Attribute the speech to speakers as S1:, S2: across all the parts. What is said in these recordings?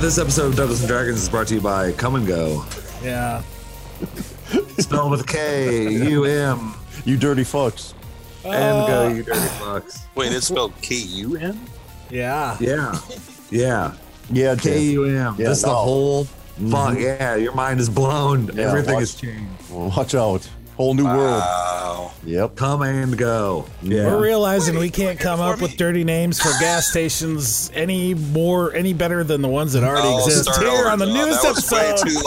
S1: This episode of Douglas and Dragons is brought to you by Come and Go.
S2: Yeah.
S1: Spelled with K U M.
S3: You dirty fucks.
S1: And go, you dirty fucks.
S4: Wait, it's spelled K U M?
S2: Yeah.
S1: Yeah. Yeah.
S3: Yeah,
S1: K
S3: Dave.
S1: U M.
S3: Yeah,
S1: This is the
S3: no.
S1: whole fuck.
S3: Mhm.
S1: Yeah, your mind is blown.
S3: Yeah,
S1: Everything
S3: watch-
S1: has changed.
S3: Watch out. Whole new
S2: Ah.
S3: world.
S4: Wow.
S3: Yep.
S1: Come and go. Yeah.
S2: We're realizing we can't
S4: looking
S2: come
S4: for
S2: up with
S4: me?
S2: dirty names for gas stations any more, any better than the ones that already
S4: I'll
S2: exist
S4: Oh, start
S2: here
S4: over,
S2: on the
S4: John.
S2: news
S4: that was way
S2: episode
S4: too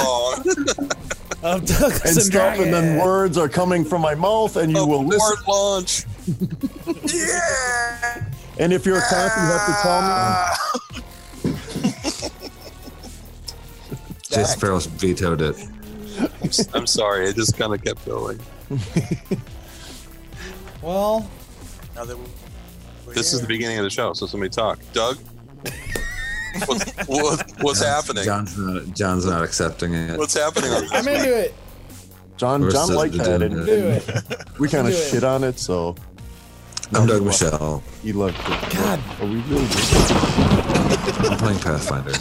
S4: long.
S2: of Douglas
S3: And
S2: and
S3: stop, and then
S2: Dragons.
S3: words are coming from my mouth, and you
S4: Oh,
S3: will listen.
S4: port launch. yeah.
S3: And if you're a cop, you have to call me.
S2: Ah.
S1: Jason Farrell's vetoed it.
S4: I'm, s- I'm sorry. It just kind of kept going.
S2: Well,
S4: Now that this is the beginning of the show, so somebody talk. Doug? what's what, what's happening?
S1: John's not, John's not accepting it.
S4: What's happening? On
S2: I'm
S4: this?
S2: into it.
S3: John,
S1: We're
S3: John
S1: set
S3: liked
S1: to
S3: that,
S1: do
S3: and,
S2: Do it.
S3: we kind of
S2: Do it.
S3: shit on it, so
S1: I'm Doug Michelle.
S3: he liked it.
S2: God.
S3: Are we really just
S1: I'm playing Pathfinder.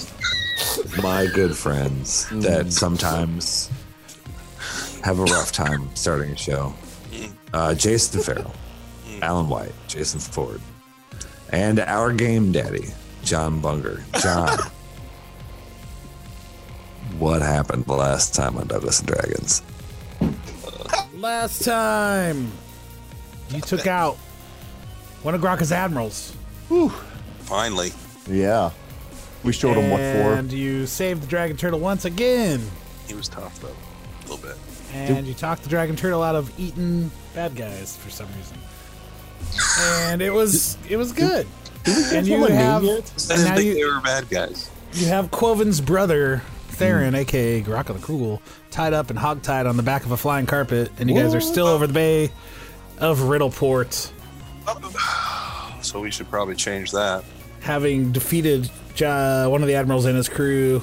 S1: My good friends that sometimes have a rough time starting a show. Uh, Jason Farrell, Alan White, Jason Ford, and our game daddy, John Bunger. John, what happened last time on Douglas and Dragons?
S2: Last time, you took out one of Graka's admirals.
S4: Finally.
S3: Yeah. We showed him what for.
S2: And you saved the dragon turtle once again.
S4: He was tough, though. A little bit.
S2: And you talked the dragon turtle out of eating bad guys for some reason. And it was it was good. And you
S3: him a name
S2: have
S3: yet?
S4: I
S2: and
S4: didn't
S2: now
S4: think
S2: you,
S4: they were bad guys.
S2: you have Quoven's brother, Theron,
S4: Hmm.
S2: aka Garaka the Cruel, tied up and hogtied on the back of a flying carpet, and you guys are still over the bay of Riddleport,
S4: So we should probably change that.
S2: having defeated uh, one of the admirals and his crew,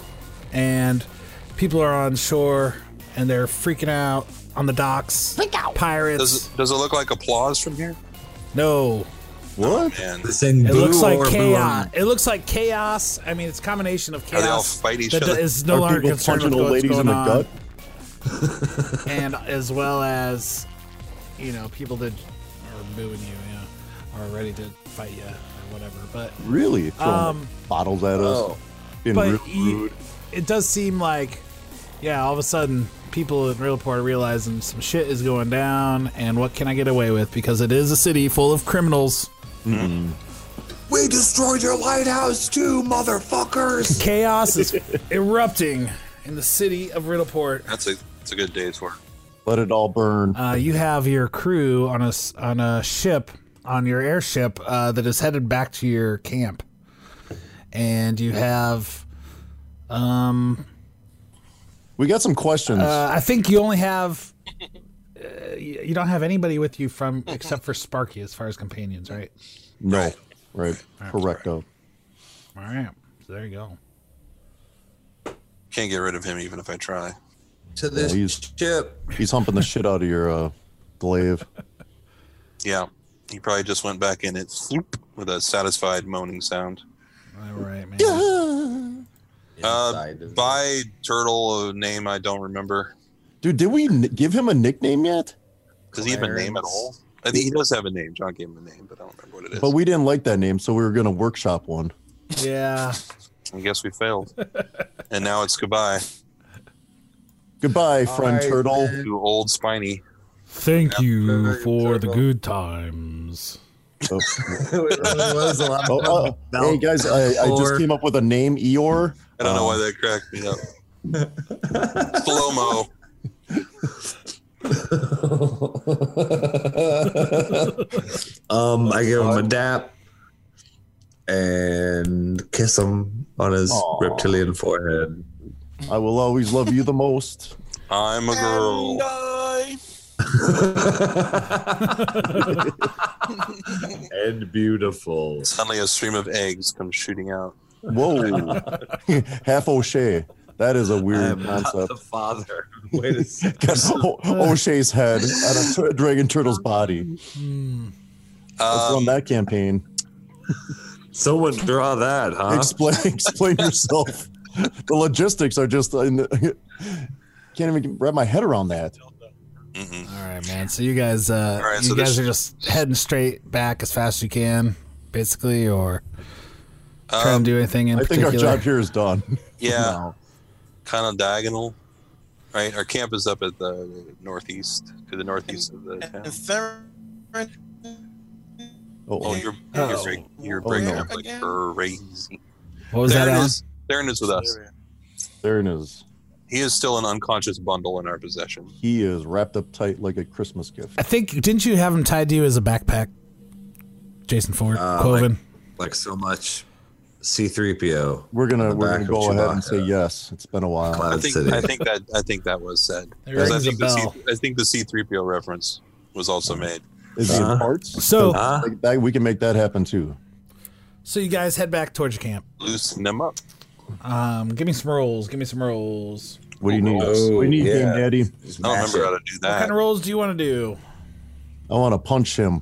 S2: and people are on shore and they're freaking out on the docks. Pirates.
S4: Does it, does it look like applause from here?
S2: no.
S3: What?
S4: Man,
S1: They sing
S2: It
S1: boo
S2: looks like
S1: or boo
S2: chaos.
S1: on-
S2: It looks like chaos. I mean, it's a combination of
S4: they all
S2: chaos
S4: fight each
S2: that
S4: other?
S2: is no
S3: Are
S2: longer
S3: people
S2: concerned
S3: punching
S2: with
S3: old
S2: what's
S3: ladies
S2: going
S3: in the
S2: on,
S3: gut?
S2: and as well as you know people that are booing you, yeah, are ready to fight you or whatever. But
S3: Really? Throwing
S2: Um,
S3: bottles at us.
S1: Oh.
S3: Being
S2: but
S3: real
S2: you-
S3: rude.
S2: it does seem like, yeah, all of a sudden people in Realport are realizing some shit is going down, and what can I get away with? Because it is a city full of criminals.
S1: We destroyed your lighthouse too, motherfuckers.
S2: Chaos is erupting in the city of Riddleport.
S4: that's a that's a good day's work.
S3: Let it all burn.
S2: Uh, you have your crew on a s- on a ship on your airship uh, that is headed back to your camp, and you have. Um,
S3: we got some questions.
S2: uh, I think you only have. Uh, y- you don't have anybody with you from except for Sparky as far as companions, right?
S3: no. Right. Correcto.
S2: All right, so there you go.
S4: Can't get rid of him even if I try.
S1: to
S3: Yeah,
S1: this
S3: he's-
S1: ship.
S3: He's humping the shit out of your uh, glaive.
S4: Yeah, he probably just went back in it floop, with a satisfied moaning sound.
S2: All right, man.
S4: Uh, by turtle, a name I don't remember.
S3: Dude, did we n- give him a nickname yet?
S4: Does he have a name at all? I think he does have a name. John gave him a name, but I don't remember what it is.
S3: But we didn't like that name, so we were going to workshop one.
S2: Yeah,
S4: I guess we failed. and now it's goodbye
S3: Goodbye, friend
S1: right,
S3: turtle.
S4: to old Spiny.
S2: thank you
S1: very for the enjoyable.
S2: good times.
S3: Oh,
S1: it really was a lot of
S3: oh, oh, hey, guys, I, I just
S1: Or-
S3: came up with a name, Eeyore.
S4: I don't know
S3: Um,
S4: why that cracked me up. Slow mo.
S1: um, I give him a dap and kiss him on his
S3: Aw.
S1: reptilian forehead.
S3: I will always love you the most.
S4: I'm a girl.
S1: and beautiful.
S4: Suddenly, a stream of eggs comes shooting out.
S3: Whoa. Half O'Shea. That is a weird concept.
S1: the father. Wait a second.
S3: Got O- O'Shea's head and a tur- dragon turtle's body. Let's
S4: Um,
S3: run that campaign.
S1: Someone draw that, huh?
S3: Explain, explain yourself. The logistics are just in the, can't even wrap my head around that.
S4: mhm.
S2: All right, man. So you guys, uh,
S4: All right,
S2: you
S4: so
S2: guys
S4: there's-
S2: are just heading straight back as fast as you can, basically, or trying
S4: Um,
S2: to do anything in
S3: I think
S2: particular.
S3: our job here is done.
S4: yeah,
S3: No.
S4: kind of diagonal. Right, our camp is up at the northeast, to the northeast of the town.
S5: And Theron,
S4: Oh,
S3: Oh,
S4: you're
S2: Oh.
S4: you're, break, you're
S3: Oh,
S4: breaking
S3: no.
S4: up like crazy.
S2: What was that?
S4: Theron
S2: Alan?
S4: is- Theron is with us.
S3: there it is.
S4: He is still an unconscious bundle in our possession.
S3: He is wrapped up tight like a Christmas gift.
S2: I think didn't you have him tied to you as a backpack? Jason Ford,
S1: Uh,
S2: Quoven.
S1: like so much C3PO.
S3: We're gonna
S1: the
S3: we're gonna
S1: back of
S3: go ahead and say
S1: Chewbacca.
S3: yes. It's been a while.
S1: Cloud
S4: I think
S1: City.
S4: I think that I think that was said.
S2: It
S4: 'Cause I
S2: rings a
S4: think the
S2: bell.
S4: C, I think the C3PO reference was also made.
S3: Is he
S1: Uh-huh.
S3: in parts?
S2: So-
S1: Huh?
S3: Like that, we can make that happen too.
S2: So you guys head back towards your camp.
S4: Loosen them up.
S2: Um, give me some rolls. Give me some rolls.
S3: What do you need?
S1: Oh,
S3: what do you need,
S1: yeah.
S3: Game Daddy?
S4: I don't remember how to do
S2: What
S4: that.
S2: kind of rolls do you want to do?
S3: I want to punch him.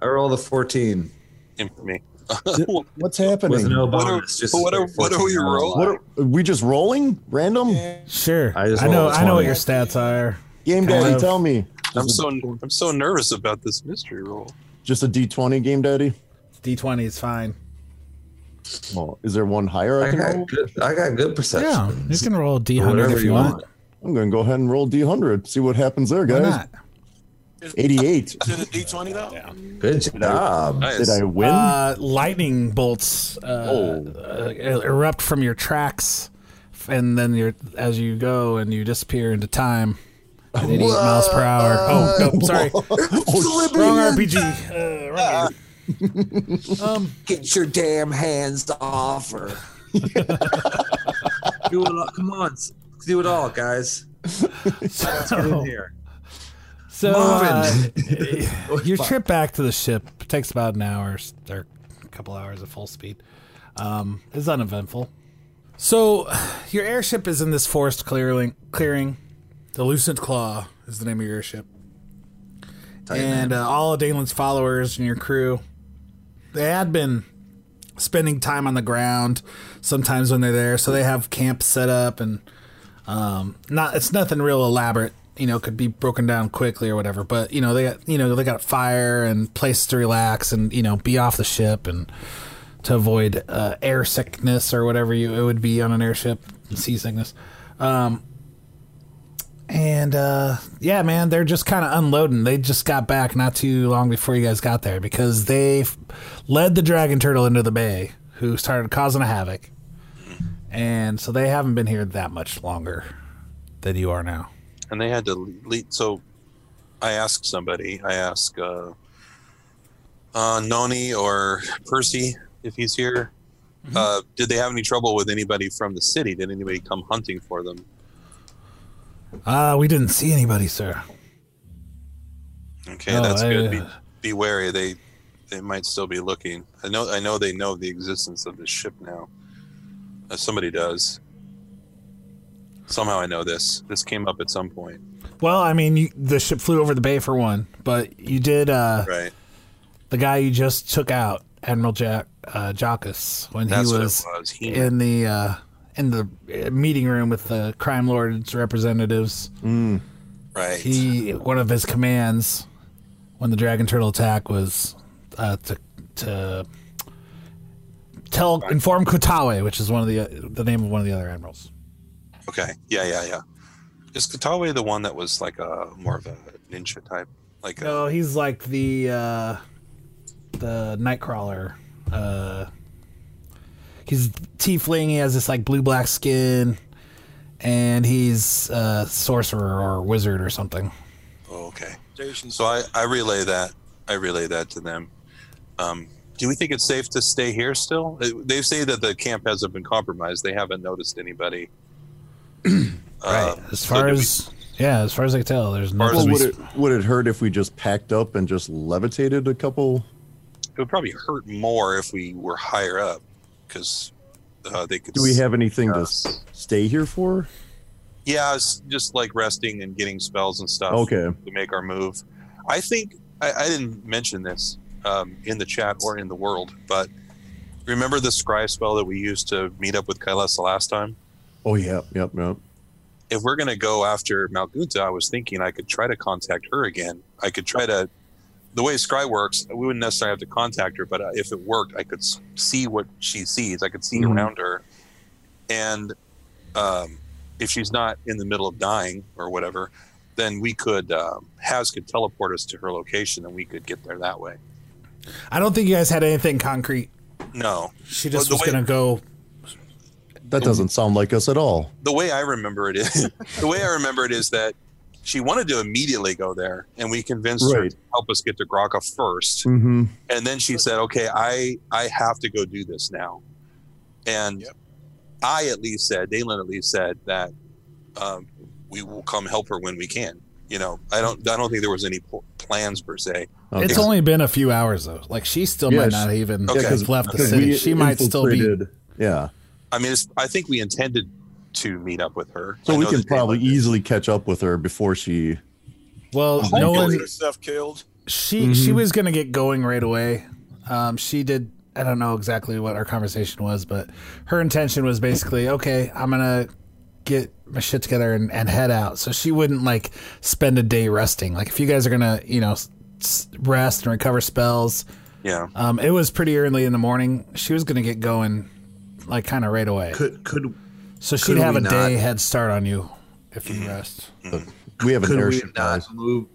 S1: I rolled a 14.
S4: Infamy.
S3: What's
S1: With
S3: happening?
S1: no
S4: What are-
S1: bonus. just
S4: but what are- what are we
S1: 14
S4: rolling?
S3: what are, are we just rolling random?
S2: Sure.
S1: I just
S2: I know.
S1: rolled a
S2: I know what
S1: 20.
S2: your stats are.
S3: Game
S2: Kind
S3: Daddy,
S2: of.
S3: tell me.
S4: I'm
S3: Just a-
S4: so I'm so nervous about this mystery roll.
S3: just a D twenty, Game Daddy.
S2: D twenty is fine.
S3: Well, is there one higher I
S1: I
S3: can
S1: got
S3: roll?
S1: good, I got good
S2: Yeah,
S1: perception.
S2: you can roll a D hundred if you want.
S3: I'm gonna go ahead and roll D hundred. See what happens there,
S2: Why
S3: guys.
S2: not?
S3: Eighty eight.
S5: Is it a D twenty though? Yeah.
S1: Good job.
S3: Did I win?
S2: Uh, lightning bolts uh, uh, erupt from your tracks, and then your as you go and you disappear into time at 88 miles per hour. Oh no, sorry,
S3: oh, shit.
S2: wrong RPG. Uh, wrong game. um,
S1: Get your damn hands off her. do it all. Come on. s- Do it all, guys. Get in
S2: so,
S1: here.
S2: so
S1: Marvin.
S2: uh, your trip back to the ship takes about an hour or a couple hours at full speed. Um, it's uneventful. So, your airship is in this forest clearing. Clearing, the Lucent Claw is the name of your airship, and uh, all of Danelin's followers and your crew, they had been spending time on the ground. Sometimes when they're there, so they have camps set up and um, not it's nothing real elaborate. You know, could be broken down quickly or whatever. But you know, they got you know they got fire and place to relax and you know be off the ship and to avoid uh, air sickness or whatever you it would be on an airship, seasickness. Um, and uh, yeah, man, they're just kind of unloading. They just got back not too long before you guys got there because they f- led the dragon turtle into the bay, who started causing a havoc. And so they haven't been here that much longer than you are now.
S4: and they had to lead. So I asked somebody. I asked uh, uh, Noni or Percy if he's here.
S2: Mm-hmm.
S4: Uh, did they have any trouble with anybody from the city? Did anybody come hunting for them?
S2: Ah, we didn't see anybody, sir.
S4: Okay,
S2: No,
S4: that's good.
S2: I- uh,
S4: Be, be wary. They they might still be looking. I know. I know they know the existence of this ship now. Uh, somebody does. Somehow I know this. This came up at some point,
S2: Well, I mean, you, the ship flew over the bay for one, but you did uh,
S4: right?
S2: the guy you just took out, Admiral Jack uh, Jockus, when
S4: That's
S2: he
S4: what
S2: was,
S4: it was. He,
S2: in the uh, in the uh, meeting room with the crime lord's representatives.
S4: right.
S2: He one of his commands when the dragon turtle attack was uh, to to tell inform Kotawe, which is one of the uh, the name of one of the other admirals.
S4: Okay. Yeah, yeah, yeah. Is Katawe the one that was like a more of a ninja type? Like a,
S2: No, he's like the uh, the Nightcrawler. Uh, he's tiefling. He has this like blue black skin, and he's a sorcerer or wizard or something.
S4: oh, Okay. So I, I relay that. I relay that to them. Um, do we think it's safe to stay here still? Uh, They say that the camp hasn't been compromised. They haven't noticed anybody. Uh,
S2: As
S4: so
S2: far
S4: do we-
S2: as yeah, as far as I can tell, there's
S4: far as
S3: Well,
S2: nothing.
S3: would it would it hurt if we just packed up and just levitated a couple?
S4: it would probably hurt more if we were higher up because uh, they could.
S3: Do we
S4: s-
S3: have anything to
S4: Yes.
S3: s- stay here for?
S4: Yeah, it's just like resting and getting spells and stuff.
S3: Okay.
S4: to make our move. I think I, I didn't mention this um, in the chat or in the world, but remember the scry spell that we used to meet up with Kailessa last time?
S3: Oh yeah, yep, yep.
S4: If we're going to go after Malgunta, I was thinking I could try to contact her again. I could try to. The way scry works, we wouldn't necessarily have to contact her, but uh, if it worked, I could s- see what she sees. I could see
S3: Mhm.
S4: around her. And um, if she's not in the middle of dying or whatever, then we could um, Has could teleport us to her location, and we could get there that way.
S2: I don't think you guys had anything concrete.
S4: No,
S2: She
S4: Well,
S2: just
S4: the
S2: was
S4: way-
S2: gonna go. Mm-hmm.
S3: That doesn't sound like us at all.
S4: the way I remember it is the way I remember it is that she wanted to immediately go there, and we convinced her
S3: Right.
S4: to help us get to Graka first,
S3: Mm-hmm.
S4: and then she said, "Okay, I I have to go do this now," and I at least said, Dalen at least said that um, we will come help her when we can. You know, I don't I don't think there was any pl- plans per se.
S2: It's only been a few hours though. Like she still
S3: Yeah,
S2: might
S3: she-
S2: not even
S4: Okay.
S2: have left the city. She might still be.
S3: Yeah,
S4: I mean, it's, I think we intended to meet up with her.
S3: so
S4: I
S3: we
S4: know
S3: can
S4: that they
S3: probably
S4: left it.
S3: easily catch up with her before she.
S2: Well,
S5: No
S2: no one.
S5: herself killed.
S2: She
S1: Mm-hmm.
S2: she was gonna get going right away. Um, she did. I don't know exactly what our conversation was, but her intention was basically, okay, I'm gonna get my shit together and, and head out. So she wouldn't like spend a day resting. Like if you guys are gonna, you know, s- s- rest and recover spells.
S4: Yeah.
S2: Um, it was pretty early in the morning. She was gonna get going, like kind of right away.
S1: Could could
S2: so she'd
S1: could
S2: have
S1: we
S2: a day
S1: not-
S2: head start on you if you rest.
S3: We have an
S1: could we
S3: airship.
S1: not
S3: guys.
S1: move?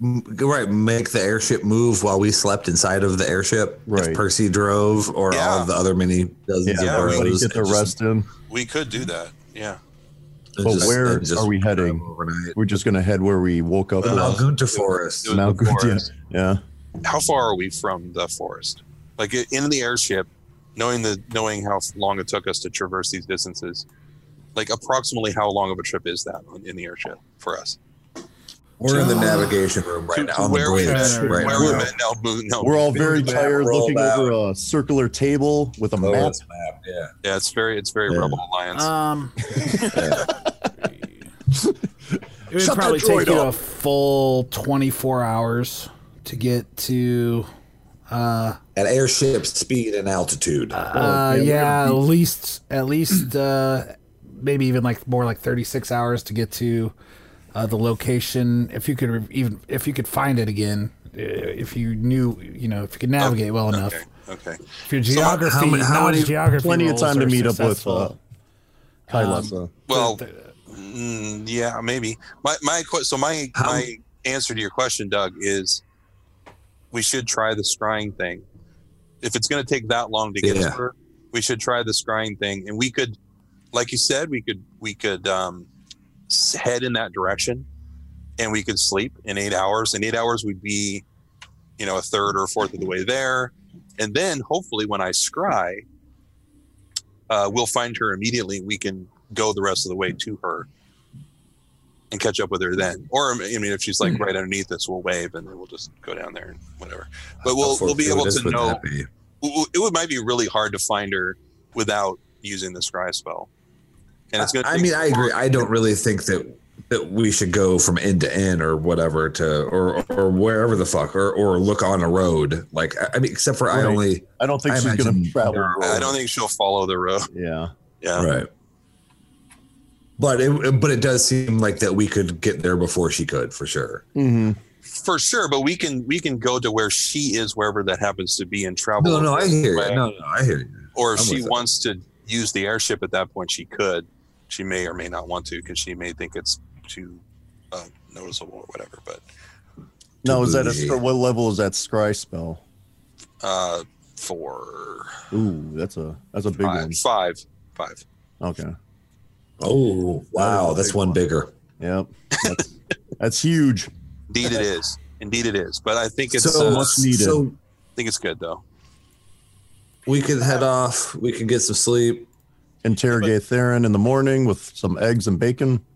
S1: m- Right, make the airship move while we slept inside of the airship.
S3: Right.
S1: If Percy drove, or all
S4: Yeah.
S1: of the other many dozens
S3: Yeah,
S4: Yeah,
S1: of
S3: everybody
S1: burrows.
S3: get their
S1: and just-
S3: rest in.
S4: We could do that. Yeah.
S1: and
S3: But
S1: just-
S3: where
S1: and just
S3: are we
S1: drive
S3: heading?
S1: Overnight.
S3: We're just gonna head where we woke up.
S4: Well,
S3: last.
S1: Malgunta Forest.
S4: It was
S3: Now
S4: the
S3: good, yeah.
S4: forest.
S3: Yeah.
S4: How far are we from the forest? Like i- in the airship, knowing the knowing how long it took us to traverse these distances, like approximately how long of a trip is that on- in the airship for us?
S1: We're in the navigation room right
S4: To-
S1: now
S4: to
S1: on the
S4: where we
S1: bridge.
S2: are-
S1: Right now.
S4: Where we're at now, Moon- no,
S3: We're all very
S1: map
S3: tired
S1: rolled
S3: looking
S1: out.
S3: over a circular table with a
S1: Oh,
S3: map.
S1: it's map, Yeah.
S4: yeah, it's very it's very
S1: Yeah.
S4: Rebel Alliance.
S2: Um, it would
S1: Shut that
S2: probably take
S1: droid
S2: you
S1: off.
S2: a full 24 hours to get to. Uh,
S1: At airship speed and altitude.
S2: uh, yeah, at least at least uh, maybe even like more like 36 hours to get to uh, the location. If you could re- even if you could find it again, uh, if you knew you know if you could navigate well enough.
S4: Okay. Okay.
S2: If your geography,
S1: how many- how
S2: knowledge
S1: many-
S2: geography
S3: Plenty of
S2: rolls
S3: time to
S2: are
S3: meet
S2: successful.
S3: up with uh, Kailasa.
S4: Well, mm, yeah, maybe. My my que- so my
S1: How-
S4: my answer to your question, Doug, is we should try the scrying thing. If it's going to take that long to get
S1: Yeah.
S4: to her, we should try the scrying thing, and we could, like you said, we could we could um, s- head in that direction, and we could sleep in eight hours. In eight hours, we'd be, you know, a third or a fourth of the way there, and then hopefully, when I scry, uh, we'll find her immediately. We can go the rest of the way to her and catch up with her then. Or I mean, if she's like
S1: Hmm.
S4: right underneath us, we'll wave and then we'll just go down there and whatever. But we'll we'll be able to know. w- w- It would, might be really hard to find her without using the scry spell. And it's going.
S1: I mean, I agree. I don't really think that that we should go from end to end or whatever to or or wherever the fuck or or look on a road. Like I- I mean, except for I
S3: Right.
S1: only
S3: I don't think
S1: I
S3: she's going to
S1: imagine-
S3: travel.
S1: No.
S4: I don't think she'll follow the road.
S3: Yeah.
S4: Yeah.
S1: right. But it but it does seem like that we could get there before she could for sure.
S3: Mm-hmm.
S4: for sure. But we can we can go to where she is, wherever that happens to be, and travel.
S1: No, no, I hear
S4: Right.
S1: you. No, no, I hear you.
S4: or if
S1: I'm
S4: she
S1: with it.
S4: wants to use the airship at that point, she could. She may or may not want to because she may think it's too uh, noticeable or whatever. But
S3: Now, is that a,
S1: Bougie.
S3: scry- what level is that scry spell?
S4: uh, four,
S3: Ooh, that's a that's a big
S4: five, five, five.
S3: one. Okay.
S1: Oh wow, that's one bigger.
S3: Yep. That's, that's huge.
S4: Indeed, it is. Indeed, it is. But I think it's
S3: So
S4: uh,
S3: much needed.
S4: So I think it's good though.
S5: we could head off. We could get some sleep.
S3: Interrogate Theron in the morning with some eggs and bacon.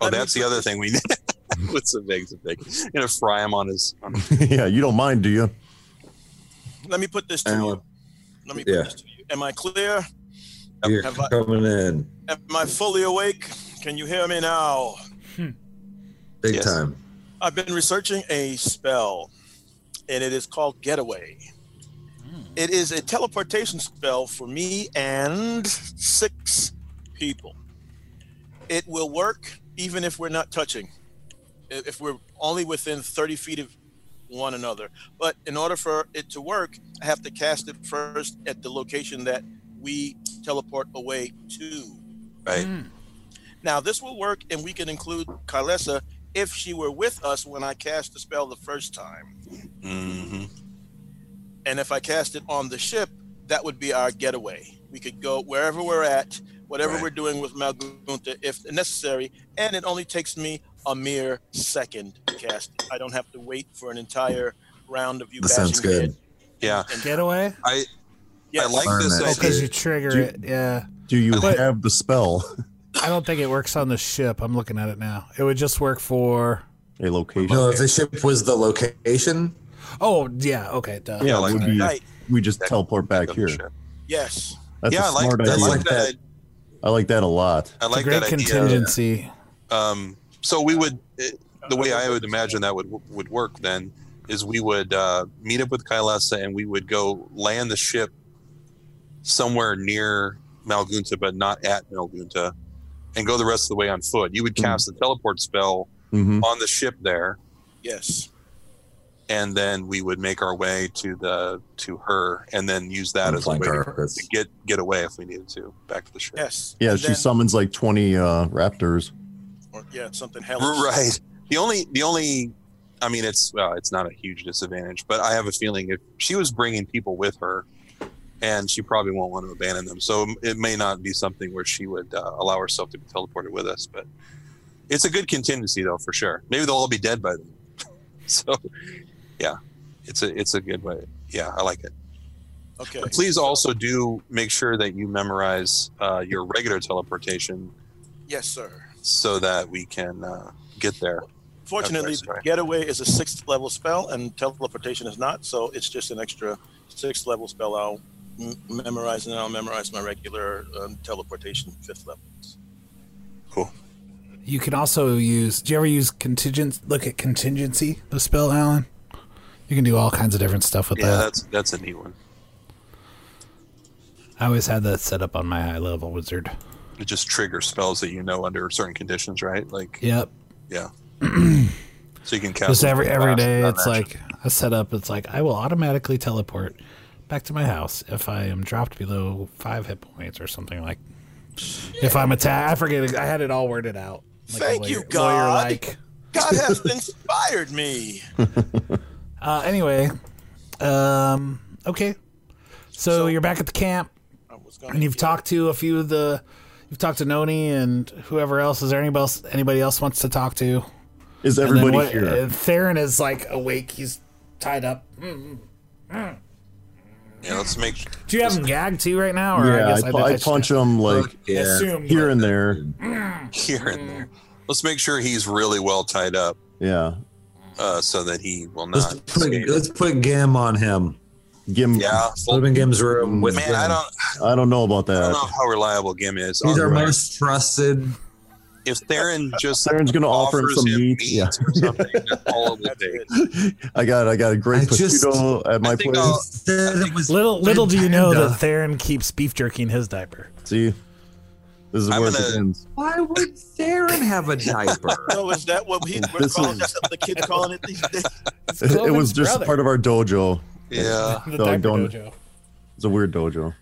S4: Oh, that's the other thing we need. With some eggs and bacon, gonna fry him on his. On his
S3: yeah, you don't mind, do you?
S6: Let me put this to
S5: And-
S6: you. Let me put
S5: yeah.
S6: this to you. Am I clear?
S5: You're
S6: Have I-
S5: coming in
S6: Am I fully awake? Can you hear me now?
S5: big
S4: Yes.
S5: time.
S6: I've been researching a spell, and it is called Getaway. It is a teleportation spell for me and six people. It will work even if we're not touching, i- if we're only within 30 feet of one another. But in order for it to work, I have to cast it first at the location that we teleport away to.
S4: right.
S6: Now, this will work, and we can include Carlessa if she were with us when I cast the spell the first time.
S4: hmm
S6: And if I cast it on the ship, that would be our getaway. We could go wherever we're at, whatever
S4: Right.
S6: we're doing with Malgunta if necessary, and it only takes me a mere second to cast it. I don't have to wait for an entire round of you
S1: That
S6: bashing
S1: sounds good.
S6: head.
S4: Yeah.
S2: Getaway?
S4: I
S6: Yes.
S4: I like
S1: Learn
S4: this.
S1: that
S2: Oh,
S4: idea.
S2: because you trigger
S3: Do-
S2: it. Yeah.
S3: Do you
S2: But-
S3: have the spell?
S2: I don't think it works on the ship. I'm looking at it now. It would just work for.
S3: A location.
S5: No, if the ship was the location,
S2: Oh yeah. Okay. Duh.
S4: Yeah, like-
S3: would be-
S6: Right.
S3: we just teleport back here.
S6: Yes.
S3: That's
S4: yeah,
S3: a
S4: I like,
S3: smart
S4: I
S3: idea.
S4: like that.
S3: I like that a lot.
S4: I
S2: It's a
S4: like
S2: great
S4: that idea.
S2: contingency.
S4: Um, so we would, it, the way I would imagine that would would work then is we would uh, meet up with Kailasa and we would go land the ship somewhere near Malgunta, but not at Malgunta, and go the rest of the way on foot. You would cast the teleport spell
S3: hmm
S4: on the ship there,
S6: Yes.
S4: and then we would make our way to the to her, and then use that as a way
S5: flank
S4: to
S5: our-
S4: get get away if we needed to back to the ship.
S6: Yes.
S3: Yeah,
S6: And
S3: she
S6: then-
S3: summons like 20 uh, raptors.
S6: or, yeah, something hellish.
S4: Right. The only, the only, I mean, it's well, it's not a huge disadvantage, but I have a feeling if she was bringing people with her, and she probably won't want to abandon them, so it may not be something where she would uh, allow herself to be teleported with us. But it's a good contingency, though, for sure. Maybe they'll all be dead by then. so, yeah, it's a it's a good way. Yeah, I like it.
S6: Okay.
S4: But please also do make sure that you memorize uh, your regular teleportation
S6: Yes, sir.
S4: so that we can uh, get there.
S6: Fortunately,
S4: That's right.
S6: getaway is a sixth level spell, and teleportation is not, so it's just an extra sixth level spell. I'll m- memorize, and I'll memorize my regular um, teleportation fifth level.
S2: You can also use. Do you ever use contingent? Look at contingency. The spell, Alan. You can do all kinds of different stuff with
S4: Yeah,
S2: that.
S4: that's that's a neat one.
S2: I always had that set up on my high level wizard.
S4: It just triggers spells that you know under certain conditions, right? Like
S2: Yep.
S4: yeah. so you can cast
S2: Just
S4: them
S2: every
S4: fast
S2: every day,
S4: without
S2: it's
S4: action.
S2: like a setup. It's like I will automatically teleport back to my house if I am dropped below five hit points or something like. If I'm attacked, I forget. it- I had it all worded out. a
S6: Thank you,
S2: lawyer-
S6: God.
S2: lawyer-like.
S6: God has inspired me.
S2: Uh, anyway, um, okay. so
S6: So-
S2: you're back at the camp.
S6: I was gonna-
S2: And you've
S6: yeah.
S2: talked to a few of the, you've talked to Noni and whoever else. Is there anybody else anybody else wants to talk to?
S3: Is
S2: And then
S3: everybody
S2: what-
S3: here?
S2: uh, Theron is like awake. He's tied up.
S4: yeah, let's make
S2: Do you have him gagged too right now? Or
S3: yeah,
S2: I, guess
S3: I, pu- I
S2: I
S3: punch him like
S5: yeah.
S2: Assume
S3: here and there.
S4: here and there. Let's make sure he's really well tied up,
S3: Yeah,
S4: uh, so that he will
S5: Let's
S4: not.
S5: put
S4: escape.
S5: let's put Gim on him.
S3: Gim.
S4: yeah,
S5: Put him in Gim's room with
S4: man,
S5: Gim.
S4: I don't,
S3: I don't know about
S4: I
S3: that.
S4: don't know how reliable Gim is.
S5: He's our
S4: Otherwise,
S5: most trusted.
S4: if Theron just
S3: Theron's gonna offer him
S4: offers
S3: some meat.
S4: meat,
S3: Yeah.
S4: or something, that's all it will
S6: That's
S4: take.
S6: it.
S3: I got I got a
S5: I
S3: great
S5: just-
S3: prosciutto at my
S4: I think
S3: place.
S4: I'll-
S5: That was
S2: Little little do you know
S5: Panda.
S2: that Theron keeps beef jerky in his diaper.
S3: See, this is
S4: I'm
S3: where
S4: gonna-
S3: it ends.
S5: Why would Theron have a diaper?
S6: So is that what he, we're
S3: This
S6: calling
S3: is-
S6: that's what the kids calling it these days?
S3: It, it was
S2: Cloven's
S3: just
S2: brother.
S3: part of our dojo.
S4: Yeah,
S2: The
S3: No, I
S2: diaper
S3: don't-
S2: dojo.
S3: It's a weird dojo.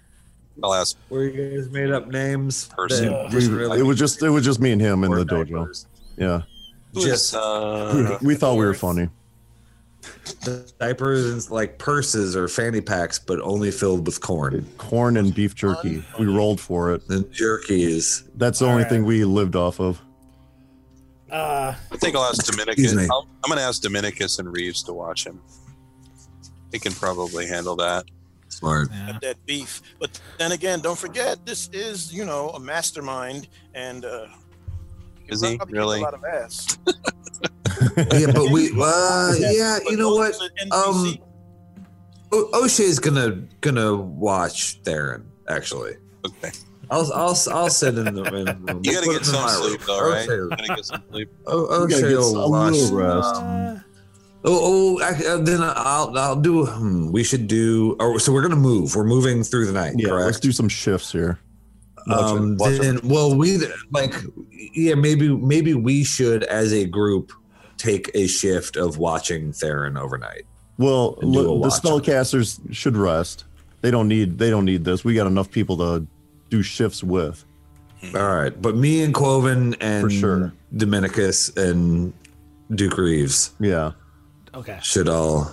S4: I'll ask.
S5: Where you guys made up names?
S4: Person.
S5: that
S3: We-
S5: just really
S3: it was just it was just me and him in
S5: wore
S3: the dojo.
S5: diapers.
S3: Yeah,
S5: Just
S4: uh,
S3: we thought we were funny.
S5: diapers and like purses or fanny packs, but only filled with corn.
S3: Corn and beef jerky. We rolled for it.
S5: The jerky is
S3: That's the only thing we lived off of.
S2: Uh,
S4: I think I'll ask Dominicus.
S7: Excuse me.
S4: I'll, I'm going to ask Dominicus and Reeves to watch him. They can probably handle that.
S7: Smart.
S2: yeah.
S6: that beef. But then again, don't forget this is you know a mastermind, and uh, you
S4: Is he?
S6: probably kick
S4: Really?
S6: a lot of ass.
S1: yeah, but we. Uh, yeah, you know what?
S6: Um,
S1: O- O'Shea's gonna gonna watch Darren. Actually,
S4: Okay.
S1: I'll I'll I'll send him the room.
S4: You got to get some sleep, though, right?
S1: O'Shea,
S4: You got to get some sleep.
S1: O-
S3: You gotta
S1: O'Shea
S3: get
S1: will
S3: some
S1: Oh, watch. um,
S3: little rest.
S2: Uh,
S1: Oh, oh ac- uh, then I'll I'll do. Hmm, we should do. Oh, so we're gonna move. We're moving through the night.
S3: Yeah, let's
S1: correct.
S3: do some shifts here. Watch it,
S1: um,
S3: watch it.
S1: then, well, we like, yeah, maybe maybe we should, as a group, take a shift of watching Theron overnight.
S3: Well,
S1: and do
S3: look,
S1: a
S3: the
S1: watch on it.
S3: spellcasters should rest. They don't need they don't need this. We got enough people to do shifts with.
S4: Hmm.
S1: All right, but me and Quoven and
S3: For sure.
S1: Dominicus and Duke Reeves
S3: Yeah.
S2: okay.
S1: should all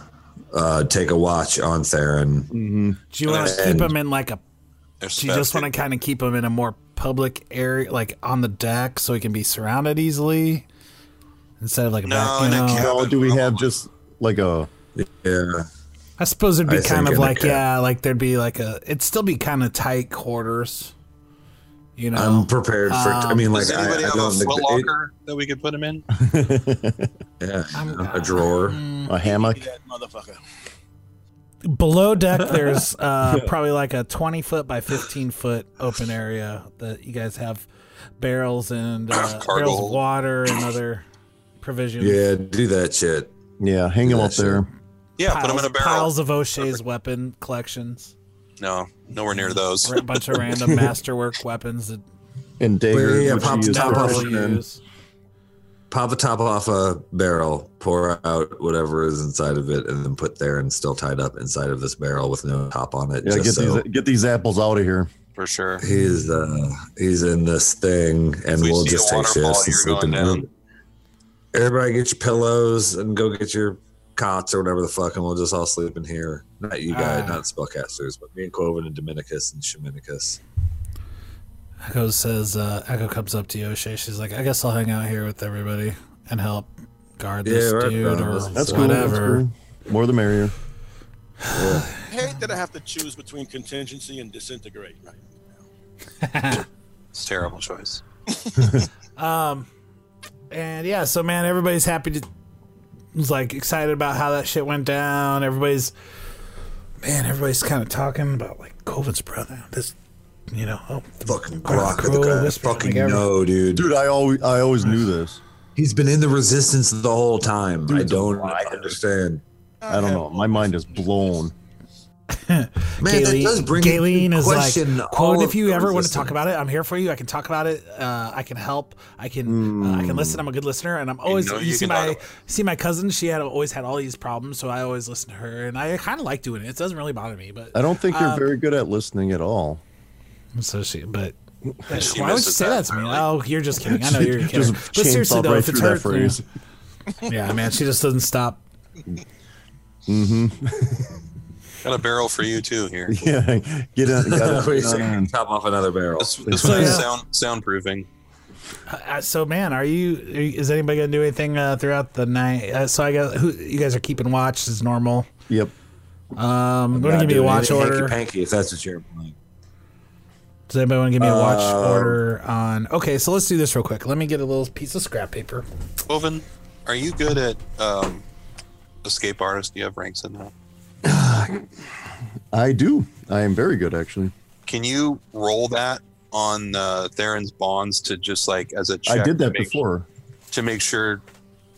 S1: uh, take a watch on Theron.
S2: Do you want to
S1: And-
S2: keep him in like a?
S4: There's
S2: Do you just want to kind of keep him in a more public area, like on the deck, so he can be surrounded easily, instead of like a
S4: No,
S2: back, you
S4: in a
S2: know?
S4: cab.
S3: Well, do we have just like a
S1: Yeah,
S2: I suppose it'd be
S1: I
S2: kind
S1: think
S2: of
S1: in a
S2: like
S1: cab.
S2: yeah, like there'd be like a. It'd still be kind of tight quarters. You know,
S1: I'm prepared for. I mean, like,
S4: Oh, um, Does
S1: I, I
S4: anybody have a
S1: don't think
S4: foot
S1: it-
S4: locker that we could put him in?
S1: yeah,
S2: I'm-
S1: a drawer.
S4: Mm.
S3: a hammock?
S6: that motherfucker.
S2: below deck there's uh probably like a 20 foot by 15 foot open area that you guys have barrels and uh,
S4: Cargo
S2: barrels of
S4: hold.
S2: water and other provisions
S1: Yeah, do that shit.
S3: Yeah, hang them up there.
S4: Yeah,
S2: piles,
S4: put him in a barrel.
S2: piles of o'shea's weapon collections
S4: No, nowhere near those.
S2: a bunch of random masterwork weapons that
S3: And dagger,
S1: yeah,
S3: which
S1: pop
S3: he
S1: the
S3: is
S1: top off.
S3: proficient
S2: normally
S3: in.
S2: use
S1: Pop the top off a barrel, pour out whatever is inside of it, and then put Theron still tied up inside of this barrel with no top on it.
S3: Yeah,
S1: just
S3: get
S1: so
S3: these get these apples out of here.
S4: For sure.
S1: He's uh he's in this thing, and
S4: we
S1: we'll
S4: see
S1: just
S4: a
S1: take
S4: waterfall,
S1: shifts and
S4: you're
S1: sleep
S4: going
S1: in the
S4: down.
S1: room. Everybody get your pillows and go get your cots or whatever the fuck, and we'll just all sleep in here. Not you guys,
S2: Ah.
S1: not spellcasters, but me and Quoven and Dominicus and Sheminicus.
S2: echo says uh echo comes up to o'shea she's like i guess i'll hang out here with everybody and help guard
S1: Yeah,
S2: this
S1: right,
S2: dude
S1: bro.
S2: or
S1: That's-
S3: That's cool. that's
S2: whatever
S3: cool. More the merrier.
S6: I hate that I have to choose between contingency and disintegrate. Right?
S4: It's a terrible choice.
S2: And yeah, so man, everybody's happy to was like excited about how that shit went down. Everybody's man, everybody's kind of talking about like Covin's brother. This, you know, oh,
S1: Fucking
S2: Crow,
S1: rock of the
S2: Crow,
S1: crowd.
S2: Whisper,
S1: Fucking
S2: like every-
S1: no, dude.
S3: Dude, I always I always knew this.
S1: He's been in the resistance the whole time. I
S3: Dude's a
S1: don't
S3: liar.
S1: understand.
S3: I don't know. My mind is blown.
S1: Man, that does bring into
S2: Gaylene is like,
S1: question all
S2: quote,
S1: of
S2: if you
S1: the
S2: ever want to
S1: resistance."
S2: talk about it, I'm here for you. I can talk about it. Uh, I can help. I can uh, I can listen. I'm a good listener, and I'm always
S4: know
S2: you,
S4: you
S2: see
S4: can talk
S2: my
S4: about
S2: see my cousin. She had always had all these problems, so I always listen to her, and I kind of like doing it. It doesn't really bother me, but
S3: I don't think you're
S2: Um,
S3: very good at listening at all.
S2: So she, but
S4: She
S2: why would you
S4: misses
S2: say
S4: that
S2: that to me?
S4: entirely.
S2: Oh, you're just kidding. I know you're a kidder.
S3: Just
S2: But seriously
S3: chainsawed
S2: though,
S3: right
S2: if it's
S3: through that
S2: her,
S3: phrase.
S2: yeah. yeah, man, she just doesn't stop.
S4: Got a barrel for you too here.
S3: Yeah, get in. Got
S1: Wait a
S3: it.
S1: second, top off another barrel.
S4: This, this one is
S2: Yeah.
S4: sound soundproofing.
S2: Uh, so, man, are you? Are, you- is anybody gonna do anything uh, throughout the night? Uh, so I guess who, you guys are keeping watch is normal.
S3: Yep.
S2: Um, I'm gonna give me a watch order.
S1: Panky, if that's what you're implying.
S2: Does anybody want to give me a watch order on? Okay, so let's do this real quick. Let me get a little piece of scrap paper.
S4: Coven, are you good at um, escape artist? Do you have ranks in that?
S3: I do. I am very good, actually.
S4: Can you roll that on uh, Theron's bonds to just like as a check?
S3: I did
S4: to
S3: that
S4: make-
S3: before.
S4: to make sure.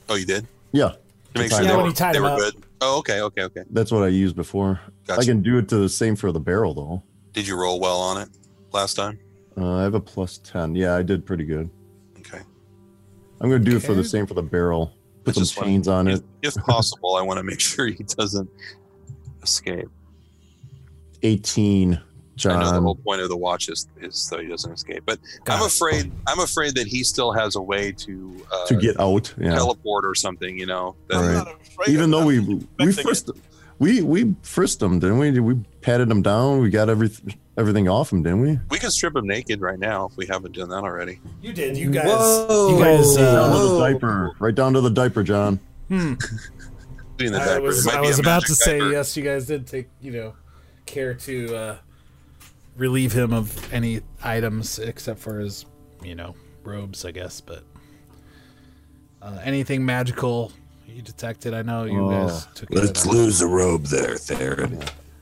S4: Oh, you did
S3: Yeah,
S4: to make sure
S2: Yeah,
S4: they
S2: when
S4: were,
S2: you tied
S4: they
S2: him
S4: were
S2: up.
S4: good. Oh, okay, okay, okay.
S3: that's what I used before.
S4: Gotcha.
S3: I can do it to the same for the barrel, though.
S4: Did you roll well on it last time?
S3: Uh, I have a plus ten. Yeah, I did pretty good.
S4: Okay.
S3: I'm going to do it for the
S2: Okay.
S3: same for the barrel.
S4: I
S3: Put some
S4: just wanna-
S3: chains on
S4: If,
S3: it.
S4: if possible, I want to make sure he doesn't escape.
S3: Eighteen,
S4: I know the
S3: John.
S4: whole point of the watch is, is so he doesn't escape. But I'm afraid I'm afraid that he still has a way to uh,
S3: To get out. Yeah.
S4: teleport or something. You know, that
S3: All
S6: I'm
S3: right.
S6: not afraid
S3: Even
S6: of
S3: though
S6: it.
S3: we
S6: I'm
S3: we
S6: expecting
S3: first We we frisked him, didn't we? We patted him down. We got everything everything off him, didn't we?
S4: We can strip him naked right now if we haven't done that already.
S2: You did. You guys.
S1: Whoa.
S2: You guys.
S3: Down
S2: Uh,
S3: to the
S1: Whoa.
S3: diaper, right down to the diaper, John.
S4: Clean the
S2: I
S4: diaper.
S2: was,
S4: It might
S2: I
S4: be a
S2: was about
S4: magic
S2: to say
S4: diaper.
S2: yes. You guys did take you know care to uh, relieve him of any items except for his you know robes, I guess. But uh, anything magical you detected, I know you guys took. care of
S1: Let's
S2: that.
S1: lose a robe there, Theron.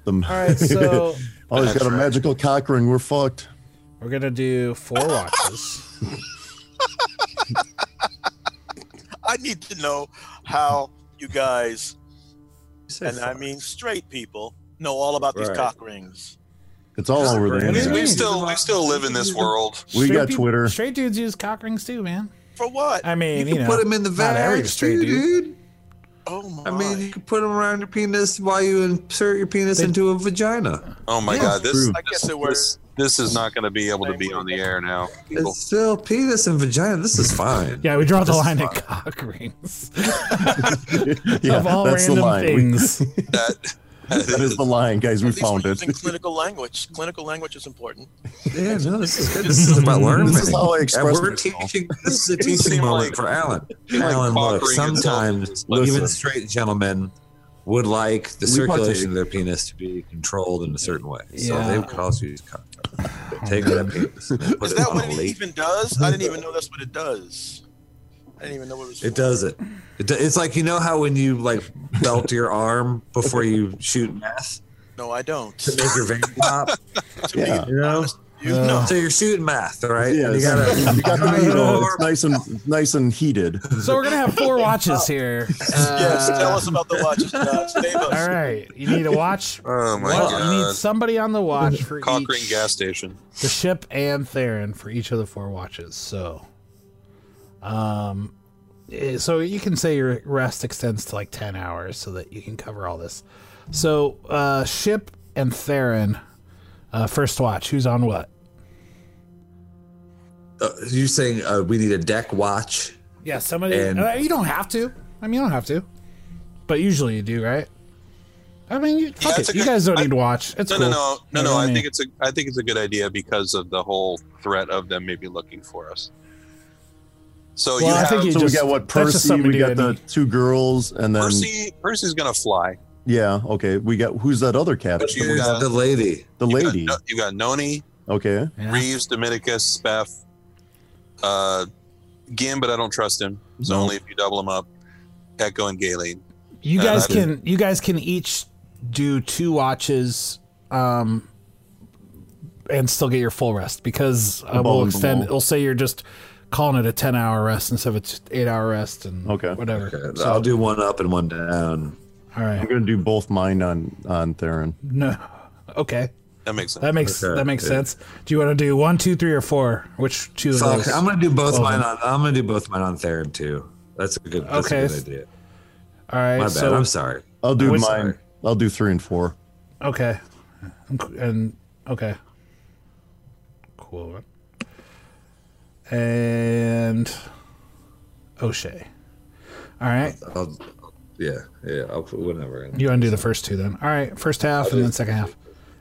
S3: The,
S2: All right, so
S3: oh, he's got a magical cock ring. We're fucked.
S2: we're gonna do four watches.
S6: I need to know how you guys, and I mean straight people, know all about these
S1: Right.
S6: cock rings.
S3: It's all over the
S1: What do
S4: We,
S1: you
S3: internet.
S4: we still we still live in this world.
S3: We
S2: Straight
S3: got
S2: people-
S3: Twitter.
S2: Straight dudes use cock rings too, man.
S6: For what?
S2: I mean, you,
S1: You
S2: know,
S1: put him in the
S2: not every
S1: vag,
S2: straight
S1: too,
S2: dude.
S1: dude.
S6: oh my!
S1: I mean, you could put them around your penis while you insert your penis into a vagina.
S4: Oh my
S3: Yeah,
S4: god, this
S3: true.
S6: I guess
S4: this,
S6: it works.
S4: this this is not going to be able to be on the air now. People.
S1: It's still penis and vagina. This is fine.
S2: yeah, we draw the
S1: This is
S2: line
S1: fine.
S2: at cock rings
S3: yeah,
S2: of all
S3: that's the
S2: random
S3: line. We-
S2: things.
S4: That,
S3: that is the line, guys. We
S6: At least
S3: found
S6: we're
S3: it.
S6: using clinical language. Clinical language is important.
S1: Yeah, no, this is good. This is about learning.
S3: This is how I express
S1: and we're
S3: myself.
S1: teaching. This is a
S4: It seemed
S1: teaching moment
S4: like-
S1: for Alan.
S4: seemed like
S1: Alan, look,
S4: cockering itself
S1: sometimes
S4: is less
S1: even
S3: than-
S1: straight gentlemen would like the
S3: We partake.
S1: circulation of their penis to be controlled in a certain way. So
S2: Yeah.
S1: they would cause you to cock. Take that penis. and put
S6: Is
S1: it
S6: that
S1: on
S6: what
S1: a
S6: it
S1: lake.
S6: even does? I didn't even know that's what it does. I didn't even know what it was.
S1: It
S6: for.
S1: does it. it do- it's like you know how when you like belt your arm before you shoot math
S6: No, I don't.
S1: to make your vein pop.
S6: To me,
S3: Yeah.
S1: You know. Uh,
S6: you know.
S1: So you're shooting math, all right?
S3: Yeah,
S1: And you
S3: it's-
S1: gotta,
S3: you got the
S1: you
S3: needle.
S1: know,
S3: It's nice and nice and heated.
S2: So we're gonna have four watches here.
S6: Yes,
S2: Uh,
S6: tell us about the watches, John. Save us.
S2: All right, you need a watch.
S4: oh my
S2: Well, you need
S4: god,
S2: somebody on the watch for
S4: Cochrane
S2: each,
S4: gas station.
S2: the ship and Theron for each of the four watches. So, um, eh, so you can say your rest extends to like ten hours, so that you can cover all this. So, uh, ship and Theron, uh, first watch. Who's on what?
S1: uh, you're saying uh, we need a deck watch.
S2: Yeah, somebody.
S1: And-
S2: uh, you don't have to. I mean, you don't have to, but usually you do, right? I mean, you, fuck
S4: it's
S2: it.
S4: a
S2: you
S4: good-
S2: guys don't
S4: I-
S2: need to watch. It's
S4: No, no,
S2: cool.
S4: no, no,
S2: You know
S4: no.
S2: what
S4: I
S2: mean?
S4: think it's a I think it's a good idea because of the whole threat of them maybe looking for us. So
S2: Well,
S4: you
S2: I
S4: have
S2: think you
S3: So
S2: just-
S3: we got what
S2: that's just
S3: Percy.
S2: something
S3: We
S2: to
S3: got
S2: do,
S3: the
S2: isn't
S3: two girls, and then
S4: Percy. Percy's gonna fly.
S3: yeah, okay. We got who's that other cat?
S4: But you
S1: We
S4: got-
S1: got the lady.
S3: the
S4: You got
S3: lady.
S4: No- You got Noni,
S3: Okay.
S2: Yeah.
S4: Reeves, Dominicus, Speff, uh, Gim, but I don't trust him. It's only if you double him up. Echo and Galen.
S2: You
S4: Uh,
S2: guys
S4: I
S2: can you guys can each do two watches um and still get your full rest because uh,
S3: Above
S2: we'll
S3: and
S2: extend
S3: below.
S2: we'll say you're just calling it a 10 hour rest instead of it's 8 hour rest and
S3: Okay.
S2: whatever.
S1: Okay, I'll do one up and one down.
S2: All
S3: I'm
S2: right.
S3: gonna do both mine on on Theron.
S2: No. Okay.
S4: That makes sense.
S2: That makes
S1: Okay,
S2: that makes
S1: yeah.
S2: sense. Do you want to do one, two, three, or four? Which two of
S1: Fuck,
S2: those?
S1: I'm gonna do both
S2: Well,
S1: mine on. I'm gonna do both mine on Theron too. That's a good. That's
S2: Okay.
S1: a good idea.
S2: All right.
S1: My bad.
S2: so
S1: I'm sorry.
S3: I'll do
S2: Which-
S3: mine. I'll do three and four.
S2: Okay. And okay. Cool. And O'Shea. All right.
S1: I'll, yeah, yeah. I'll put whatever. In.
S2: You undo the first two then. All right. First half and then second half.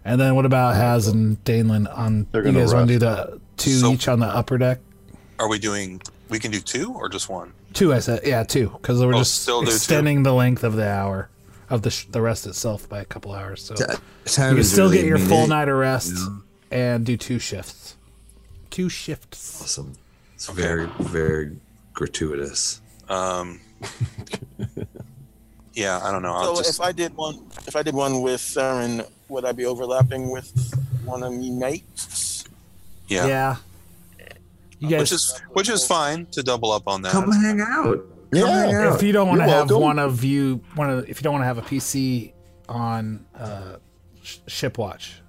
S2: And then what about Haz and Danelin on
S3: They're
S2: you
S3: gonna
S2: guys want to do
S3: rest.
S2: the two
S4: So-
S2: each on the upper deck?
S4: Are we doing? We can do two or just one.
S2: Two, I said. Yeah, two. Because we're
S4: Oh,
S2: just
S4: still do two.
S2: extending the length of the hour of the, sh- the rest itself by a couple hours. So
S1: Time
S2: You can
S1: is
S2: still
S1: really
S2: get your full
S1: meaning-
S2: night of rest and do two shifts. Two shifts.
S1: Awesome. It's very, very gratuitous.
S4: Um, yeah, I don't know. I'll
S6: So
S4: just,
S6: if I did one, if I did one with Theron, would I be overlapping with one of me mates?
S4: yeah.
S2: Yeah. You guys,
S4: which is which is fine to double up on that.
S1: Come hang out. Come hang out.
S2: if you don't want to
S3: You're
S2: have
S3: welcome.
S2: one of you, one of if you don't want to have a PC on uh, sh- ship watch,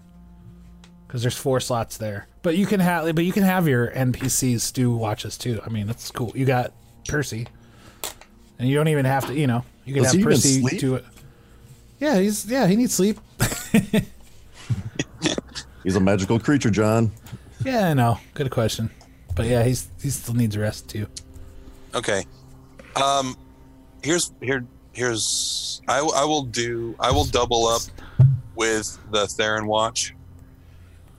S2: because there's four slots there. But you can have, but you can have your NPCs do watches too. I mean, that's cool. You got Percy, and you don't even have to. You know, you can
S3: Does
S2: have
S3: he even
S2: Percy
S3: sleep?
S2: do it. Yeah, he's yeah he needs sleep.
S3: He's a magical creature, John.
S2: Yeah, I know. Good question. But yeah, he's he still needs rest too.
S4: Okay. Um, here's here. here's I, I will do I will double up with the Theron watch,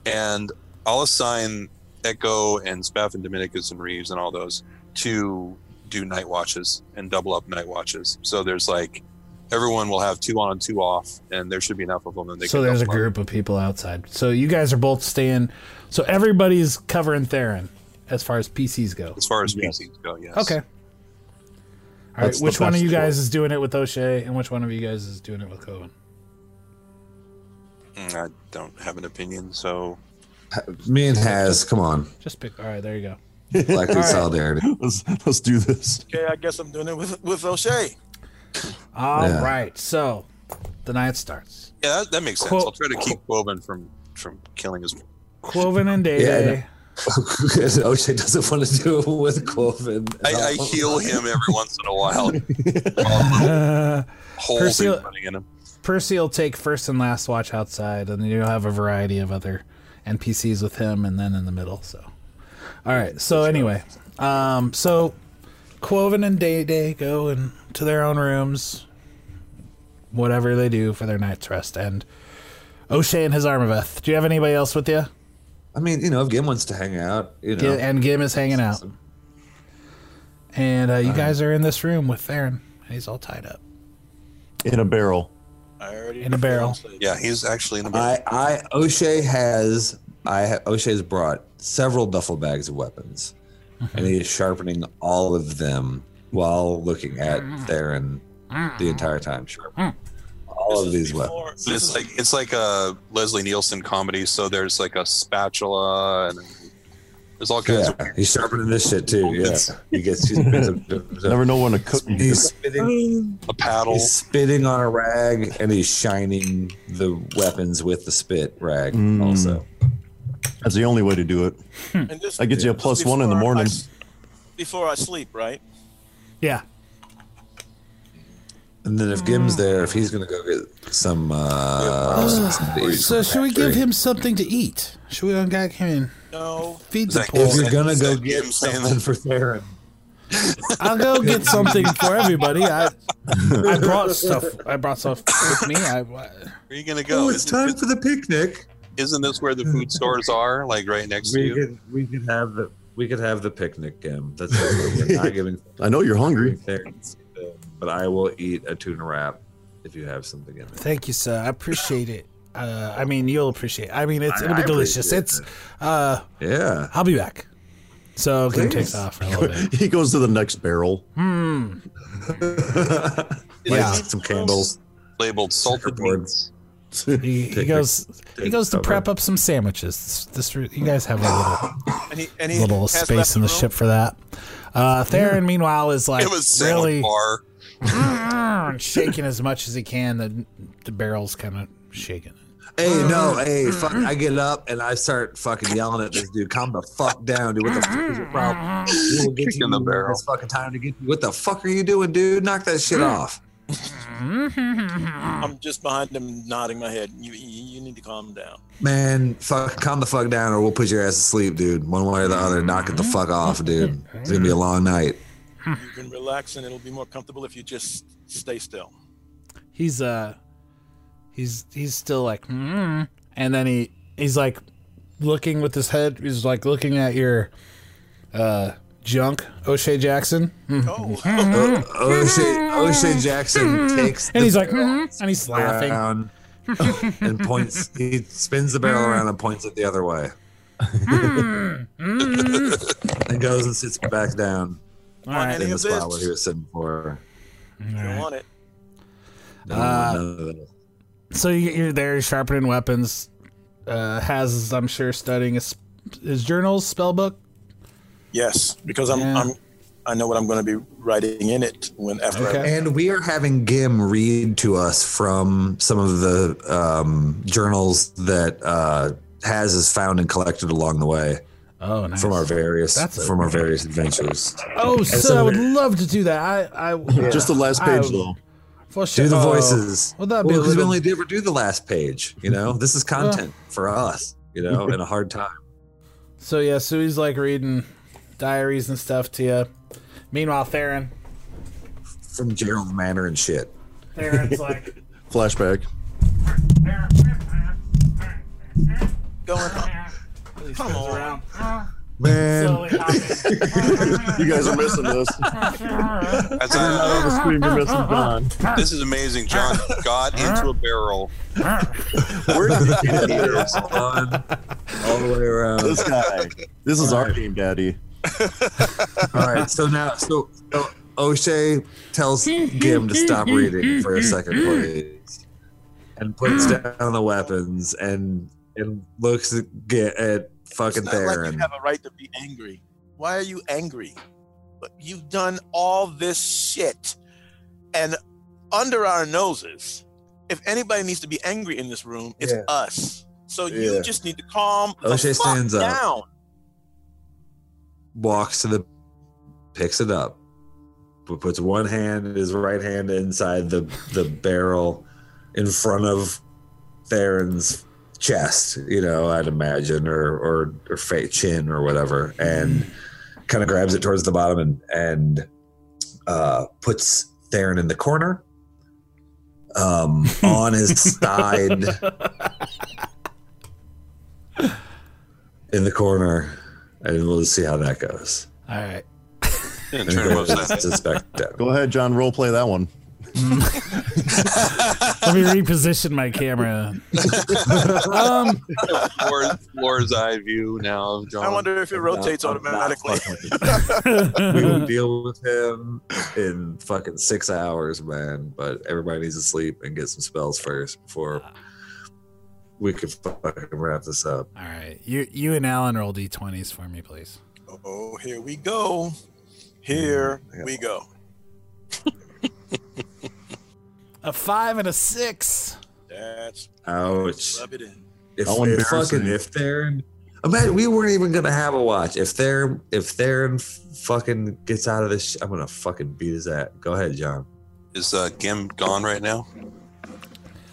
S4: and I'll assign Echo and Spaff and Dominicus and Reeves and all those to do night watches and double up night watches. So there's like everyone will have two on and two off, and there should be enough of them. And they
S2: so
S4: can
S2: there's a
S4: double up.
S2: group of people outside. So you guys are both staying. So everybody's covering Theron as far as PCs go.
S4: as far as PCs go. Yes.
S2: Okay. All right.
S3: That's the
S2: Which one of
S3: best
S2: you guys
S3: choice.
S2: is doing it with O'Shea, and which one of you guys is doing it with Cohen?
S4: Mm, I don't have an opinion, so
S1: Me and Has, come on,
S2: Just pick. All right. There you go.
S1: black dude
S2: All right.
S1: solidarity.
S3: Let's let's do this.
S6: Okay, I guess I'm doing it with with O'Shea.
S2: All right.
S1: Yeah.
S2: So the night starts.
S4: yeah, that, that makes sense.
S2: Quo-
S4: I'll try to keep Woven from from killing his.
S2: Cloven and Day
S1: Yeah, I
S2: Day.
S1: And O'Shea doesn't want to do it with Cloven.
S4: I, I heal him every once in a while. While
S2: Uh,
S4: Holes
S2: Percy-
S4: in running in him.
S2: Percy will take first and last watch outside, and then you'll have a variety of other NPCs with him, and then in the middle. So, all right. So anyway, um, so Quoven and Day Day go and to their own rooms, whatever they do for their night's rest, and O'Shea and his Armaveth. Do you have anybody else with you?
S1: I mean, you know, if Gim wants to hang out, you know,
S2: Gi- And Gim is hanging out, and uh, you guys are in this room with Theron. and He's all tied up.
S3: In a barrel.
S6: I already
S2: In a barrel.
S4: Yeah, he's actually in the.
S1: I, I O'Shea has I ha- O'Shea's brought several duffel bags of weapons, and he is sharpening all of them while looking at
S2: Mm.
S1: Theron the entire time. Sharpening all of these weapons.
S4: it's like it's like a Leslie Nielsen comedy. So there's like a spatula and there's all kinds
S1: Yeah,
S4: of.
S1: he's sharpening this shit too. Yeah, he gets he's,
S3: Never know when to cook.
S1: he's spitting,
S4: A paddle.
S1: he's spitting on a rag, and he's shining the weapons with the spit rag.
S3: Mm.
S1: Also,
S3: That's the only way to do it.
S6: And this-
S3: That gets you a plus one in the
S6: before I
S3: morning.
S6: s- before I sleep, right?
S2: Yeah.
S1: and then if Gim's there, if he's gonna go get some, uh, something to eat
S2: So
S1: from
S2: should we
S1: the factory.
S2: give him something to eat? Should we unpack him?
S6: No.
S2: Feed
S4: Is
S2: the
S4: that
S2: poor.
S1: If you're gonna go
S4: Is that
S1: get
S4: him saying
S1: something for Theron,
S2: I'll go get something for everybody. I I brought stuff. I brought stuff with me. I,
S4: Where are you gonna go?
S1: oh, it's
S4: Isn't-
S1: time for the picnic.
S4: Isn't this where the food stores are? Like right next to
S1: We
S4: you.
S1: could we could have the we could have the picnic, Gim. That's what we're not giving
S3: I know you're hungry.
S1: Theron. something, But I will eat a tuna wrap if you have something in it.
S2: thank you, sir. I appreciate it. Uh, I mean, you'll appreciate. I mean, it's
S1: I-
S2: it'll be
S1: I
S2: delicious.
S1: appreciate
S2: It's. Uh,
S1: Yeah.
S2: I'll be back. So Kim takes
S1: Please.
S2: off for a little bit.
S3: He goes to the next barrel.
S2: Hmm.
S1: Light
S2: Yeah.
S1: Some candles,
S4: Labeled salted
S1: boards.
S2: He, he
S1: Take
S2: goes. He
S1: take
S2: goes to
S1: cover.
S2: prep up some sandwiches. This, this you guys have a little.
S6: And he, and he
S2: little
S6: has
S2: space
S6: left
S2: in the
S6: room.
S2: ship for that. Uh, Theron, meanwhile, is like
S4: It was really
S2: really
S4: bar.
S2: shaking as much as he can. The the barrel's kind of shaking.
S1: Hey, no, hey, fuck! I get up and I start fucking yelling at this dude. Calm the fuck down, dude. What the fuck is your problem? We will get
S4: Kick
S1: you
S4: in the barrel.
S1: It's fucking time to get you. What the fuck are you doing, dude? Knock that shit off.
S6: I'm just behind him, nodding my head. You, you, you need to calm down.
S1: Man, fuck, calm the fuck down, or we'll put your ass to sleep, dude. One way or the other, knock it the fuck off, dude. It's gonna be a long night.
S4: Hmm.
S6: You can relax, and it'll be more comfortable if you just stay still.
S2: He's uh, he's he's still like, mm. and then he he's like looking with his head. He's like looking at your uh junk, O'Shea Jackson,
S6: Oh,
S1: O- O'Shea, O'Shea Jackson takes
S2: and
S1: the
S2: he's like, mm, and he's
S1: barrel
S2: laughing.
S1: around and points. He spins the barrel around and points it the other way, and goes and sits back down
S2: All
S6: On
S2: right.
S6: any
S1: in the
S6: of this?
S1: spot where he was sitting before.
S6: you don't want it.
S1: No,
S2: Uh,
S1: none of that.
S2: So you- you're there sharpening weapons. Uh, has I'm sure studying his, his journals, spell book.
S6: Yes, because I'm,
S2: Yeah.
S6: I'm, I know what I'm going to be writing in it when after.
S2: Okay.
S6: I,
S1: And we are having Gim read to us from some of the um, journals that uh, Has has found and collected along the way
S2: Oh, nice.
S1: from our various
S2: That's a-
S1: from our various adventures.
S2: oh, so,
S1: so
S2: I would
S1: there-
S2: love to do that. I, I
S3: Just the last
S2: I-
S3: page, though.
S2: for sure.
S1: Do the
S2: Oh,
S1: voices.
S2: Would that be
S1: Well,
S2: a
S1: 'cause
S2: little-
S1: we only ever do the last page. You know, this is content for us. You know, in a hard time.
S2: So yeah, so he's like reading diaries and stuff to you. Meanwhile, Theron,
S1: from Gerald Manor and shit.
S2: there. It's like,
S3: Flashback.
S6: Going on. Come on.
S2: slowly hopping.
S3: You guys are missing this.
S4: As I,
S3: You're missing Don.
S4: this is amazing. John got into a barrel.
S3: Where did he get here?
S1: On, all the way around.
S3: This guy. This is our game, Daddy.
S1: All right, so now, so, so O'Shea tells Gim to stop reading for a second, please, and puts down the weapons and and looks at, Gi- at fucking
S6: It's not like
S1: Theron.
S6: you have a right to be angry. Why are you angry? But you've done all this shit, and under our noses. If anybody needs to be angry in this room, it's
S1: Yeah.
S6: us. So you
S1: Yeah.
S6: just need to calm
S1: O'Shea
S6: the fuck
S1: stands up.
S6: down.
S1: walks to the, picks it up, but puts one hand, his right hand, inside the the barrel, in front of Theron's chest. You know, I'd imagine, or or or fa chin or whatever, and kind of grabs it towards the bottom and and uh, puts Theron in the corner. Um, on his side, in the corner, and we'll see how that goes.
S2: all right.
S4: Didn't
S1: And
S4: turn him
S1: goes
S4: upside.
S1: to Spectre.
S3: Go ahead, John. Role play that one.
S2: Let me reposition my camera. um,
S4: Floor- Floor's eye view now of John.
S6: I wonder if it rotates
S1: I'm not
S6: automatically.
S1: fucking with you. we will deal with him in fucking six hours, man. But everybody needs to sleep and get some spells first before we can fucking wrap this up.
S2: all right. You you and Alan roll d20s for me, please.
S6: Oh, here we go. Here
S1: Mm,
S6: we go.
S2: A five and a six.
S6: That's
S1: Ouch.
S6: rub it in.
S1: If,
S3: How
S1: if
S3: embarrassing.
S1: fucking if Theron, imagine we weren't even gonna have a watch. If Theron, if Theron fucking gets out of this, sh- I'm gonna fucking beat his ass. Go ahead, John.
S4: Is uh, Gim gone right now?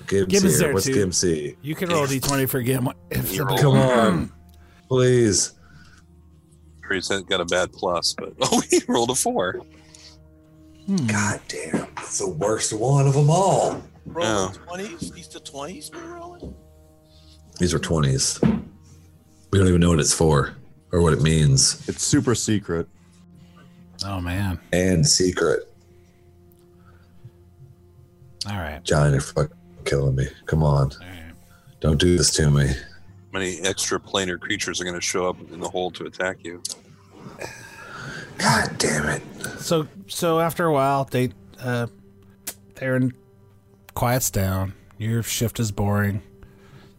S1: Gim's
S2: Gib is
S1: here.
S2: there,
S1: What's
S2: too.
S1: Gim see?
S2: You can roll d20 for Gimli. If
S4: You
S2: the-
S4: roll.
S1: Come on, please.
S4: Or he's got a bad plus, but oh, he rolled a four.
S1: God damn, it's the worst one of them all. Oh.
S4: Yeah.
S6: Rolling twenties. These the twenties we're rolling.
S1: These are 20s. We don't even know what it's for or what it means.
S3: It's super secret.
S2: Oh man.
S1: And secret.
S2: All right.
S1: John, you're fucking killing me. Come on.
S2: All right.
S1: Don't do this to me.
S4: How many extra planar creatures are going to show up in the hole to attack you?
S1: God damn it.
S2: So so after a while, they uh, Theron quiets down. Your shift is boring.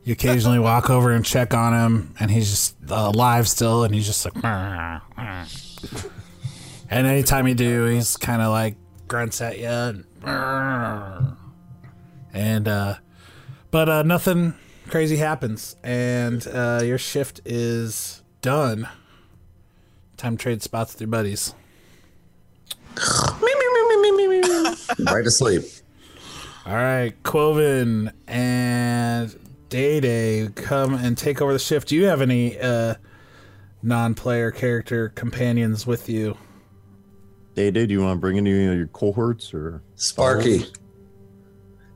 S2: You occasionally walk over and check on him, and he's just uh, alive still, and he's just like. "Meow, meow." And anytime you do, he's kind of like grunts at you, and, "Meow." and uh, but uh, nothing crazy happens, and uh, your shift is done. Time to trade spots with your buddies.
S1: Right to sleep.
S2: All right, Quoven and Day Day come and take over the shift. Do you have any uh, non-player character companions with you?
S3: Day Day, do you want to bring any of your cohorts or?
S1: Sparky.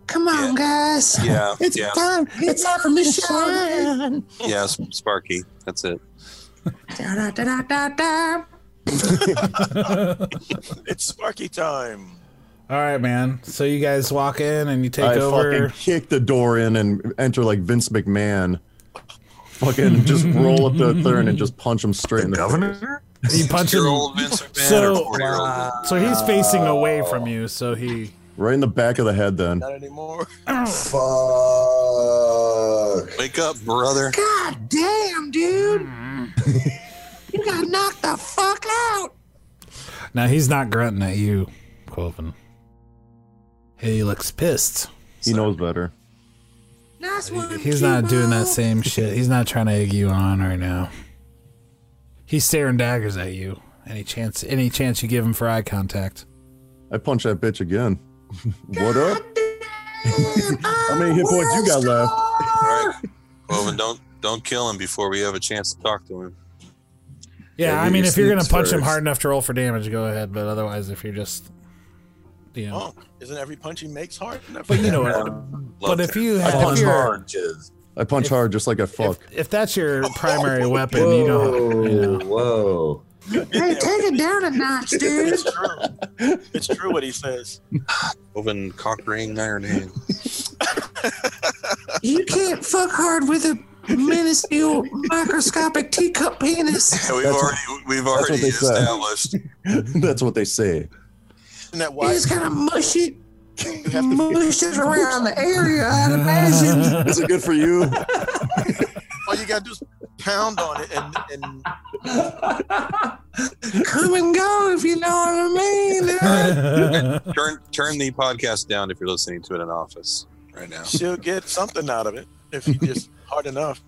S8: Come on, guys.
S4: Yeah,
S8: It's
S4: yeah,
S8: time. It's time for me to shine.
S4: yeah. Sparky, that's it.
S8: Da, da, da, da, da, da.
S6: It's Sparky time.
S2: All right, man. So you guys walk in and you take
S3: I fucking
S2: over.
S3: kick the door in and enter like Vince McMahon. Fucking just roll up to Theron and just punch him straight in the
S1: Governor?
S2: You punch him.
S4: Six-year-old Vince McMahon
S2: So-
S4: or four-year-old Vince
S2: So he's facing away from you. So he.
S3: right in the back of the head. Then
S6: Not anymore.
S1: Fuck.
S4: Wake up, brother.
S8: God damn, dude. you got knocked the fuck out.
S2: Now he's not grunting at you, Quoven. He looks pissed.
S3: he knows better.
S8: Nice one.
S2: He's not doing that
S8: Kimo.
S2: same shit. He's not trying to egg you on right now. He's staring daggers at you. Any chance any chance you give him for eye contact.
S3: I punch that bitch again. what up?
S8: Damn,
S3: How many hit points you got left?
S4: All right, Well, and don't don't kill him before we have a chance to talk to him.
S2: Yeah,
S1: Yeah,
S2: I
S1: you
S2: mean
S1: just
S2: if you're
S1: sneak
S2: gonna punch him
S1: first.
S2: hard enough to roll for damage, go ahead, but otherwise if you're just Yeah.
S6: Oh, isn't every punch he makes hard?
S1: Oh,
S6: enough?
S2: But you know what?
S4: Love
S2: But if
S4: to.
S2: you have if,
S1: Punch
S2: you're,
S1: hard, jizz.
S3: I punch
S2: If-
S3: hard just like I fuck.
S2: if that's your primary weapon, you know, you know.
S1: whoa.
S8: Hey, take it down a notch, dude.
S6: It's true. it's true what he says.
S4: Open cock ring, iron hand.
S8: You can't fuck hard with a minuscule microscopic teacup penis.
S4: Yeah, we've
S3: That's
S4: already we've
S3: what
S4: already
S3: they said.
S4: established.
S3: That's what they say.
S6: Isn't that
S8: You
S6: why
S8: just gotta mush it,
S6: you have to
S8: mush it around the area. I'd imagine.
S3: Is it good for you?
S6: all you gotta do is pound on it and, and
S8: Come and go if you know what I mean.
S4: Turn turn the podcast down if you're listening to it in office right now.
S6: she'll get something out of it if you just hard enough.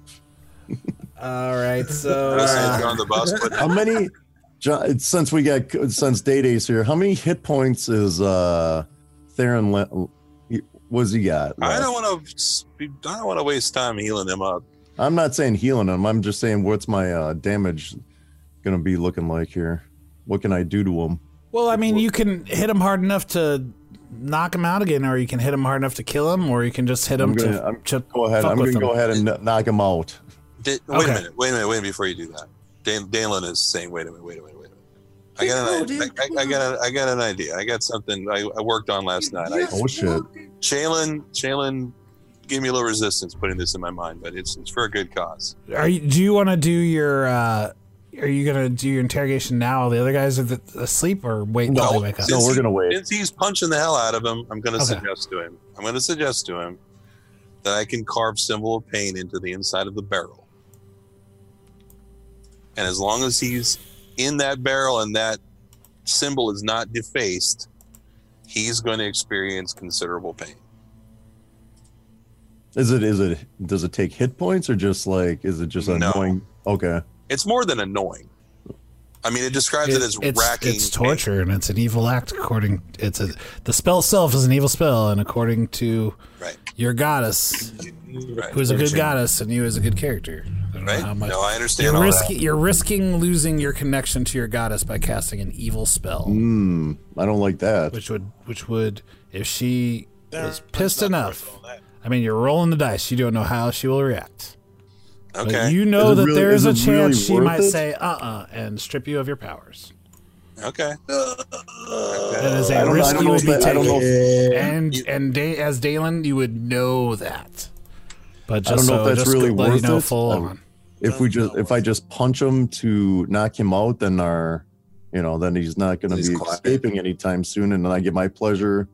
S2: All right, so
S4: Listening
S2: uh,
S4: to on the bus, but
S3: How many? Jo- Since we got since Day Day's here, how many hit points is uh Theron? Le- he- what's he got?
S4: I
S3: left?
S4: don't want to. I don't want to waste time healing him up.
S3: I'm not saying healing him. I'm just saying what's my uh, damage gonna be looking like here? What can I do to him?
S2: well, I mean, you can hit him hard enough to knock him out again, or you can hit him hard enough to kill him, or you can just hit him
S3: I'm gonna-
S2: to,
S3: I'm-
S2: to
S3: Go ahead.
S2: fuck
S3: I'm
S2: with
S3: gonna
S2: him.
S3: go ahead and kn- knock him out.
S4: Did, wait
S2: Okay.
S4: a minute. Wait a minute. Wait a minute. Before you do that, Dan, Danlin is saying, "Wait a minute. Wait a minute. Wait a minute." I
S8: Cool,
S4: got an,
S8: dude,
S4: I, I, I got a, I got an idea. I got something I, I worked on last night. I,
S3: Oh, shit.
S4: Jalen, Jalen, gave me a little resistance putting this in my mind, but it's it's for a good cause.
S2: Are you, do you want to do your? Uh, are you gonna do your interrogation now? while The other guys are th- asleep, or wait until
S4: No.
S2: they wake up?
S3: No, we're gonna wait.
S4: Since he's punching the hell out of him, I'm going to
S2: Okay.
S4: suggest to him. I'm going to suggest to him that I can carve symbol of pain into the inside of the barrel, and as long as he's in that barrel and that symbol is not defaced, he's going to experience considerable pain.
S3: Is it? Is it? Does it take hit points or just like? Is it just
S4: No.
S3: annoying? Okay.
S4: It's more than annoying. I mean, it describes it, as
S2: it's,
S4: racking.
S2: it's
S4: pain.
S2: torture, and it's an evil act. According, it's a the spell itself is an evil spell, and according to
S4: Right.
S2: your goddess,
S4: Right.
S2: who is a good goddess, and you as a good character. I don't know
S4: Right?
S2: how much-
S4: No, I understand
S2: You're,
S4: all
S2: risky,
S4: that.
S2: you're risking losing your connection to your goddess by casting an evil spell,
S3: Hmm. I don't like that.
S2: which would, which would, if she is pissed
S6: That's not worth
S2: enough.
S6: all that.
S2: I mean, you're rolling the dice. You don't know how she will react. But
S4: Okay.
S2: you
S3: Is
S2: know
S3: it
S2: that
S3: really-
S2: there is
S3: is
S2: a
S3: it really
S2: chance she
S3: worth
S2: might
S3: it?
S2: say "uh-uh" and strip you of your powers.
S4: okay.
S2: That is
S3: Uh, I
S2: a
S3: don't,
S2: risk
S3: I don't
S2: you
S3: know.
S2: would
S3: If
S2: be
S3: that, I don't
S2: taking.
S3: know. If,
S2: and and da- as Dalen, you would know that. But just
S3: I don't know if
S2: so-
S3: that's
S2: just
S3: really
S2: let you
S3: worth
S2: know
S3: it.
S2: Full
S3: Um,
S2: on.
S3: if we just, if I just punch him to knock him out, then our, you know, then he's not going to
S5: He's
S3: be
S5: quiet.
S3: escaping anytime soon, and then I get my pleasure.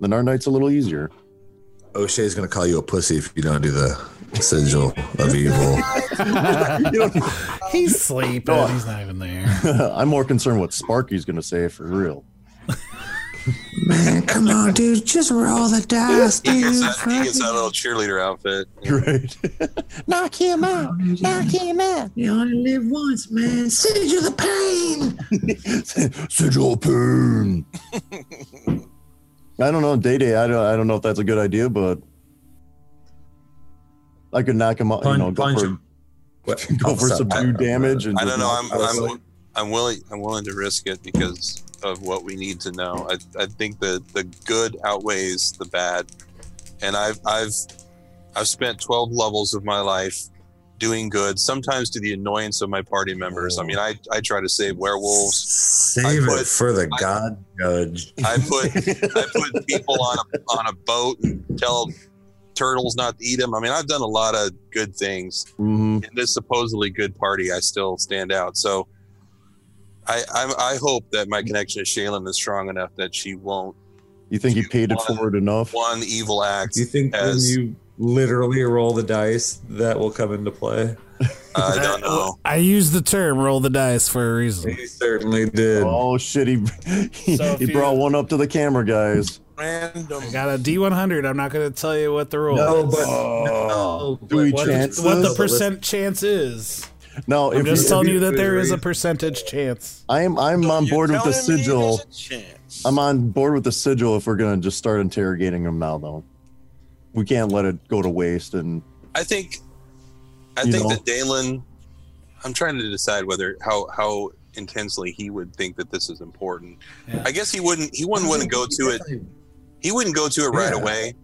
S3: Then our night's a little easier.
S5: O'Shea's gonna call you a pussy if you don't do the sigil of evil.
S2: He's sleeping.
S3: No.
S2: He's not even there.
S3: I'm more concerned what Sparky's going to say for real.
S8: Man, come on, dude. Just roll the dice,
S4: He gets,
S8: dude.
S4: that, he gets that little cheerleader outfit.
S3: Right?
S8: Knock him out. Knock him out. You only live once, man. Send you the pain.
S3: Sigil pain. I don't know, Day Day. I don't. I don't know if that's a good idea, but I could knock him out. you know, go for-
S5: What?
S3: go for
S5: Outside.
S3: some new damage and
S4: I don't
S3: just-
S4: know. I'm
S5: Honestly.
S4: I'm, I'm willing I'm willing to risk it because of what we need to know. I, I think the the good outweighs the bad, and I've I've I've spent 12 levels of my life doing good, sometimes to the annoyance of my party members. I mean, I I try to save werewolves.
S5: Save
S4: I
S5: it
S4: put-
S5: for the
S4: I-
S5: god judge.
S4: I put I put people on a, on a boat and tell turtles not to eat them. I mean, I've done a lot of good things.
S3: Mhm.
S4: in this supposedly good party, I still stand out. So I I, I hope that my connection to Shaylin is strong enough that she won't
S3: You think he
S4: You
S3: paid it
S4: wanna-
S3: forward enough?
S4: one evil act.
S1: Do you think when
S4: As-
S1: you literally roll the dice that will come into play?
S4: I don't know.
S2: I use the term "roll the dice" for a reason.
S1: He certainly did.
S3: Oh shit! He he,
S2: So if
S3: he
S2: you-
S3: brought one up to the camera, guys.
S6: Random.
S2: I got a D100. I'm not going to tell you what the roll.
S1: No,
S2: is.
S1: but
S3: Oh.
S1: no,
S3: Do we
S1: but-
S2: what,
S3: chance
S2: what the
S3: this?
S2: percent chance is.
S3: Now,
S2: I'm
S3: if,
S2: just
S3: he-
S2: telling
S3: if
S2: you that there is a
S1: if-
S2: percentage chance.
S3: he- I'm I'm
S6: So
S3: on
S6: you're
S3: board with the
S6: telling me
S3: sigil.
S6: there's a chance.
S3: I'm on board with the sigil. If we're gonna just start interrogating him now, though, we can't let it go to waste. And
S4: I think I
S3: You
S4: think
S3: know.
S4: that Dalen. I'm trying to decide whether how how intensely he would think that this is important.
S2: Yeah.
S4: I guess he wouldn't. He wouldn't want to go to it. He wouldn't go to it right
S5: Yeah.
S4: away.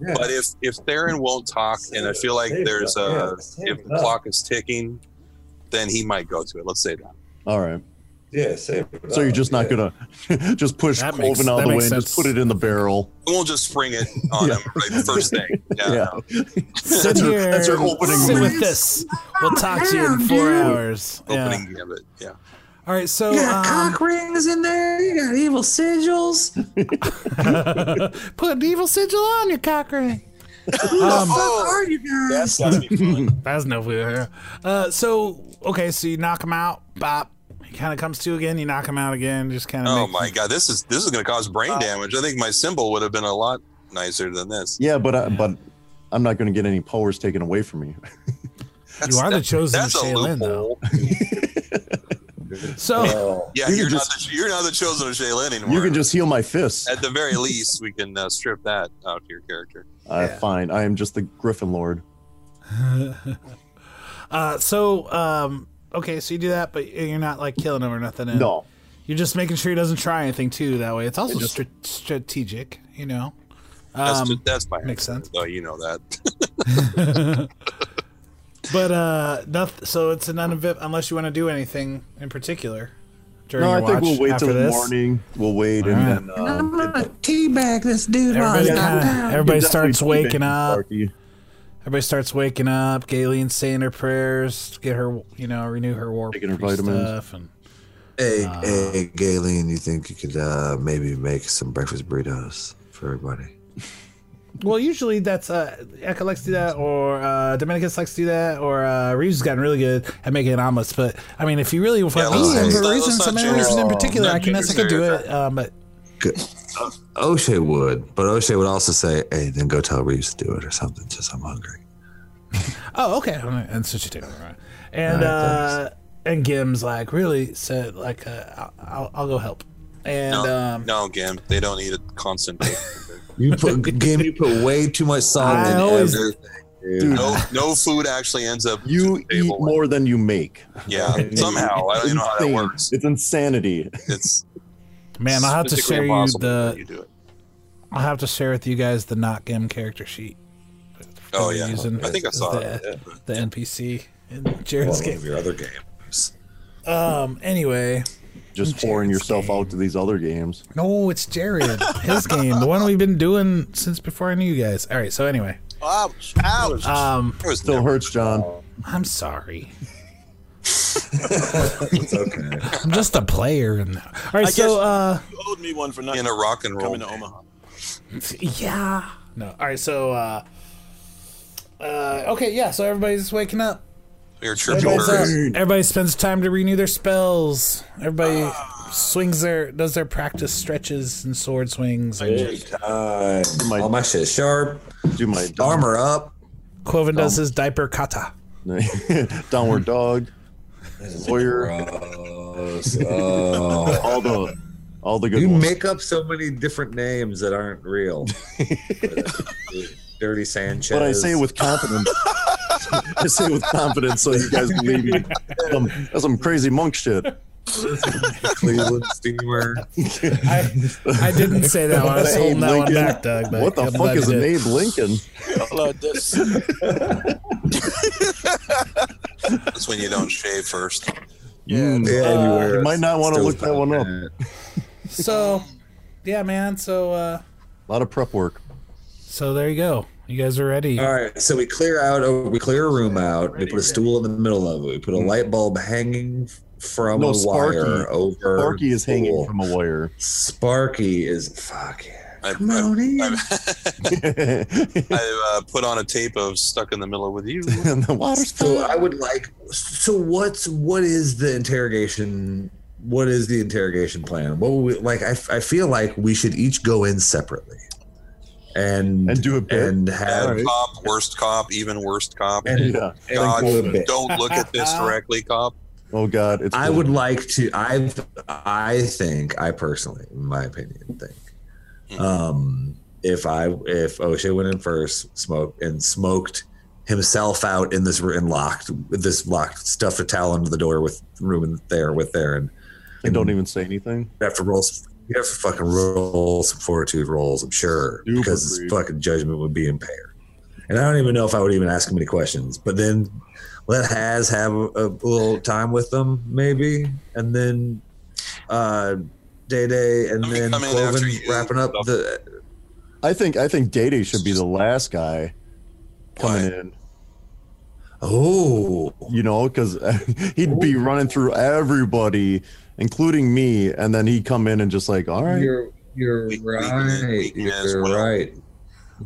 S5: Yeah.
S4: But if if Theron won't talk, and I feel like
S5: Save
S4: there's
S5: it.
S4: a
S5: Yeah,
S4: if
S5: save
S4: the
S5: it.
S4: clock is ticking, then he might go to it. Let's say that.
S3: All right.
S5: Yeah, save it
S3: So you're
S5: up,
S3: just not
S5: yeah.
S3: gonna just push
S2: That
S3: Cloven
S2: makes-
S3: out
S2: that
S3: of the
S2: makes
S3: way and
S2: sense.
S3: just put it in the barrel.
S4: We won't just spring it on him right first thing. Yeah.
S3: Yeah.
S2: Sit
S3: That's her-
S2: here
S3: that's her
S2: and
S3: opening
S2: Sit
S3: move.
S2: with this. We'll talk to you in four hours. Yeah.
S4: Opening gambit. Yeah.
S2: All right, so
S8: You got
S2: um,
S8: cock rings in there. You got evil sigils.
S2: put an evil sigil on your cock ring.
S8: What the
S2: Oh,
S8: fuck are you guys?
S6: That's gotta be fun.
S2: That's no fear. Uh, so okay, so you knock him out. Bop. He kind of comes to again. You knock him out again. Just kind of.
S4: Oh my god, this is this is going to cause brain damage. I think my symbol would have been a lot nicer than this.
S3: Yeah, but I, but I'm not gonna get any powers taken away from me.
S2: You are the chosen
S4: That's a
S2: Shaolin, though.
S4: loophole.
S2: So
S4: Yeah,
S3: You
S4: you are
S3: can
S4: not the, you're not the chosen of Shaolin anymore.
S3: You can just heal my fists.
S4: At the very least, we can uh, strip that out of your character.
S3: Uh, Fine. I am just the Griffin Lord.
S2: uh, so um, okay, so you do that, but you're not like killing him or nothing. eh? and
S3: No.
S2: You're just making sure he doesn't try anything too. That way, it's also
S3: just-
S2: stra- strategic. You know.
S4: That's,
S2: Um,
S4: just, that's my
S2: makes
S4: answer,
S2: sense.
S4: Though you know that.
S2: but uh, nothing. So it's an uninv- unless you want to do anything in particular. During
S3: No, I
S2: your
S3: think
S2: watch
S3: we'll wait
S2: after
S3: till the
S2: this.
S3: morning. We'll wait and
S2: Alright.
S3: then.
S8: I'm
S3: Um,
S8: gonna teabag this dude while
S2: Everybody
S8: he's knocked
S2: kinda-
S8: down.
S2: everybody starts waking up.
S3: Sparky.
S2: Everybody starts waking up. Gayleen saying her prayers, get her, you know, renew her war
S3: Taking her
S2: priest
S3: vitamins.
S2: stuff, and
S1: Hey, hey, Galen, you think you could uh, maybe make some breakfast burritos for everybody?
S2: well, usually that's uh, Eka likes to do that, or uh, Dominicus likes to do that, or uh, Reeves has gotten really good at making omelets. But I mean, if you really want
S4: Yeah, let's
S2: me,
S1: not-
S2: and for
S4: let's
S2: reason,
S4: not
S2: some
S4: gender-
S2: reason in particular,
S4: not
S2: I can yes, I
S4: gender
S2: could do it. Um, but
S1: Good. Uh, O'Shea would, but O'Shea would also say, "Hey, then go tell Reeves to do it or something." Just I'm hungry.
S2: oh, okay, All right, and so she did. All right.
S1: All
S2: And
S1: right,
S2: uh, and Gim's like really said like uh, I'll, I'll, I'll go help, and
S4: No,
S2: um,
S4: no, Gam, they don't need a constant.
S1: You put game. You put way too much salt
S2: I
S1: in
S2: always-
S1: everything. Dude.
S3: Dude.
S4: no, no food actually ends up.
S3: You
S4: to the
S3: eat
S4: table.
S3: more than you make.
S4: Yeah, somehow I don't even know how that
S3: Insane.
S4: works.
S3: It's insanity.
S4: It's
S2: man, I'll have to
S4: physically
S2: share you
S4: impossible
S2: the
S4: that you do it.
S2: I'll have to share with you guys the not gim character sheet.
S4: Oh
S2: We're
S4: yeah,
S2: using
S4: I think I saw
S2: the,
S4: that.
S2: the NPC in Jared's
S1: One of
S2: game.
S1: your other games.
S2: Um. Anyway,
S3: Just pouring yourself out to these other games.
S2: no, it's Jared. His game, the one we've been doing since before I knew you guys. All right. So anyway,
S6: Ouch. Ouch.
S3: Uh,
S2: um,
S4: There was
S3: Still
S4: never-
S3: hurts, John.
S2: I'm sorry.
S1: It's okay.
S2: I'm just a player. And all right. so, uh,
S6: you owed me one for not
S4: in a rock and roll.
S6: coming to Omaha.
S2: uh, yeah. No. All right. So, uh, uh, okay. Yeah. So everybody's waking up.
S4: Your church
S2: Everybody's
S4: orders.
S2: up. Everybody spends time to renew their spells. Everybody swings their does their practice stretches and sword swings. And
S1: Uh,
S3: My-
S1: all my shit sharp.
S3: Do my
S1: Armor up.
S2: Quoven does his diaper kata.
S3: downward dog. Lawyer.
S1: Gross. Oh.
S3: All the all the good
S1: You
S3: ones.
S1: make up so many different names that aren't real. Dirty Sanchez.
S3: But I say it with confidence. I say it with confidence so you guys believe me. Some, that's some crazy monk shit.
S1: Cleveland Steamer.
S2: I, I didn't say that one. I was holding that one
S3: Lincoln.
S2: back, Doug. But
S3: What the
S2: I'm
S3: fuck
S2: glad
S3: is
S2: you
S3: an
S2: did.
S3: Abe Lincoln?
S6: Hello, this.
S4: That's when you don't shave first.
S3: Yeah,
S1: Anywhere.
S3: you might not want to
S1: Still
S3: look that one up. A
S2: So, yeah, man. So, uh,
S3: lot of prep work.
S2: so there you go. You guys are ready.
S1: All right, so we clear out. A, we clear a room out. We put a stool in the middle of it. We put a light bulb hanging from
S3: Mm-hmm. No,
S1: a
S3: Sparky.
S1: wire over.
S3: Sparky is hanging
S1: pool.
S3: from a wire.
S1: Sparky is fuck yeah.
S4: I've,
S1: Come on in.
S4: I've,
S3: and
S4: I've uh, put on a tape of "Stuck in the Middle with You."
S3: the water's
S1: So I would like. So what's what is the interrogation? What is the interrogation plan? What would we, like? I, I feel like we should each go in separately, and
S3: And do a bit.
S1: and have
S4: Bad cop, worst cop, even worst cop.
S1: and,
S3: yeah.
S1: and
S4: God,
S1: do a bit.
S4: don't look at this directly, cop.
S3: Oh God, it's.
S1: I would like to. I I think I personally, in my opinion, think um, if I if O'Shea went in first, smoke and smoked himself out in this r- and locked with this locked stuffed a towel under the door with room in there with there and
S3: I don't even say anything.
S1: you have to roll s- you have to fucking roll some fortitude rolls I'm sure
S3: Super
S1: because his
S3: brief.
S1: fucking judgment would be impaired and I don't even know if I would even ask him any questions but then let Has have a, a little time with them maybe and then uh Day Day and
S4: I'm
S1: then
S4: coming in after
S1: Cloven
S4: you.
S1: wrapping up the
S3: I think I think Day Day should be the last guy coming
S4: Why?
S3: in.
S1: oh
S3: You know, because he'd be running through everybody, including me, and then he'd come in and just like, all right,
S1: You're you're
S4: We- we-
S1: right.
S4: we can as
S1: You're
S4: well.
S1: right.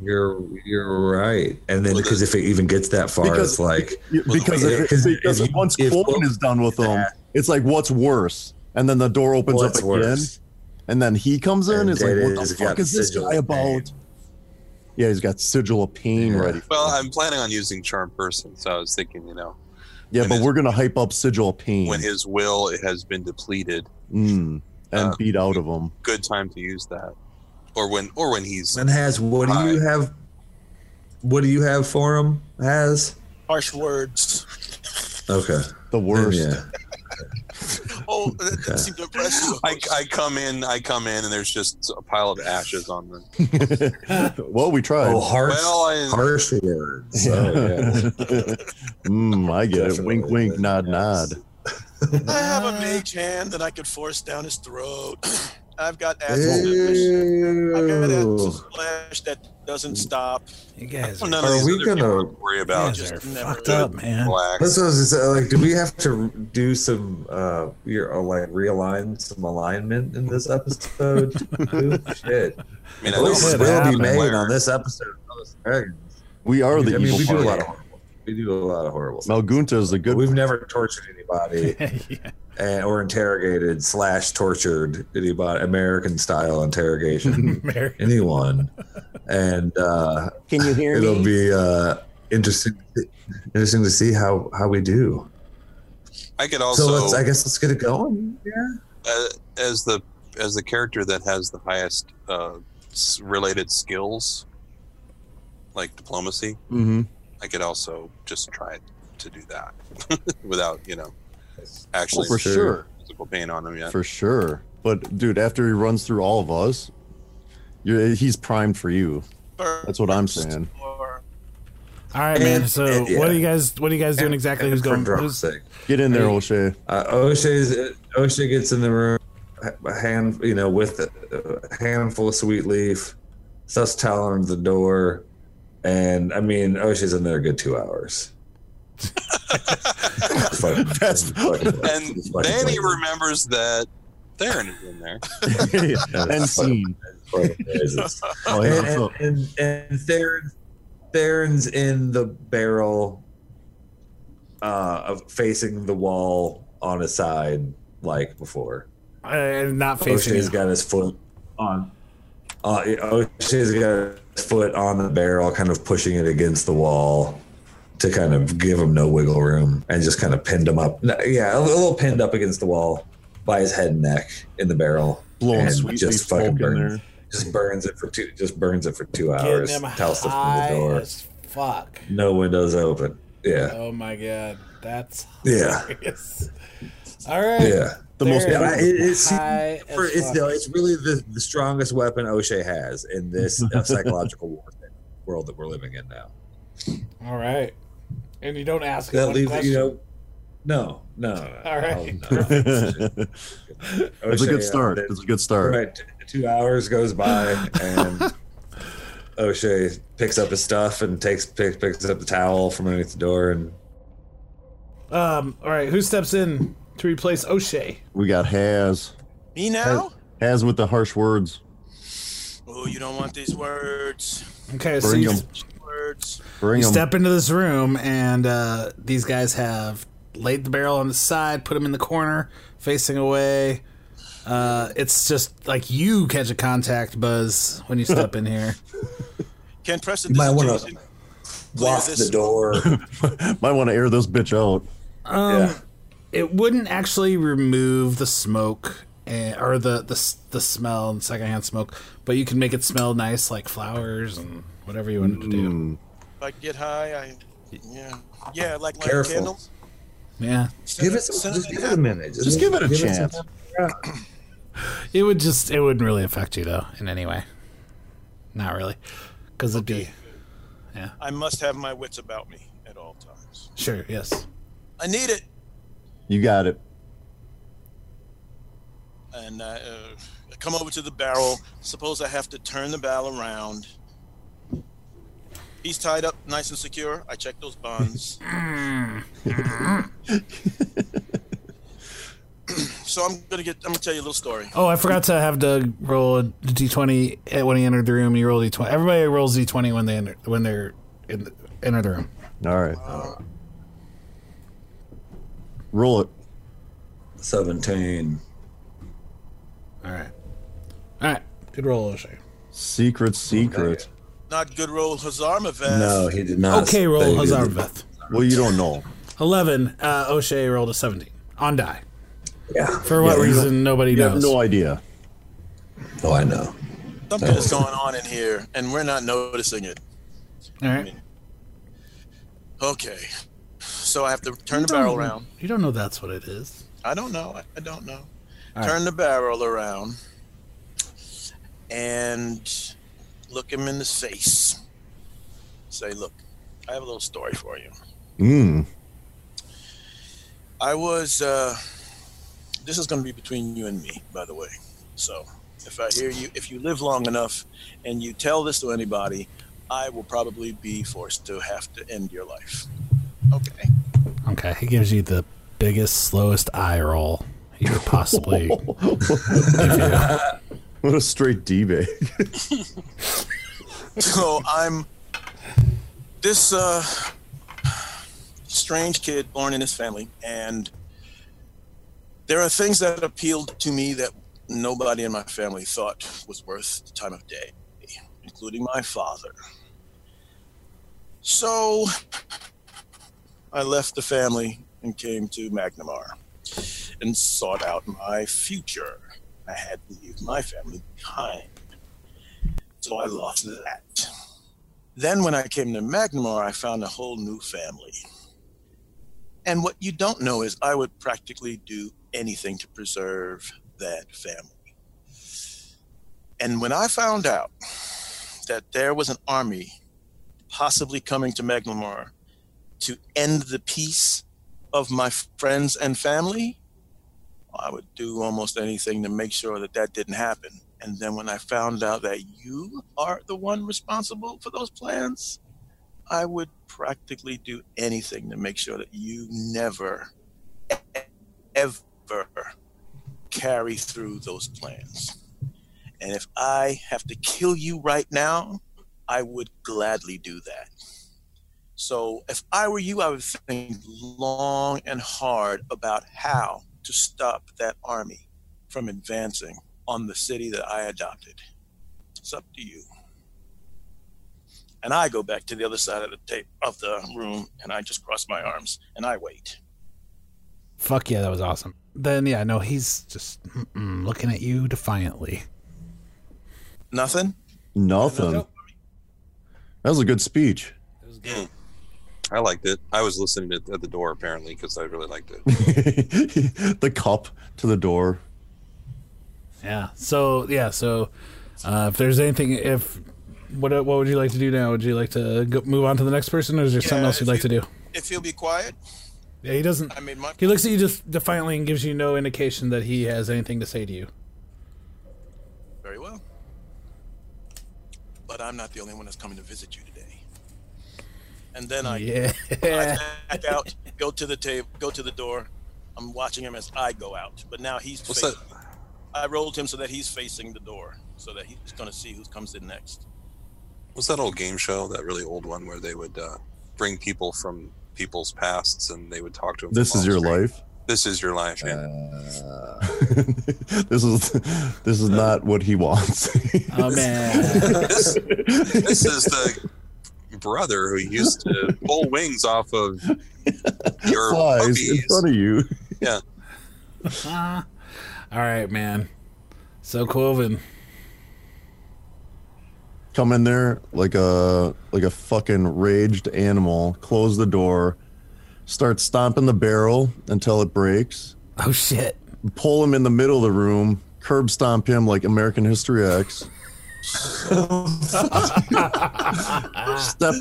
S1: You're you're right. And then
S4: Well,
S1: because if it even gets that far,
S3: Because-
S1: it's like
S3: because
S1: wait,
S3: if,
S1: if-
S3: because
S1: if you-
S3: once
S1: if-
S3: Colton is done with them, it's like, what's worse? And then the door opens
S1: what's
S3: up again,
S1: worse?
S3: and then he comes in.
S1: And
S3: it's like,
S1: Day
S3: what
S1: Day's
S3: the
S1: got
S3: fuck is this
S1: sigil
S3: guy
S1: of
S3: about?
S1: pain.
S3: Yeah, he's got sigil of pain
S1: Yeah.
S3: ready.
S4: Well, I'm planning on using charm person, so I was thinking, you know,
S3: Yeah,
S4: when
S3: but
S4: his-
S3: we're gonna hype up sigil of
S1: Hmm.
S3: pain
S4: when his will has been depleted,
S3: Mm, and
S4: uh,
S3: beat out of him.
S4: good time to use that, or when or when he's
S1: And has what do you have? What do you have for him? Has
S6: Harsh words.
S1: okay.
S3: The worst.
S1: Yeah.
S6: Oh, that, that
S1: Okay.
S6: seemed to impress you.
S4: I, I come in, I come in, and there's just a pile of ashes on the.
S3: well, we tried.
S1: Oh, harsh,
S4: Well, I-
S1: harsh words. Oh, yeah.
S3: mm, I get it.
S1: Definitely.
S3: Wink, wink, nod,
S1: Yes.
S3: nod.
S6: I have a mage hand that I could force down his throat. I've got acid. I've got acid
S1: Ew.
S6: splash that doesn't stop.
S2: You guys
S4: None
S2: are,
S4: of
S1: Are
S4: these
S1: we
S4: other
S1: gonna-
S4: people to worry
S2: you
S4: about.
S2: guys
S4: Just
S2: are
S6: never
S2: fucked up, man.
S4: relax.
S1: That's what I was just, uh, like. Do we have to do some, uh, your uh, like realign some alignment in this episode? too? Shit,
S4: I mean, I
S1: choices will
S4: don't know
S2: it
S1: be
S2: happened.
S1: made
S4: where-
S1: on this episode of House of Dragons.
S3: We are the
S1: I mean,
S3: evil
S1: we do a lot
S3: party.
S1: of horrible. We do a lot of horrible. Stuff.
S3: Malgunta is the good.
S1: We've never tortured anybody and, or interrogated slash tortured anybody American style interrogation
S2: Mary.
S1: anyone, and uh,
S3: Can you hear
S1: it'll be uh, interesting interesting to see how how we do.
S4: I could also,
S1: so let's, I guess let's get it going. Yeah.
S4: uh, as the as the character that has the highest uh, s- related skills, like diplomacy,
S3: hmm
S4: I could also just try to do that without you know
S1: Oh,
S4: actually
S3: for sure,
S4: physical pain on him yet.
S3: for sure. But dude, after he runs through all of us, you're, he's primed for you. That's what I'm saying.
S6: Or
S2: All right, man.
S1: And-
S2: So
S1: and- yeah.
S2: what are you guys? What are you guys doing exactly? Who's
S1: For
S2: going?
S1: drum's
S2: Who's,
S1: sake.
S3: Get in there,
S1: Hey.
S3: O'Shea.
S1: Uh, O'Shea's, O'Shea gets in the room, a hand, you know, with a a handful of sweet leaf, stuffs towel under the door, and I mean, O'Shea's in there a good two hours. Fucking-
S3: That's-
S1: fucking-
S4: And
S1: fucking-
S4: then he remembers that Theron is in there.
S3: and scene.
S1: fucking Jesus.
S3: Oh, hey,
S1: and,
S3: what's
S1: and,
S3: up?
S1: and, and Theron, Theron's in the barrel uh, of facing the wall on a side like before.
S2: uh, not facing.
S1: O'Shea's
S2: You.
S1: got his foot on. Uh, O'Shea's got his foot on the barrel, kind of pushing it against the wall to kind of give him no wiggle room and just kind of pinned him up. No, Yeah, a little pinned up against the wall by his head and neck in the barrel.
S3: blowing
S1: and
S3: sweet
S1: just
S3: leaf
S1: fucking
S3: smoke in
S1: burn.
S3: there.
S1: Just burns it for two. Just burns it for two hours. Tells the from the door.
S2: fuck.
S1: No windows open. Yeah,
S2: Oh my god, that's
S1: yeah,
S2: hilarious. All right.
S1: yeah.
S3: The most.
S2: There.
S1: Yeah, I- it, it's,
S2: High
S1: for,
S2: as
S1: it's,
S2: fuck.
S1: no, it's really the, the strongest weapon O'Shea has in this uh, psychological warfare world that we're living in now.
S2: All right. And you don't ask
S1: That
S2: one
S1: leaves
S2: question.
S1: you know, no, no. no, Oh,
S2: All right.
S1: no.
S3: It's a
S1: O'Shea, uh,
S3: good start.
S1: that-
S3: It's a good start.
S1: uh, right, t- two hours goes by and O'Shea picks up his stuff and takes pick, picks up the towel from underneath the door and
S2: Um. All right. Who steps in to replace O'Shea?
S3: We got Haz.
S6: me now?
S3: Haz with the harsh words.
S6: Oh, you don't want these words.
S2: Okay. so
S3: Bring
S2: you,
S3: him.
S6: Words.
S3: Bring
S2: you
S3: him.
S2: step into this room, and uh, these guys have laid the barrel on the side, put him in the corner, facing away. Uh, it's just like you catch a contact buzz when you step in here.
S6: Can Preston
S1: You might
S6: this
S1: wanna-
S6: is Jason.
S1: lock
S6: this-
S1: the door.
S3: Might want to air this bitch out.
S2: Um,
S1: Yeah.
S2: It wouldn't actually remove the smoke and, or the, the s- the smell and secondhand smoke, but you
S3: Hmm.
S2: can make it smell nice like flowers and whatever you wanted to do.
S6: If I get high, I Yeah. Yeah, like light
S5: Careful.
S6: candles.
S2: Yeah.
S1: Give it,
S6: Send
S1: just
S6: it
S1: give it a minute.
S3: Just give it a chance.
S2: It would just it wouldn't really affect you though in any way. Not really, because it'd be
S6: I must have my wits about me at all times.
S2: sure. Yes.
S6: I need it.
S3: You got it.
S6: and I, uh, I come over to the barrel. Suppose I have to turn the barrel around. He's tied up, nice and secure. I check those bonds. so I'm gonna get. I'm gonna tell you a little story.
S2: Oh, I forgot to have Doug roll a d twenty when he entered the room. He rolled d twenty. Everybody rolls d twenty when they enter when they're in the, enter the room.
S3: All right. Roll it.
S5: 17.
S2: All right. All right. Good roll, O'Shea.
S3: Secret, secret.
S6: Not good roll, Hazarmavath.
S5: No, he did not.
S2: Uh, Okay, roll
S5: They did-
S2: Hazarveth.
S3: Well, you don't know.
S2: Eleven. Uh, O'Shea rolled a seventeen on die.
S5: Yeah.
S2: For what
S5: Yeah.
S2: reason? Nobody
S3: You have
S2: knows.
S3: no idea.
S5: Oh, I know.
S6: Something is going on in here, and we're not noticing it.
S2: All right.
S6: Okay. So I have to turn the barrel around.
S2: You don't know that's what it is.
S6: I don't know. I- I don't know.
S2: All
S6: Turn the barrel around and look him in the face. Say, look, I have a little story for you.
S3: Mm.
S6: I was, uh, this is going to be between you and me, by the way. So if I hear you, if you live long enough and you tell this to anybody, I will probably be forced to have to end your life. Okay.
S2: Okay, he gives you the biggest, slowest eye roll you could possibly.
S3: What a straight D bag.
S6: so I'm this uh, strange kid born in his family, and there are things that appealed to me that nobody in my family thought was worth the time of day, including my father. So I left the family and came to Magnamar and sought out my future. I had to leave my family behind. So I lost that. Then when I came to Magnamore, I found a whole new family. And what you don't know is I would practically do anything to preserve that family. And when I found out that there was an army possibly coming to Magnamore to end the peace of my friends and family, I would do almost anything to make sure that that didn't happen. And then when I found out that you are the one responsible for those plans, I would practically do anything to make sure that you never, e- ever carry through those plans. And if I have to kill you right now, I would gladly do that. So if I were you, I would think long and hard about how to stop that army from advancing on the city that I adopted. It's up to you. And I go back to the other side of the tape of the room and I just cross my arms and I wait.
S2: Fuck yeah, that was awesome. Then yeah, no, he's just mm-mm, looking at you defiantly.
S6: Nothing?
S3: Nothing. That was a good speech.
S4: I liked it. I was listening to, at the door apparently because I really liked it.
S3: the cup to the door.
S2: Yeah. So yeah. So uh, if there's anything, if what what would you like to do now? Would you like to go, move on to the next person, or is there something
S6: Yeah,
S2: else you'd
S6: if
S2: like
S6: you-
S2: to do?
S6: If he'll be quiet,
S2: Yeah, he doesn't.
S6: I made my
S2: He looks at you just defiantly and gives you no indication that he has anything to say to you.
S6: very well. But I'm not the only one that's coming to visit you today. And then I
S2: Uh, Yeah.
S6: I back out, go to the table, go to the door. I'm watching him as I go out, but now he's.
S4: What's
S6: facing, I rolled him so that he's facing the door, so that he's going to see who comes in next.
S4: What's that old game show? That really old one where they would uh, bring people from people's pasts and they would talk to them.
S3: This
S4: from
S3: is your
S4: off-screen.
S3: life. Uh,
S4: This is your life. Yeah.
S3: this is this is not what he wants.
S2: oh man.
S4: this, this is the brother who used to pull wings off of your
S3: Flies in
S4: puppies.
S3: front of you.
S2: All right, man. So Quoven,
S3: come in there like a like a fucking raged animal, close the door, start stomping the barrel until it breaks,
S2: Oh shit!
S3: pull him in the middle of the room, curb stomp him like American History X. Step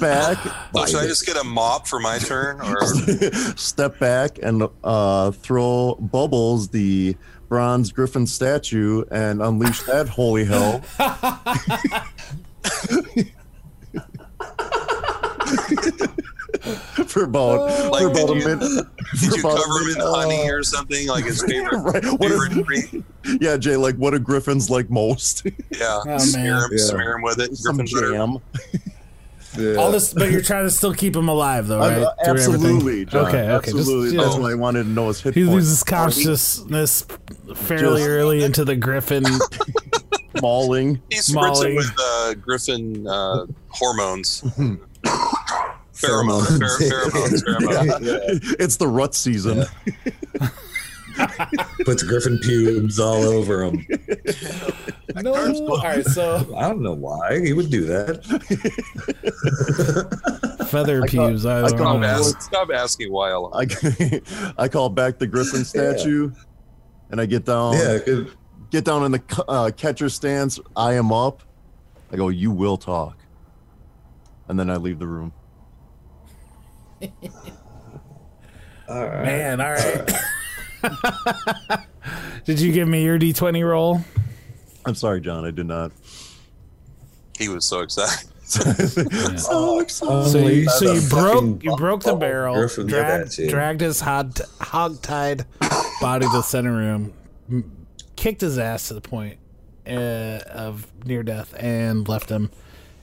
S3: back,
S4: Oh, should I just get a mop for my turn? Or
S3: step back and uh, throw bubbles the bronze griffin statue and unleash that holy hell for about
S4: Like,
S3: for about a
S4: did you-
S3: minute.
S4: did
S3: for
S4: you
S3: about a
S4: cover him in
S3: minute,
S4: honey
S3: uh,
S4: or something? Like his favorite,
S3: right, what
S4: favorite
S3: a-
S4: treat?
S3: yeah, Jay, like what do griffins like most?
S4: Yeah.
S2: man.
S4: smear him,
S5: Yeah.
S4: smear him with it.
S3: Some
S4: Griffin butter.
S3: jam.
S5: Yeah.
S2: All this, but you're trying to still keep him alive, though, right?
S3: Uh,
S2: Through everything.
S3: absolutely, John,
S2: Okay, okay, just,
S3: absolutely.
S2: you
S3: That's
S2: know,
S3: what I wanted to know is hit
S2: He
S3: points.
S2: loses consciousness fairly
S3: Just-
S2: early into the griffin.
S3: mauling.
S4: He spritz
S2: Molly.
S4: him with uh, Griffin uh, hormones. Pheromones. Pher- Pheromones. Pheromones.
S3: It's the rut season.
S5: Puts Griffin pubes all over him.
S2: no. All right, so
S5: I don't know why he would do that.
S2: feather
S3: I call-
S2: pubes. I,
S3: I
S2: don't
S3: call
S4: Stop,
S2: know.
S4: ask, stop asking why a lot.
S3: I, I call back the Griffin statue, and I get down,
S5: Yeah, 'cause-
S3: get down in the cu- uh, catcher stance. I am up. I go, you will talk, and then I leave the room.
S5: all right.
S2: Man, all right. Did you give me your d20 roll?
S3: I'm sorry, John. I did not.
S4: He was so excited.
S3: so excited.
S2: So you, so you
S5: Motherfucking
S2: broke you broke the
S5: ball
S2: barrel,
S5: Griffin did that
S2: dragged,
S5: shit.
S2: dragged his hog hogtied body to the center room, m- kicked his ass to the point uh, of near death, and left him.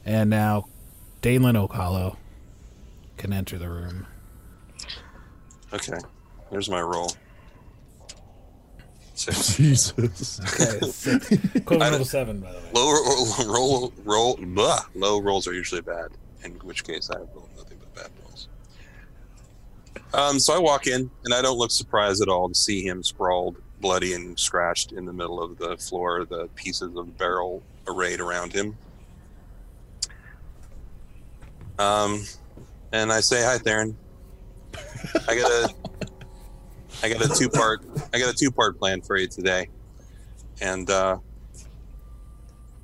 S2: And now, Dalen Okalo can enter the room.
S4: Okay. There's my roll. Six.
S3: Jesus.
S2: Okay, six. equivalent of seven, by the way.
S4: Low roll, roll, roll blah. low rolls are usually bad, in which case I have rolled nothing but bad rolls. Um, so I walk in, and I don't look surprised at all to see him sprawled, bloody, and scratched in the middle of the floor, the pieces of barrel arrayed around him. Um, and I say, "Hi, Theron. I got a, I got a two-part, I got a two-part plan for you today, and." uh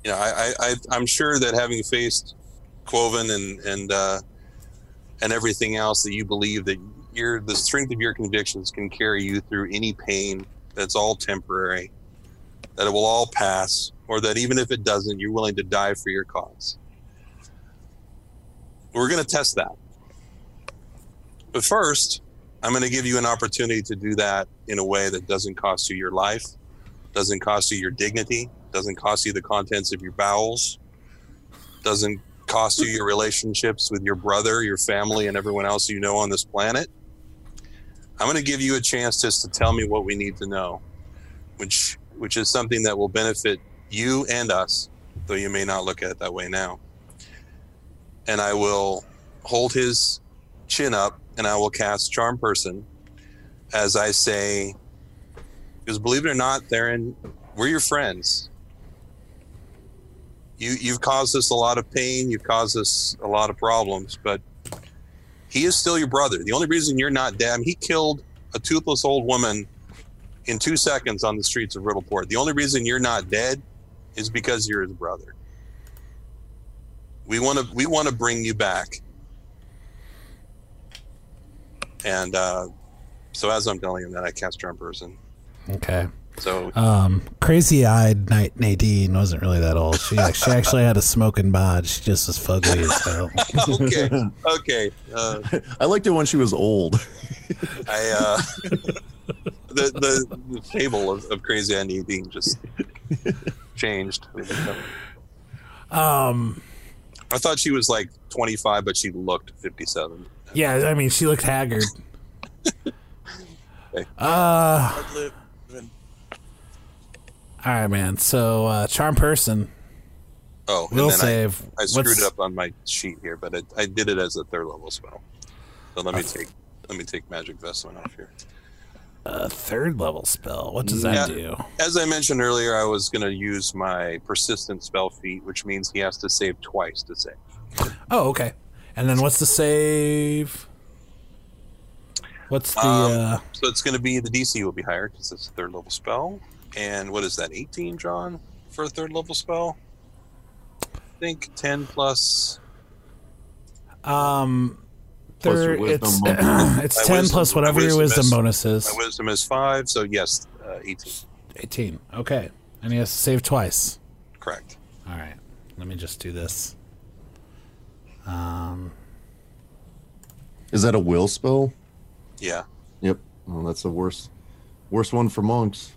S4: you know, I, I, I I'm sure that having faced Quoven and and uh, and everything else, that you believe that your the strength of your convictions can carry you through any pain that's all temporary, that it will all pass, or that even if it doesn't, you're willing to die for your cause. We're going to test that, but first, I'm going to give you an opportunity to do that in a way that doesn't cost you your life doesn't cost you your dignity, doesn't cost you the contents of your bowels, doesn't cost you your relationships with your brother, your family, and everyone else you know on this planet. I'm going to give you a chance just to tell me what we need to know, which which is something that will benefit you and us, though you may not look at it that way now. And I will hold his chin up and I will cast charm person as I say because believe it or not, Theron, we're your friends. You you've caused us a lot of pain. You've caused us a lot of problems, but he is still your brother. The only reason you're not dead, I mean, he killed a toothless old woman in two seconds on the streets of Riddleport. The only reason you're not dead is because you're his brother. We want to we want to bring you back. And uh, so, as I'm telling him that, I cast charm person.
S2: Okay.
S4: So
S2: Um, crazy eyed night Nadine wasn't really that old. She she actually had a smoking bod. She just was fugly as hell.
S4: okay, okay. Uh,
S3: I liked it when she was old.
S4: I uh, the, the the fable of, of crazy Andy being just changed.
S2: Um,
S4: I thought she was like 25, but she looked 57.
S2: yeah, I mean, she looked haggard.
S4: Okay.
S2: Uh,
S6: Hard live. And
S2: all right, man. So uh, charm person
S4: Oh, and
S2: will
S4: then
S2: save.
S4: I, I screwed
S2: What's-
S4: it up on my sheet here, but it, I
S2: Uh,
S4: did it as a third level spell. So let me take let me take magic vestment off here.
S2: a third level spell. What does that
S4: Yeah.
S2: do?
S4: As I mentioned earlier, I was going to use my persistent spell feat, which means he has to save twice to save.
S2: Oh, okay. And then what's the save? What's the
S4: Um,
S2: uh,
S4: So it's going to be the DC will be higher because it's a third level spell. And what is that? 18, John, for a third level spell. I think 10 plus.
S2: Um,
S3: Plus
S2: there-
S3: your wisdom
S2: it's
S3: bonus.
S2: it's
S4: My
S2: ten
S4: wisdom-
S2: plus
S4: my
S2: whatever your
S4: wisdom
S2: wisdom
S4: is-
S2: bonus is.
S4: My wisdom is five, so yes, uh, 18.
S2: Eighteen. Okay, and he has to save twice.
S4: Correct.
S2: All right, let me just do this.
S3: Is that a will spell?
S4: Yeah.
S3: Yep. Well, that's the worst, worst one for monks.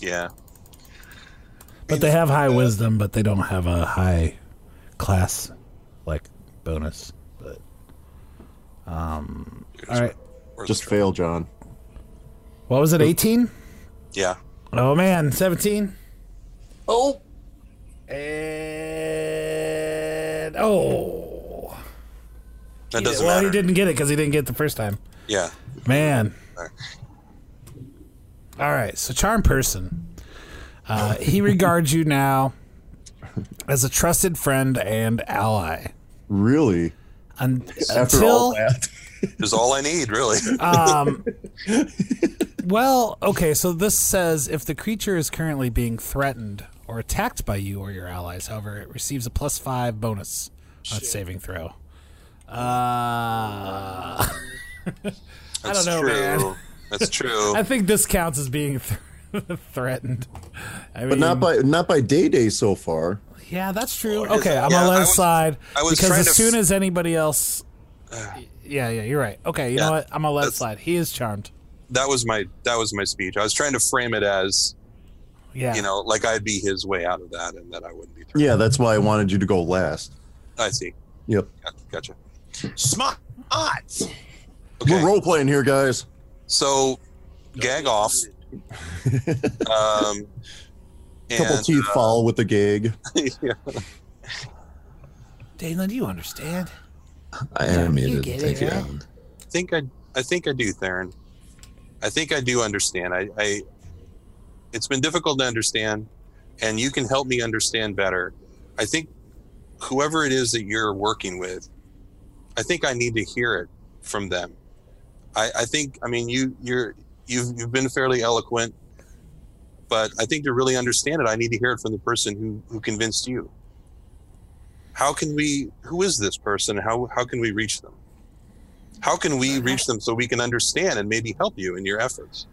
S4: Yeah.
S2: But they have high wisdom, but they don't have a high class like bonus. But um,
S4: You're
S2: all right,
S4: worth
S3: Just
S4: a try.
S3: fail, John.
S2: what was it? Eighteen.
S4: Yeah.
S2: Oh man, seventeen.
S3: Oh,
S2: And oh,
S4: That doesn't
S2: well,
S4: matter.
S2: he didn't get it because he didn't get it the first time.
S4: Yeah.
S2: Man. All right. So, charm person. Uh, he regards you now as a trusted friend and ally.
S3: really?
S2: Un-
S3: After all
S2: until,
S3: that,
S4: Is all I need, really.
S2: um, well, okay. So this says if the creature is currently being threatened or attacked by you or your allies, however, it receives a plus five bonus on its saving throw. Uh, I don't
S4: That's
S2: know,
S4: true.
S2: man.
S4: That's true.
S2: I think this counts as being th- threatened. I mean,
S3: but not by not by Day Day so far.
S2: Yeah, that's true.
S4: is
S2: Okay,
S4: it?
S2: I'm
S4: Yeah,
S2: gonna let
S4: I
S2: it
S4: was-
S2: slide
S4: I was
S2: because
S4: trying
S2: as
S4: to f-
S2: soon as anybody else, yeah, yeah, you're right. Okay, you know
S4: Yeah,
S2: what? I'm gonna let it
S4: that's-
S2: slide. He is charmed.
S4: that was my that was my speech. I was trying to frame it as
S2: Yeah,
S4: you know, like I'd be his way out of that, and that I wouldn't be. Through.
S3: Yeah, that's why I wanted you to go last.
S4: I see.
S3: Yep.
S4: Got- Gotcha.
S6: Smart.
S4: Okay.
S3: We're role playing here, guys.
S4: So, gag off. um,
S3: A couple
S4: and, uh,
S3: teeth fall with the gig.
S4: yeah.
S2: Daylan, do you understand?
S1: I am
S2: You
S1: muted.
S2: get it,
S1: Thank you.
S2: right?
S1: Alan.
S4: I think I I think I do, Theron. I think I do understand. I, I it's been difficult to understand, and you can help me understand better. I think whoever it is that you're working with, I think I need to hear it from them. I, I think I mean you you're you've you've been fairly eloquent, but I think to really understand it, I need to hear it from the person who who convinced you. How can we? Who is this person? How how can we reach them? How can we reach them so we can understand and maybe help you in your efforts?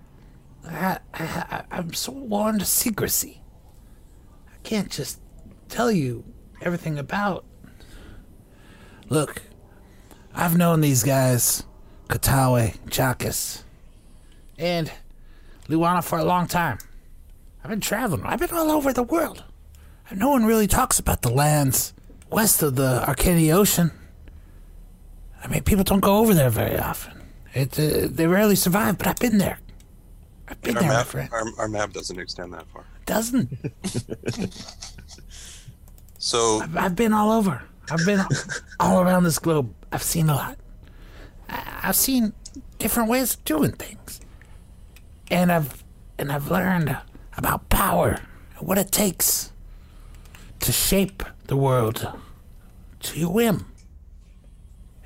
S2: I, I, I, am so warned to secrecy. I can't just tell you everything about. Look, I've known these guys, Katawe, Chakas, and Luana for a long time. I've been traveling, I've been all over the world. And no one really talks about the lands west of the Arcadia Ocean. I mean, people don't go over there very often. It, uh, they rarely survive, but I've been there. I've been
S4: Our
S2: there, my
S4: map,
S2: friend.
S4: our, our map doesn't extend that far.
S2: Doesn't
S4: So
S2: I've been all over. I've been all around this globe. I've seen a lot. I- I've seen different ways of doing things, and I've and I've learned about power and what it takes to shape the world to your whim.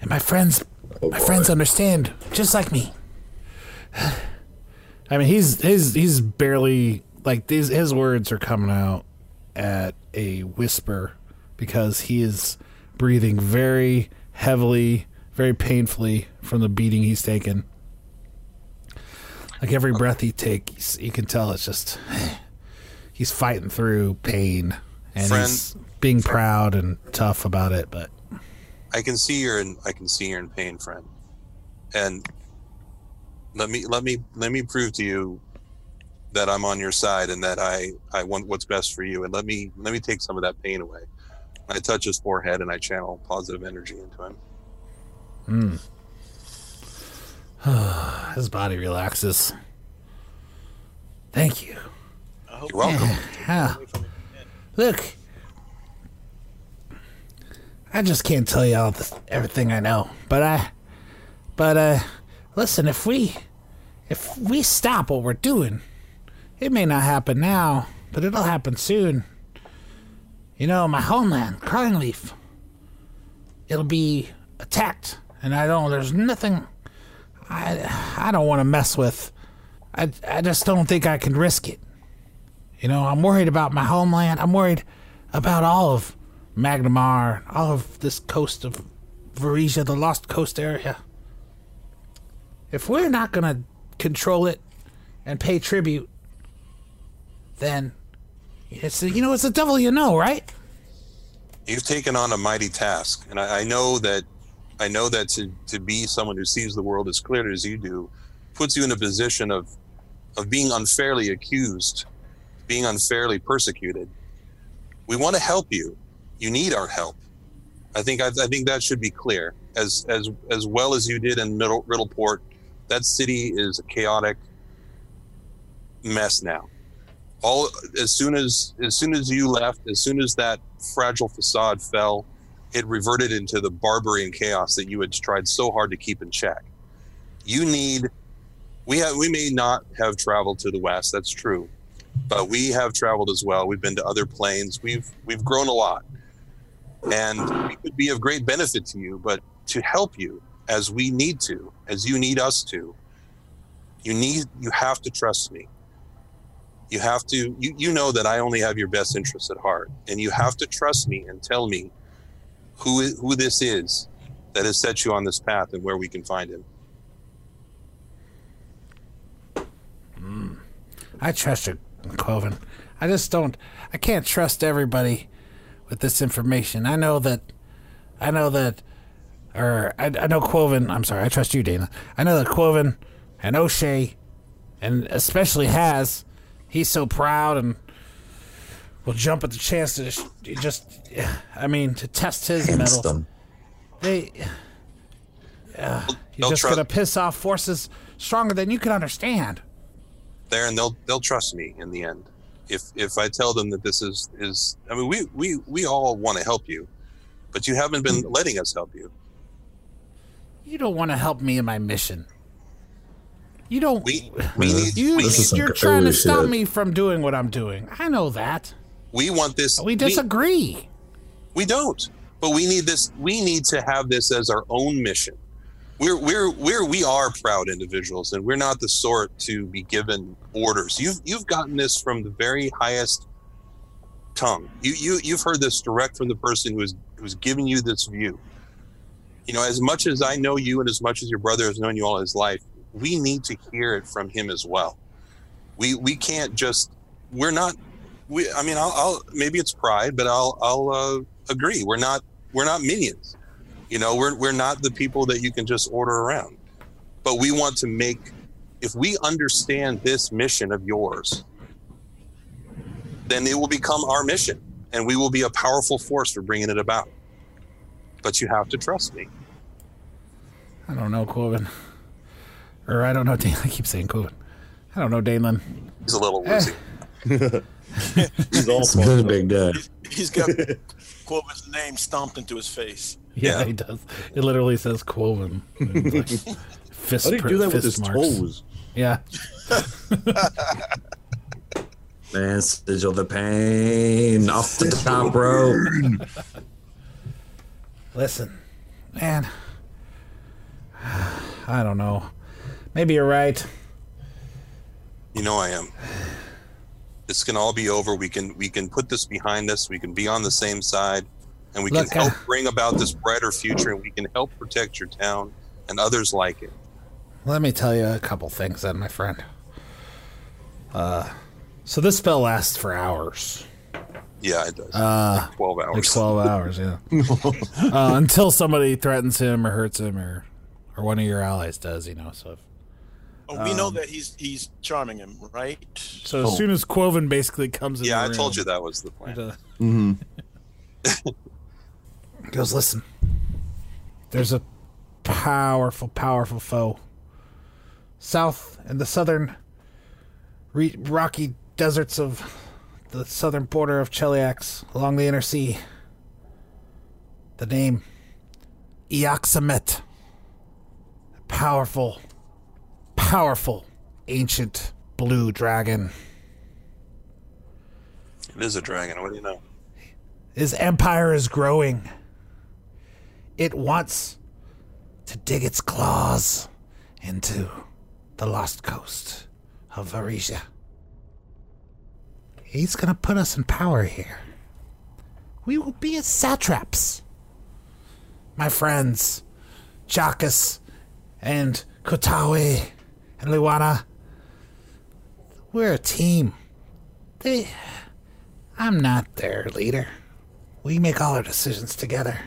S2: And my friends, my friends understand just like me. I mean, he's his he's barely like these. His words are coming out at a whisper because he is breathing very heavily, very painfully from the beating he's taken. Like every breath he takes, you can tell it's just he's fighting through pain and
S4: Friend-
S2: he's being proud and tough about it. But
S4: I can see you're in I can see you're in pain, friend. And let me let me let me prove to you that I'm on your side and that I I want what's best for you and let me let me take some of that pain away. I touch his forehead and I channel positive energy into him.
S2: his body relaxes. Thank you.
S4: You're welcome.
S2: Ah. Look, I just can't tell you all the, everything I know, but I, but uh, listen, if we, If we stop what we're doing, it may not happen now, but it'll happen soon. You know, my homeland, Crying Leaf, it'll be attacked, and I don't. There's nothing. I I don't want to mess with. I I just don't think I can risk it. You know, I'm worried about my homeland. I'm worried about all of Magnamar, all of this coast of Varesia, the Lost Coast area. If we're not gonna control it and pay tribute, then it's you know it's the devil you know, right?
S4: You've taken on a mighty task, and I, I know that I know that to, to be someone who sees the world as clearly as you do puts you in a position of of being unfairly accused, being unfairly persecuted. We want to help you. You need our help. I think I, I think that should be clear. As as as well as you did in Middle Riddleport, that city is a chaotic mess now. All as soon as as soon as you left, as soon as that fragile facade fell, it reverted into the barbary and chaos that you had tried so hard to keep in check. You need we have we may not have traveled to the west, that's true. But we have traveled as well. We've been to other planes. We've we've grown a lot. And we could be of great benefit to you, but to help you as we need to, as you need us to, you need you have to trust me. You have to you, you know that I only have your best interests at heart. And you have to trust me and tell me who i- who this is that has set you on this path and where we can find him.
S2: I trust you, Cloven. I just don't. I can't trust everybody with this information. I know that. I know that. Or I, I know Quoven. I'm sorry. I trust you, Dana. I know that Quoven and O'Shea, and especially Has, he's so proud and will jump at the chance to just, just I mean, to test his
S5: Against
S2: mettle.
S5: them.
S2: They. Uh, you're
S4: They'll
S2: just
S4: trust-
S2: gonna piss off forces stronger than you can understand.
S4: there and they'll they'll trust me in the end if if i tell them that this is is i mean we we we all want to help you but you haven't been letting us help you
S2: You don't want to help me in my mission. You don't.
S4: we we need
S2: you,
S4: we,
S5: this is some
S2: you're trying to
S5: crazy
S2: stop
S5: shit.
S2: me from doing what I'm doing. I know that.
S4: we want this
S2: We disagree.
S4: we don't but we need this we need to have this as our own mission we're we're we're we are proud individuals and we're not the sort to be given orders you've you've gotten this from the very highest tongue you you you've heard this direct from the person who is who's giving you this view you know as much as i know you and as much as your brother has known you all his life we need to hear it from him as well we we can't just we're not we i mean i'll, I'll maybe it's pride but i'll i'll uh, agree we're not we're not minions you know we're, we're not the people that you can just order around but we want to make if we understand this mission of yours then it will become our mission and we will be a powerful force for bringing it about but you have to trust me
S2: I don't know, Corbin. Or I don't know, Dan. I keep saying Corbin. I don't know, Danelin.
S4: he's a little woozy
S3: He's all
S5: It's been a big day.
S6: He's got Quoven's name stomped into his face.
S2: Yeah,
S4: Yeah.
S2: he does. It literally says Quoven. Like, fist
S3: How do you
S2: pr-
S3: do that with
S2: fist
S3: his
S2: marks.
S3: toes?
S2: Yeah.
S5: Man, sigil the pain off the top rope.
S2: Listen, man. I don't know. Maybe you're right.
S4: You know I am. This can all be over. We can we can put this behind us. We can be on the same side, and we
S2: Look,
S4: can help
S2: uh,
S4: bring about this brighter future. And we can help protect your town and others like it.
S2: Let me tell you a couple things then, my friend. Uh, so this spell lasts for hours.
S4: Yeah, it does. Uh, Twelve hours.
S2: Like 12 hours, yeah. uh, until somebody threatens him or hurts him or or one of your allies does, you know. So if,
S6: Oh, we know that he's he's charming him, right?
S2: so as soon as Quoven basically comes in
S4: Oh. yeah,
S2: the
S4: I told
S2: room,
S4: you that was the plan.
S2: Uh, goes, listen, there's a powerful, powerful foe. South in the southern re- rocky deserts of the southern border of Cheliax along the inner sea. The name Iaxamet. Powerful, powerful ancient blue dragon.
S4: It is a dragon. What do you know?
S2: His empire is growing. It wants to dig its claws into the lost coast of Varesia. He's going to put us in power here. We will be as satraps. My friends, Chakas and Kotawe and Luana, we're a team. They. I'm not their leader. We make all our decisions together.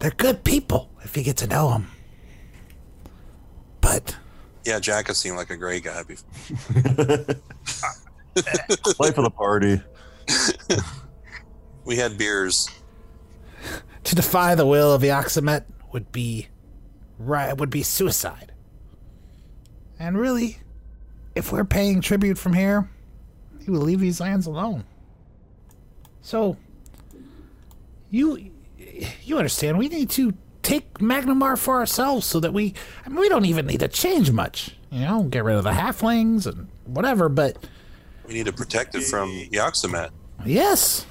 S2: They're good people if you get to know them. But
S4: Yeah, Jack has seemed like a gray guy before.
S3: Life of the party.
S4: We had beers.
S2: to defy the will of Yoxamet would be right would be suicide. And really, if we're paying tribute from here, he would leave these lands alone. So you you understand we need to take Magnamar for ourselves so that we I mean we don't even need to change much. You know, get rid of the halflings and whatever, but
S4: We need to protect it from Yaxamet.
S2: yes.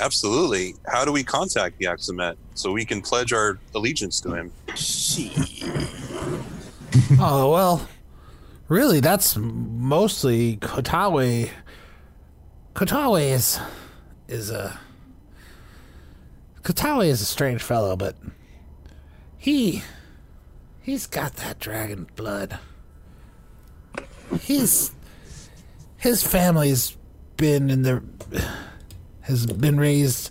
S4: Absolutely. How do we contact Yaxamet so we can pledge our allegiance to him?
S2: Oh well, really, that's mostly Kotawe. Kotawe is is a Kotawe is a strange fellow, but he he's got that dragon blood. He's his family's been in the has been raised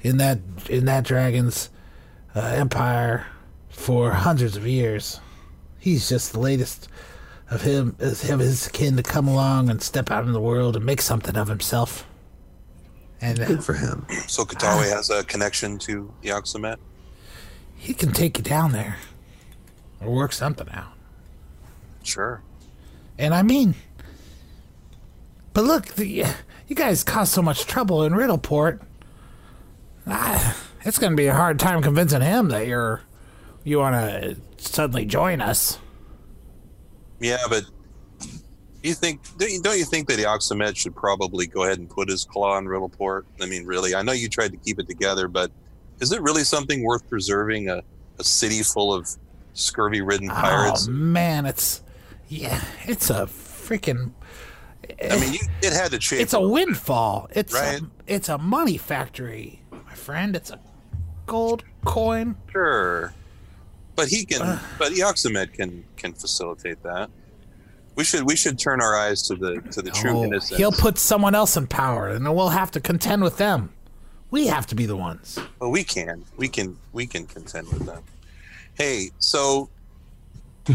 S2: in that in that dragon's uh, empire for hundreds of years he's just the latest of him of him his kin to come along and step out in the world and make something of himself. And uh,
S5: Good for him.
S4: So Katawe has a connection to Yaxamet.
S2: he can take you down there or work something out.
S4: Sure.
S2: And I mean, but look, the, you guys caused so much trouble in Riddleport. Ah, it's going to be a hard time convincing him that you're you want to suddenly join us.
S4: Yeah, but you think don't you, don't you think that Oxamed should probably go ahead and put his claw in Riddleport? I mean, really, I know you tried to keep it together, but is it really something worth preserving a, a city full of scurvy-ridden pirates?
S2: Oh man, it's yeah, it's a freaking
S4: I mean, you, it had to change.
S2: It's a windfall. It's
S4: Right.
S2: a, it's a money factory, my friend. It's a gold coin.
S4: Sure, but he can. but Yoxamed can can facilitate that. We should we should turn our eyes to the to the true
S2: Oh,
S4: innocence.
S2: he'll put someone else in power, and then we'll have to contend with them. We have to be the ones.
S4: But we can we can we can contend with them. Hey, so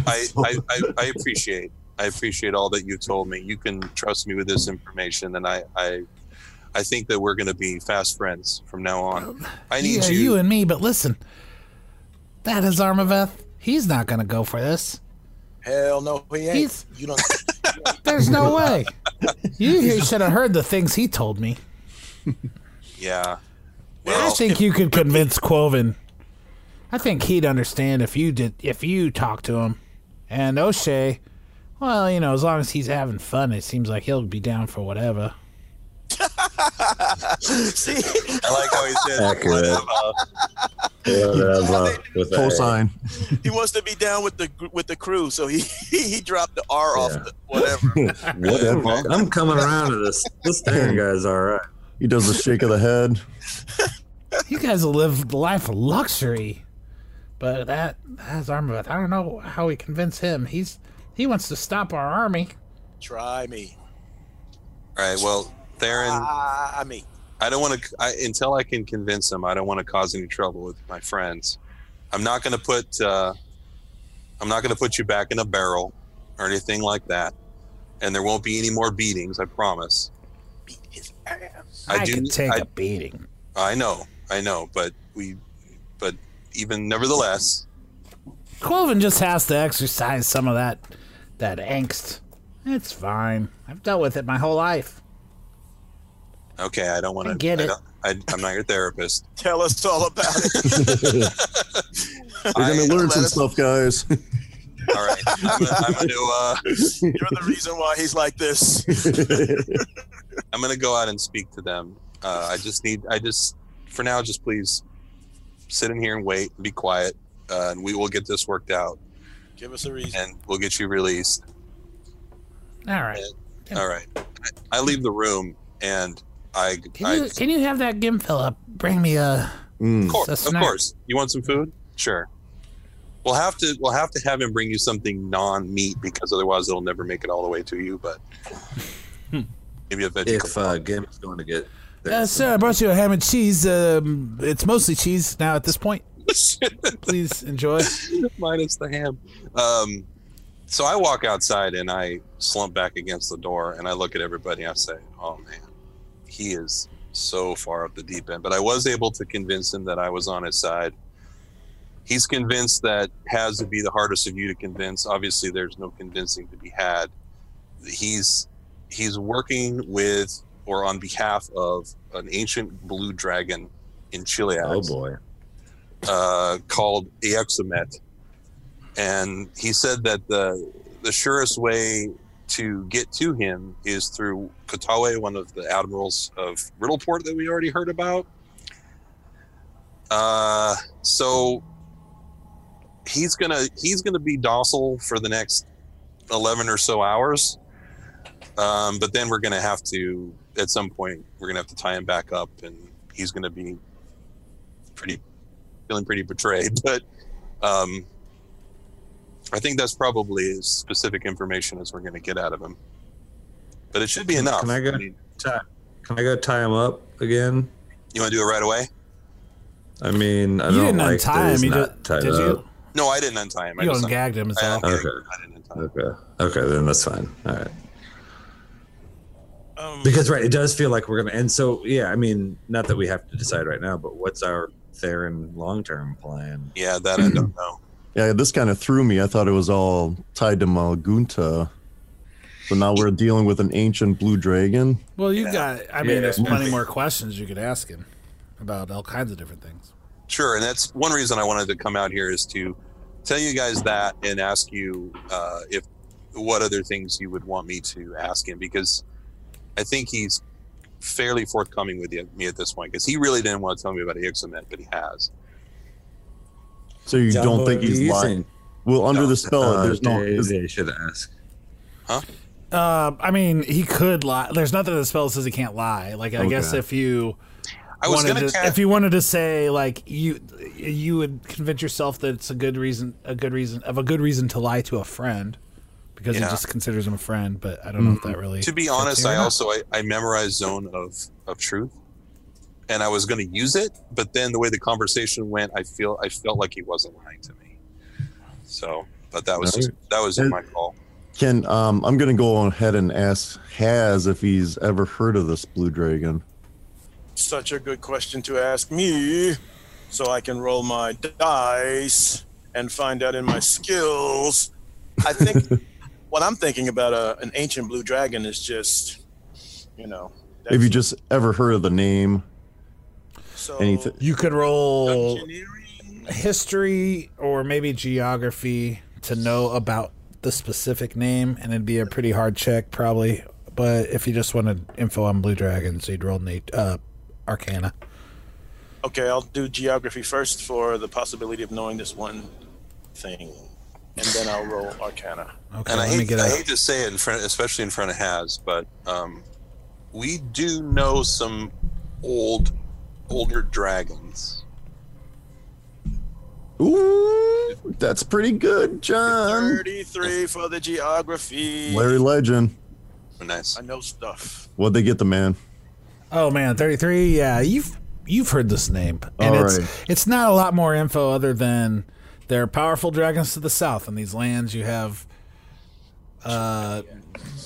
S4: I I, I, I appreciate I appreciate all that you told me. You can trust me with this information, and I I, I think that we're going to be fast friends from now on. I need
S2: yeah,
S4: you.
S2: you and me. But listen, that is Armaveth. He's not going to go for this.
S6: Hell no, he ain't.
S2: He's-
S6: You don't.
S2: There's no way. You, you should have heard the things he told me.
S4: yeah.
S2: I
S4: Well,
S2: think you could convince Quoven. I think he'd understand if you did if you talked to him. And O'Shea, well, you know, as long as he's having fun, it seems like he'll be down for whatever.
S6: See,
S4: I like how he said
S5: Accurate. Whatever. With that.
S3: Cosine.
S6: he wants to be down with the gr- with the crew, so he he dropped the R off
S5: Yeah.
S6: the whatever.
S5: Whatever. I'm coming around to this. This Theron guy's all right.
S3: He does the shake of the head.
S2: You guys will live the life of luxury. But that that's Armaveth. I don't know how we convince him. He's he wants to stop our army.
S6: Try me.
S4: All right. Well, Theron,
S6: Ah, I mean,
S4: I don't want to I, until I can convince him. I don't want to cause any trouble with my friends. I'm not going to put uh, I'm not going to put you back in a barrel or anything like that. And there won't be any more beatings. I promise.
S6: beat his ass.
S2: I,
S4: I do-
S2: can take
S4: I-
S2: a beating.
S4: I know. I know. But we. But even nevertheless,
S2: Quoven just has to exercise some of that that angst. It's fine. I've dealt with it my whole life.
S4: okay. I don't want
S2: I
S4: to
S2: get it.
S4: I, am not your therapist.
S6: Tell us all about it.
S3: You're
S4: I-
S3: gonna learn
S6: let
S3: some
S6: us-
S3: stuff, guys.
S4: All right. I'm gonna, I'm gonna, uh,
S6: You're the reason why he's like this.
S4: I'm gonna go out and speak to them. Uh, I just need. I just for now, just please sit in here and wait and be quiet, uh, and we will get this worked out,
S6: Give us a reason.
S4: and we'll get you released.
S9: All right. Yeah.
S4: All right. I, I leave the room, and I. I
S9: Can you, can you have that gim fella bring me a?
S3: Mm.
S4: of course,
S9: a
S4: of
S9: snack?
S4: course. You want some food? Sure. We'll have to. We'll have to have him bring you something non-meat because otherwise it'll never make it all the way to you. But maybe a vegetable.
S1: If uh, Gim is going to get
S2: Uh, sir, I brought you a ham and cheese. Um, it's mostly cheese now at this point. Please enjoy.
S4: minus the ham. Um, so I walk outside and I slump back against the door and I look at everybody. And I say, "Oh man, he is so far up the deep end." But I was able to convince him that I was on his side. He's convinced that has to be the hardest of you to convince. Obviously, there's no convincing to be had. He's he's working with or on behalf of an ancient blue dragon in Chile
S1: Oh boy.
S4: uh, called Eoximet. And he said that the, the surest way to get to him is through Kotawe, one of the admirals of Riddleport that we already heard about. Uh, so he's gonna he's gonna be docile for the next eleven or so hours, um, but then we're gonna have to at some point we're gonna have to tie him back up, and he's gonna be pretty feeling pretty betrayed. But um, I think that's probably as specific information as we're going to get out of him. But it should be enough.
S1: Can I go?
S4: I mean,
S1: Tie, can I go tie him up again?
S4: you want to do it right away?
S1: I mean, I
S2: you
S1: don't
S2: didn't
S1: like
S2: untie
S1: that
S2: him.
S1: he's
S2: You
S1: not
S2: did,
S1: tied
S2: did
S1: up.
S2: you?
S4: No, I didn't untie him. I
S2: You
S4: just
S2: ungagged him. Is
S4: I,
S2: all.
S4: ungagged
S1: Okay.
S4: him. I didn't untie him.
S1: Okay. Okay, then that's fine. All right.
S6: Um,
S1: Because right, it does feel like we're gonna. And so, yeah, I mean, not that we have to decide right now, but what's our Theron long-term plan?
S4: Yeah, that I don't know.
S3: Yeah, this kind of threw me. I thought it was all tied to Malgunta. So now we're dealing with an ancient blue dragon.
S2: Well, you got. I mean,
S1: Yeah.
S2: there's plenty more questions you could ask him about all kinds of different things.
S4: Sure, and that's one reason I wanted to come out here is to tell you guys that and ask you uh, if what other things you would want me to ask him because I think he's fairly forthcoming with you- me at this point because he really didn't want to tell me about Ixomet, but he has.
S3: So you don't think he's lying? Well, under the spell,
S1: Uh,
S3: there's no.
S1: they,
S3: is-
S1: they should ask.
S2: Uh, I mean, he could lie. There's nothing in the spell that says he can't lie. Like, I guess
S1: Okay.
S2: if you
S4: I was
S2: wanted
S4: going
S2: to-
S4: to
S2: if you wanted to say like you, you would convince yourself that it's a good reason, a good reason of a good reason to lie to a friend, because
S4: Yeah. Mm-hmm.
S2: he just considers him a friend. But I don't know if that really.
S4: to be honest,
S2: fair
S4: I
S2: enough.
S4: also I, I memorized Zone of of Truth, and I was going to use it, but then the way the conversation went, I feel I felt like he wasn't lying to me. So, but that was just, that was just my call.
S3: Can um, I'm gonna go ahead and ask Has if he's ever heard of this blue dragon.
S6: such a good question to ask me, so I can roll my dice and find out in my skills. I think what I'm thinking about a, an ancient blue dragon is just, you know,
S3: If you just ever heard of the name,
S6: so
S3: anything.
S2: you could roll
S6: engineering.
S2: history or maybe geography to know about the specific name, and it'd be a pretty hard check probably. But if you just wanted info on blue dragons, you'd roll Nate uh, Arcana.
S6: Okay, I'll do geography first for the possibility of knowing this one thing, and then I'll roll Arcana.
S2: Okay,
S4: And I
S2: let me
S4: hate,
S2: get
S4: I
S2: out.
S4: hate to say it in front, especially in front of Has, but um, we do know some old, older dragons.
S3: Ooh, that's pretty good, John.
S6: Thirty-three for the geography.
S3: Larry Legend.
S4: Nice.
S6: I know stuff.
S3: What'd they get the man?
S2: Oh man, thirty three. Yeah, you've you've heard this name, and
S3: All
S2: it's
S3: right.
S2: it's not a lot more info other than there are powerful dragons to the south, and these lands you have uh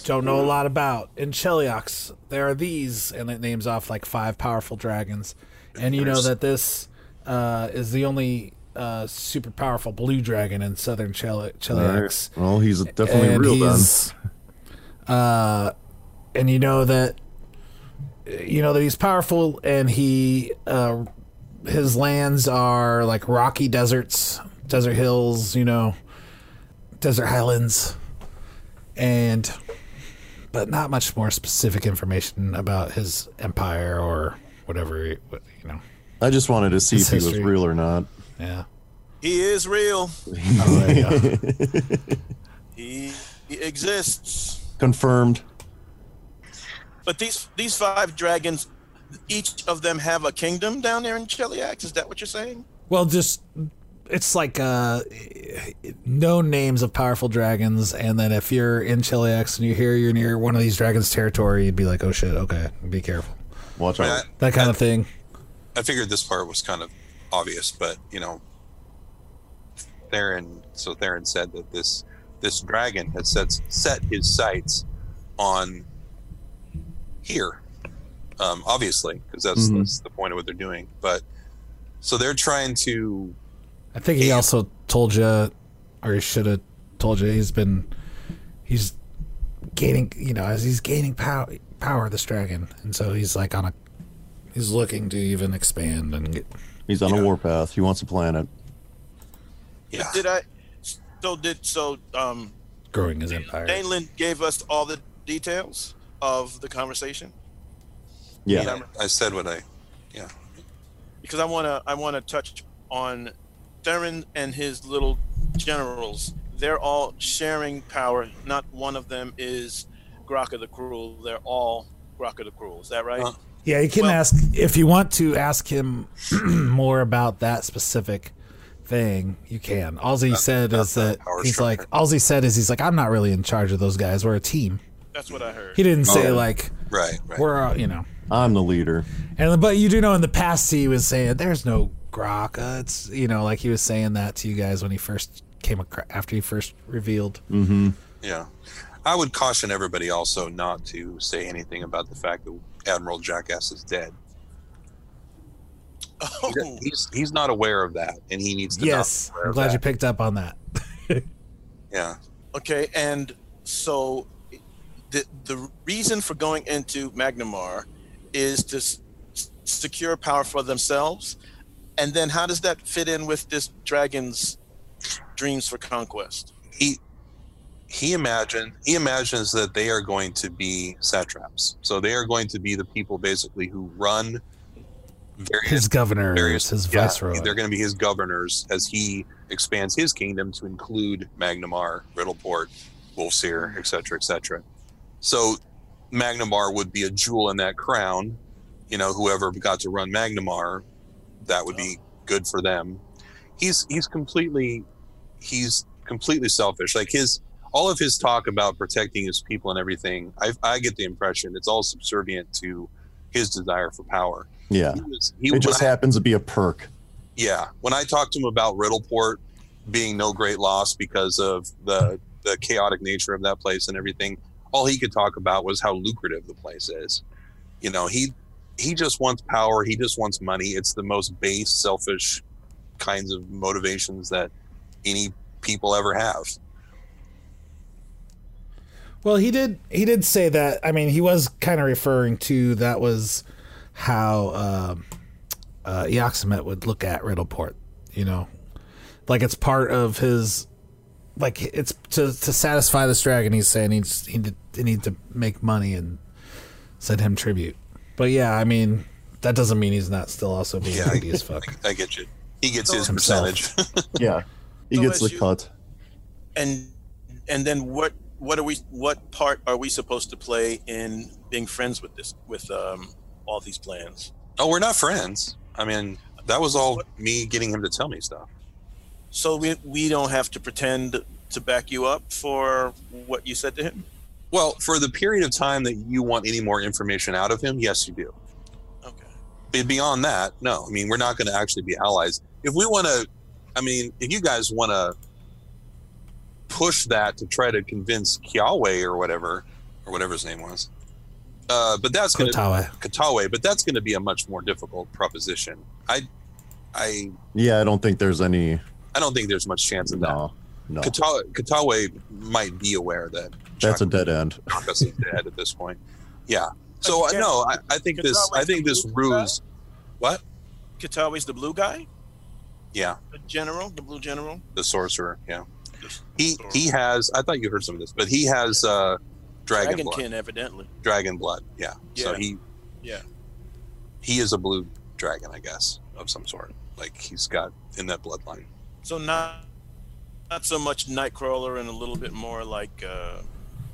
S2: don't know a lot about. In Cheliox, there are these, and it names off like five powerful dragons, and you know that this uh, is the only uh, super powerful blue dragon in southern Cheli- Cheliox
S3: Well, he's definitely real then.
S2: uh, and you know that you know that he's powerful, and he uh, his lands are like rocky deserts, desert hills. You know, desert highlands, and but not much more specific information about his empire or whatever. he- what- You know,
S3: I just wanted to see
S2: His
S3: if he was
S2: history.
S3: real or not.
S2: yeah.
S6: He is real.
S2: there
S6: he, he exists.
S3: Confirmed.
S6: But these these five dragons, each of them have a kingdom down there in Cheliax. Is that what you're saying?
S2: Well, just it's like uh, known names of powerful dragons, and then if you're in Chiliax and you hear you're near one of these dragons' territory, you'd be like, "Oh shit, okay, be careful."
S3: Watch
S4: out.
S2: That kind of thing.
S4: I figured this part was kind of obvious, but you know, Theron. So Theron said that this this dragon had set set his sights on here, um, obviously, because that's
S2: Mhm.
S4: that's the point of what they're doing. But so they're trying to
S2: I think he also told you, or he should have told you, he's been he's gaining, you know, as he's gaining power, power this dragon, and so he's like on a he's looking to even expand and get.
S3: He's on a warpath. He wants a planet.
S6: Yeah. Did I? So did so. Um,
S2: growing his empire.
S6: Danelin gave us all the details of the conversation
S3: Yeah.
S4: I said what I yeah.
S6: because I wanna I wanna touch on Theron and his little generals. They're all sharing power. Not one of them is Graka the Cruel. They're all Graka the Cruel. Is that right?
S2: Yeah, you can ask if you want to ask him more about that specific thing. You can. All he said is that he's like. All he said is he's like, I'm not really in charge of those guys. We're a team.
S6: That's what I heard.
S2: He didn't say like
S4: Oh, right,
S2: we're all, you know.
S3: I'm the leader.
S2: And but you do know in the past he was saying there's no Graka. It's you know like he was saying that to you guys when he first came across after he first revealed.
S3: Mm-hmm.
S4: Yeah. I would caution everybody also not to say anything about the fact that Admiral Jackass is dead.
S6: Oh.
S4: He's, he's not aware of that, and he needs to
S2: Yes,
S4: not be aware
S2: I'm
S4: of
S2: glad you
S4: that.
S2: picked up on that.
S4: Yeah.
S6: Okay, and so the the reason for going into Magnamar is to s- s- secure power for themselves, and then how does that fit in with this dragon's dreams for conquest?
S4: He he imagined he imagines that they are going to be satraps. So they are going to be the people basically who run various
S2: His governor, his
S4: Yeah,
S2: viceroy.
S4: They're going to be his governors as he expands his kingdom to include Magnamar, Riddleport, Wolfseer, etc., etc. So Magnamar would be a jewel in that crown. You know, whoever got to run Magnamar, that would be good for them. He's he's completely he's completely selfish. Like his all of his talk about protecting his people and everything, I, I get the impression it's all subservient to his desire for power.
S3: Yeah.
S4: He was- he-
S3: it just
S4: when I-
S3: happens to be a perk.
S4: yeah, when I talked to him about Riddleport being no great loss because of the the chaotic nature of that place and everything, all he could talk about was how lucrative the place is. You know, he he just wants power, he just wants money. It's the most base, selfish kinds of motivations that any people ever have.
S2: Well, he did. He did say that. I mean, he was kind of referring to that was how um uh, Eoximet would look at Riddleport. You know, like it's part of his. Like it's to to satisfy this dragon. He's saying he's he did, he need to make money and send him tribute. But yeah, I mean, that doesn't mean he's not still also being
S4: Yeah, I-
S2: greedy as fuck.
S4: I get you. He gets his
S2: Himself.
S4: percentage.
S3: Yeah. He
S6: So
S3: gets
S6: as
S3: the
S6: you-
S3: cut.
S6: And and then what what are we what part are we supposed to play in being friends with this with um, all these plans?
S4: Oh, we're not friends. I mean, that was all me getting him to tell me stuff.
S6: So we we don't have to pretend to back you up for what you said to him.
S4: Well, for the period of time that you want any more information out of him, yes, you do.
S6: Okay.
S4: But beyond that, no. I mean, we're not going to actually be allies. If we want to, I mean, if you guys want to push that to try to convince Kiawe or whatever, or whatever his name was, uh, but that's going to
S2: Kotawe.
S4: Katawe, but that's going to be a much more difficult proposition. I, I,
S3: Yeah, I don't think there's any.
S4: I don't think there's much chance of that.
S3: No. No.
S4: Katawe, Katawe might be aware that
S3: That's a dead end.
S4: Marcus is dead at this point. Yeah. So I no, I, I think this. I think this ruse. What?
S6: Katawe's the blue guy,
S4: Yeah,
S6: the general, the blue general.
S4: the sorcerer. Yeah. He he has. I thought you heard some of this, but he has uh, dragon, blood.
S6: kin, evidently.
S4: Dragon blood. Yeah. So
S6: Yeah.
S4: he
S6: Yeah.
S4: he is a blue dragon, I guess, of some sort. Like he's got in that bloodline.
S6: So not not so much Nightcrawler and a little bit more like uh,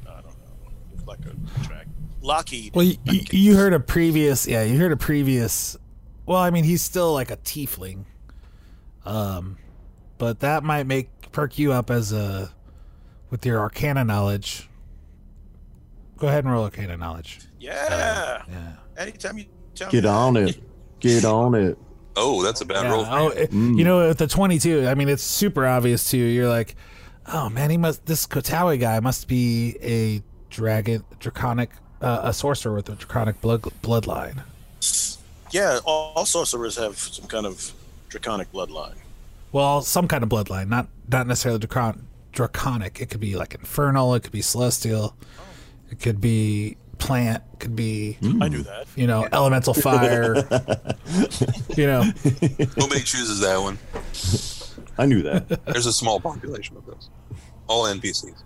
S6: I don't know, like a track. Lockheed.
S2: Well, you, you, you heard a previous, yeah, you heard a previous. Well, I mean, he's still like a tiefling, um, but that might make perk you up as a with your Arcana knowledge. Go ahead and roll Arcana knowledge.
S6: yeah.
S2: yeah.
S6: Anytime you tell
S3: Get
S6: me
S3: on it. Get on it.
S4: Oh, that's a bad
S2: Yeah,
S4: roll.
S2: oh, it- You know, at the twenty-two, I mean, it's super obvious to you. You're like, oh man, he must. This Kotawe guy must be a dragon, draconic, uh, a sorcerer with a draconic blood bloodline.
S6: Yeah, all, all sorcerers have some kind of draconic bloodline.
S2: Well, some kind of bloodline, not not necessarily dracon- draconic. It could be like infernal. It could be celestial. It could be plant. It could be
S6: I knew that.
S2: you know elemental fire. you know,
S4: Nobody chooses that one.
S3: I knew that.
S4: There's a small population of those. All NPCs.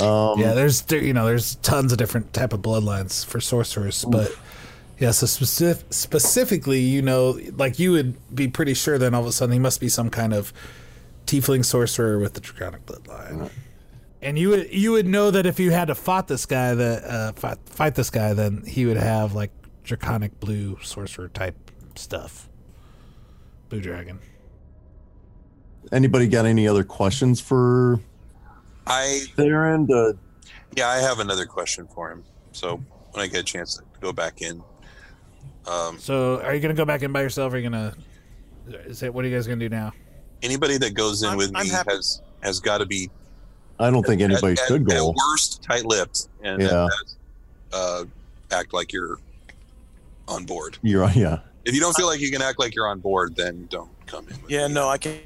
S3: Um,
S2: yeah. There's there- you know there's tons of different type of bloodlines for sorcerers, but yeah. So specific, specifically, you know, like you would be pretty sure. Then all of a sudden, he must be some kind of tiefling sorcerer with the draconic bloodline. And you would you would know that if you had to fought this guy that uh, fight, fight this guy, then he would have like draconic blue sorcerer type stuff. Blue dragon.
S3: Anybody got any other questions for
S4: I
S3: Theron? Uh,
S4: yeah, I have another question for him. So when I get a chance to go back in, um,
S2: So are you gonna go back in by yourself? Or are you gonna? Is it what are you guys gonna do now?
S4: anybody that goes in
S6: I'm-
S4: with
S6: I'm
S4: me
S6: happy.
S4: has has got to be
S3: I don't think anybody
S4: at, at-
S3: should go.
S4: At worst, tight-lipped and at
S3: Yeah.
S4: best, uh, act like you're on board.
S3: You're yeah.
S4: If you don't feel like you can act like you're on board, then don't come in.
S6: Yeah, no, I can't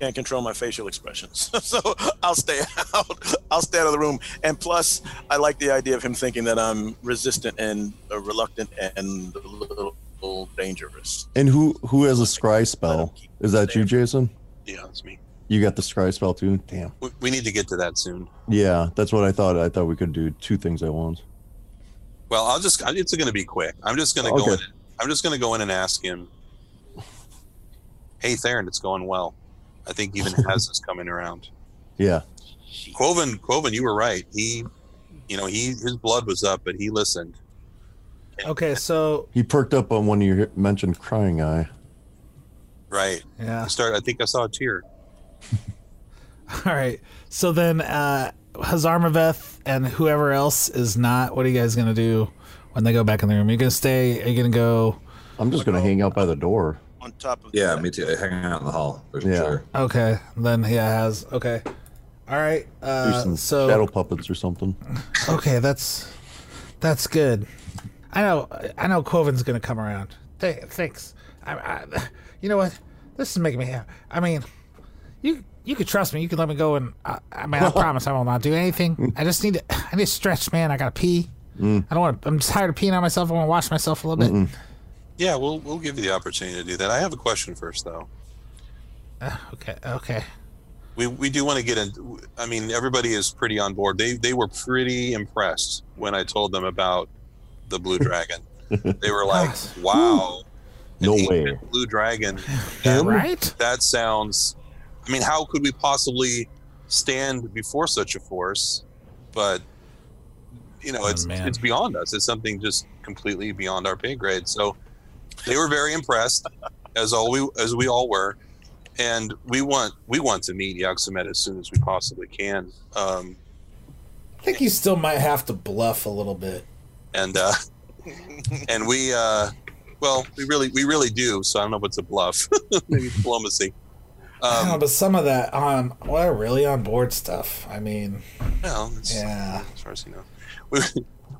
S6: can't control my facial expressions, so I'll stay out. I'll stay out of the room. And plus, I like the idea of him thinking that I'm resistant and uh, reluctant and a little dangerous.
S3: And who who has a scry spell? Is that you, Jason?
S4: Yeah, that's me.
S3: You got the scry spell too? Damn.
S4: We, we need to get to that soon.
S3: Yeah, that's what I thought. I thought we could do two things at once.
S4: Well, I'll just. I- It's going to be quick. I'm just going to go
S3: Okay.
S4: in. I'm just going to go in and ask him. Hey, Theron, it's going well. I think even has is coming around.
S3: Yeah.
S4: Quoven, Quoven, you were right. He, you know, he his blood was up, but he listened.
S2: Okay, so
S3: He perked up on when you mentioned crying eye.
S4: Right.
S2: yeah.
S4: I start. I think I saw a tear.
S2: All right. So then, uh, Hazarmaveth and whoever else is not. What are you guys gonna do when they go back in the room? You're gonna stay. Are you gonna go?
S3: I'm just gonna hang out by the door.
S6: On top of
S5: Yeah,
S6: that,
S5: me too. Hanging out in the hall for
S3: Yeah.
S5: sure.
S2: Okay. Then yeah, has okay. All right.
S3: Do
S2: Uh,
S3: some
S2: so
S3: shadow puppets or something.
S2: okay, that's that's good. I know. I know. Quoven's gonna come around. Th- thanks. I, I, you know what? This is making me happy. I mean, you you could trust me. You could let me go, and I, I mean, I promise I will not do anything. I just need to. I need to stretch, man. I gotta pee. I don't want. to I'm tired of peeing on myself. I want to wash myself a little bit.
S4: Yeah, we'll we'll give you the opportunity to do that. I have a question first, though.
S2: Uh, okay. Okay.
S4: We we do want to get in. I mean, everybody is pretty on board. They they were pretty impressed when I told them about the blue dragon. they were like, "Wow, an
S3: No
S4: ancient
S3: way.
S4: blue dragon."
S3: Him?
S2: Right.
S4: That sounds. I mean, how could we possibly stand before such a force? But you know,
S2: Oh,
S4: it's
S2: man.
S4: it's beyond us. It's something just completely beyond our pay grade. So they were very impressed, as all we as we all were, and we want we want to meet Yaxamet as soon as we possibly can. Um,
S2: I think you still might have to bluff a little bit.
S4: and uh, and we uh, well, we really we really do. So I don't know what's a bluff, maybe diplomacy. Um,
S2: but some of that on well, really on board stuff. I mean,
S4: Well, it's,
S2: Yeah.
S4: as far as you know, we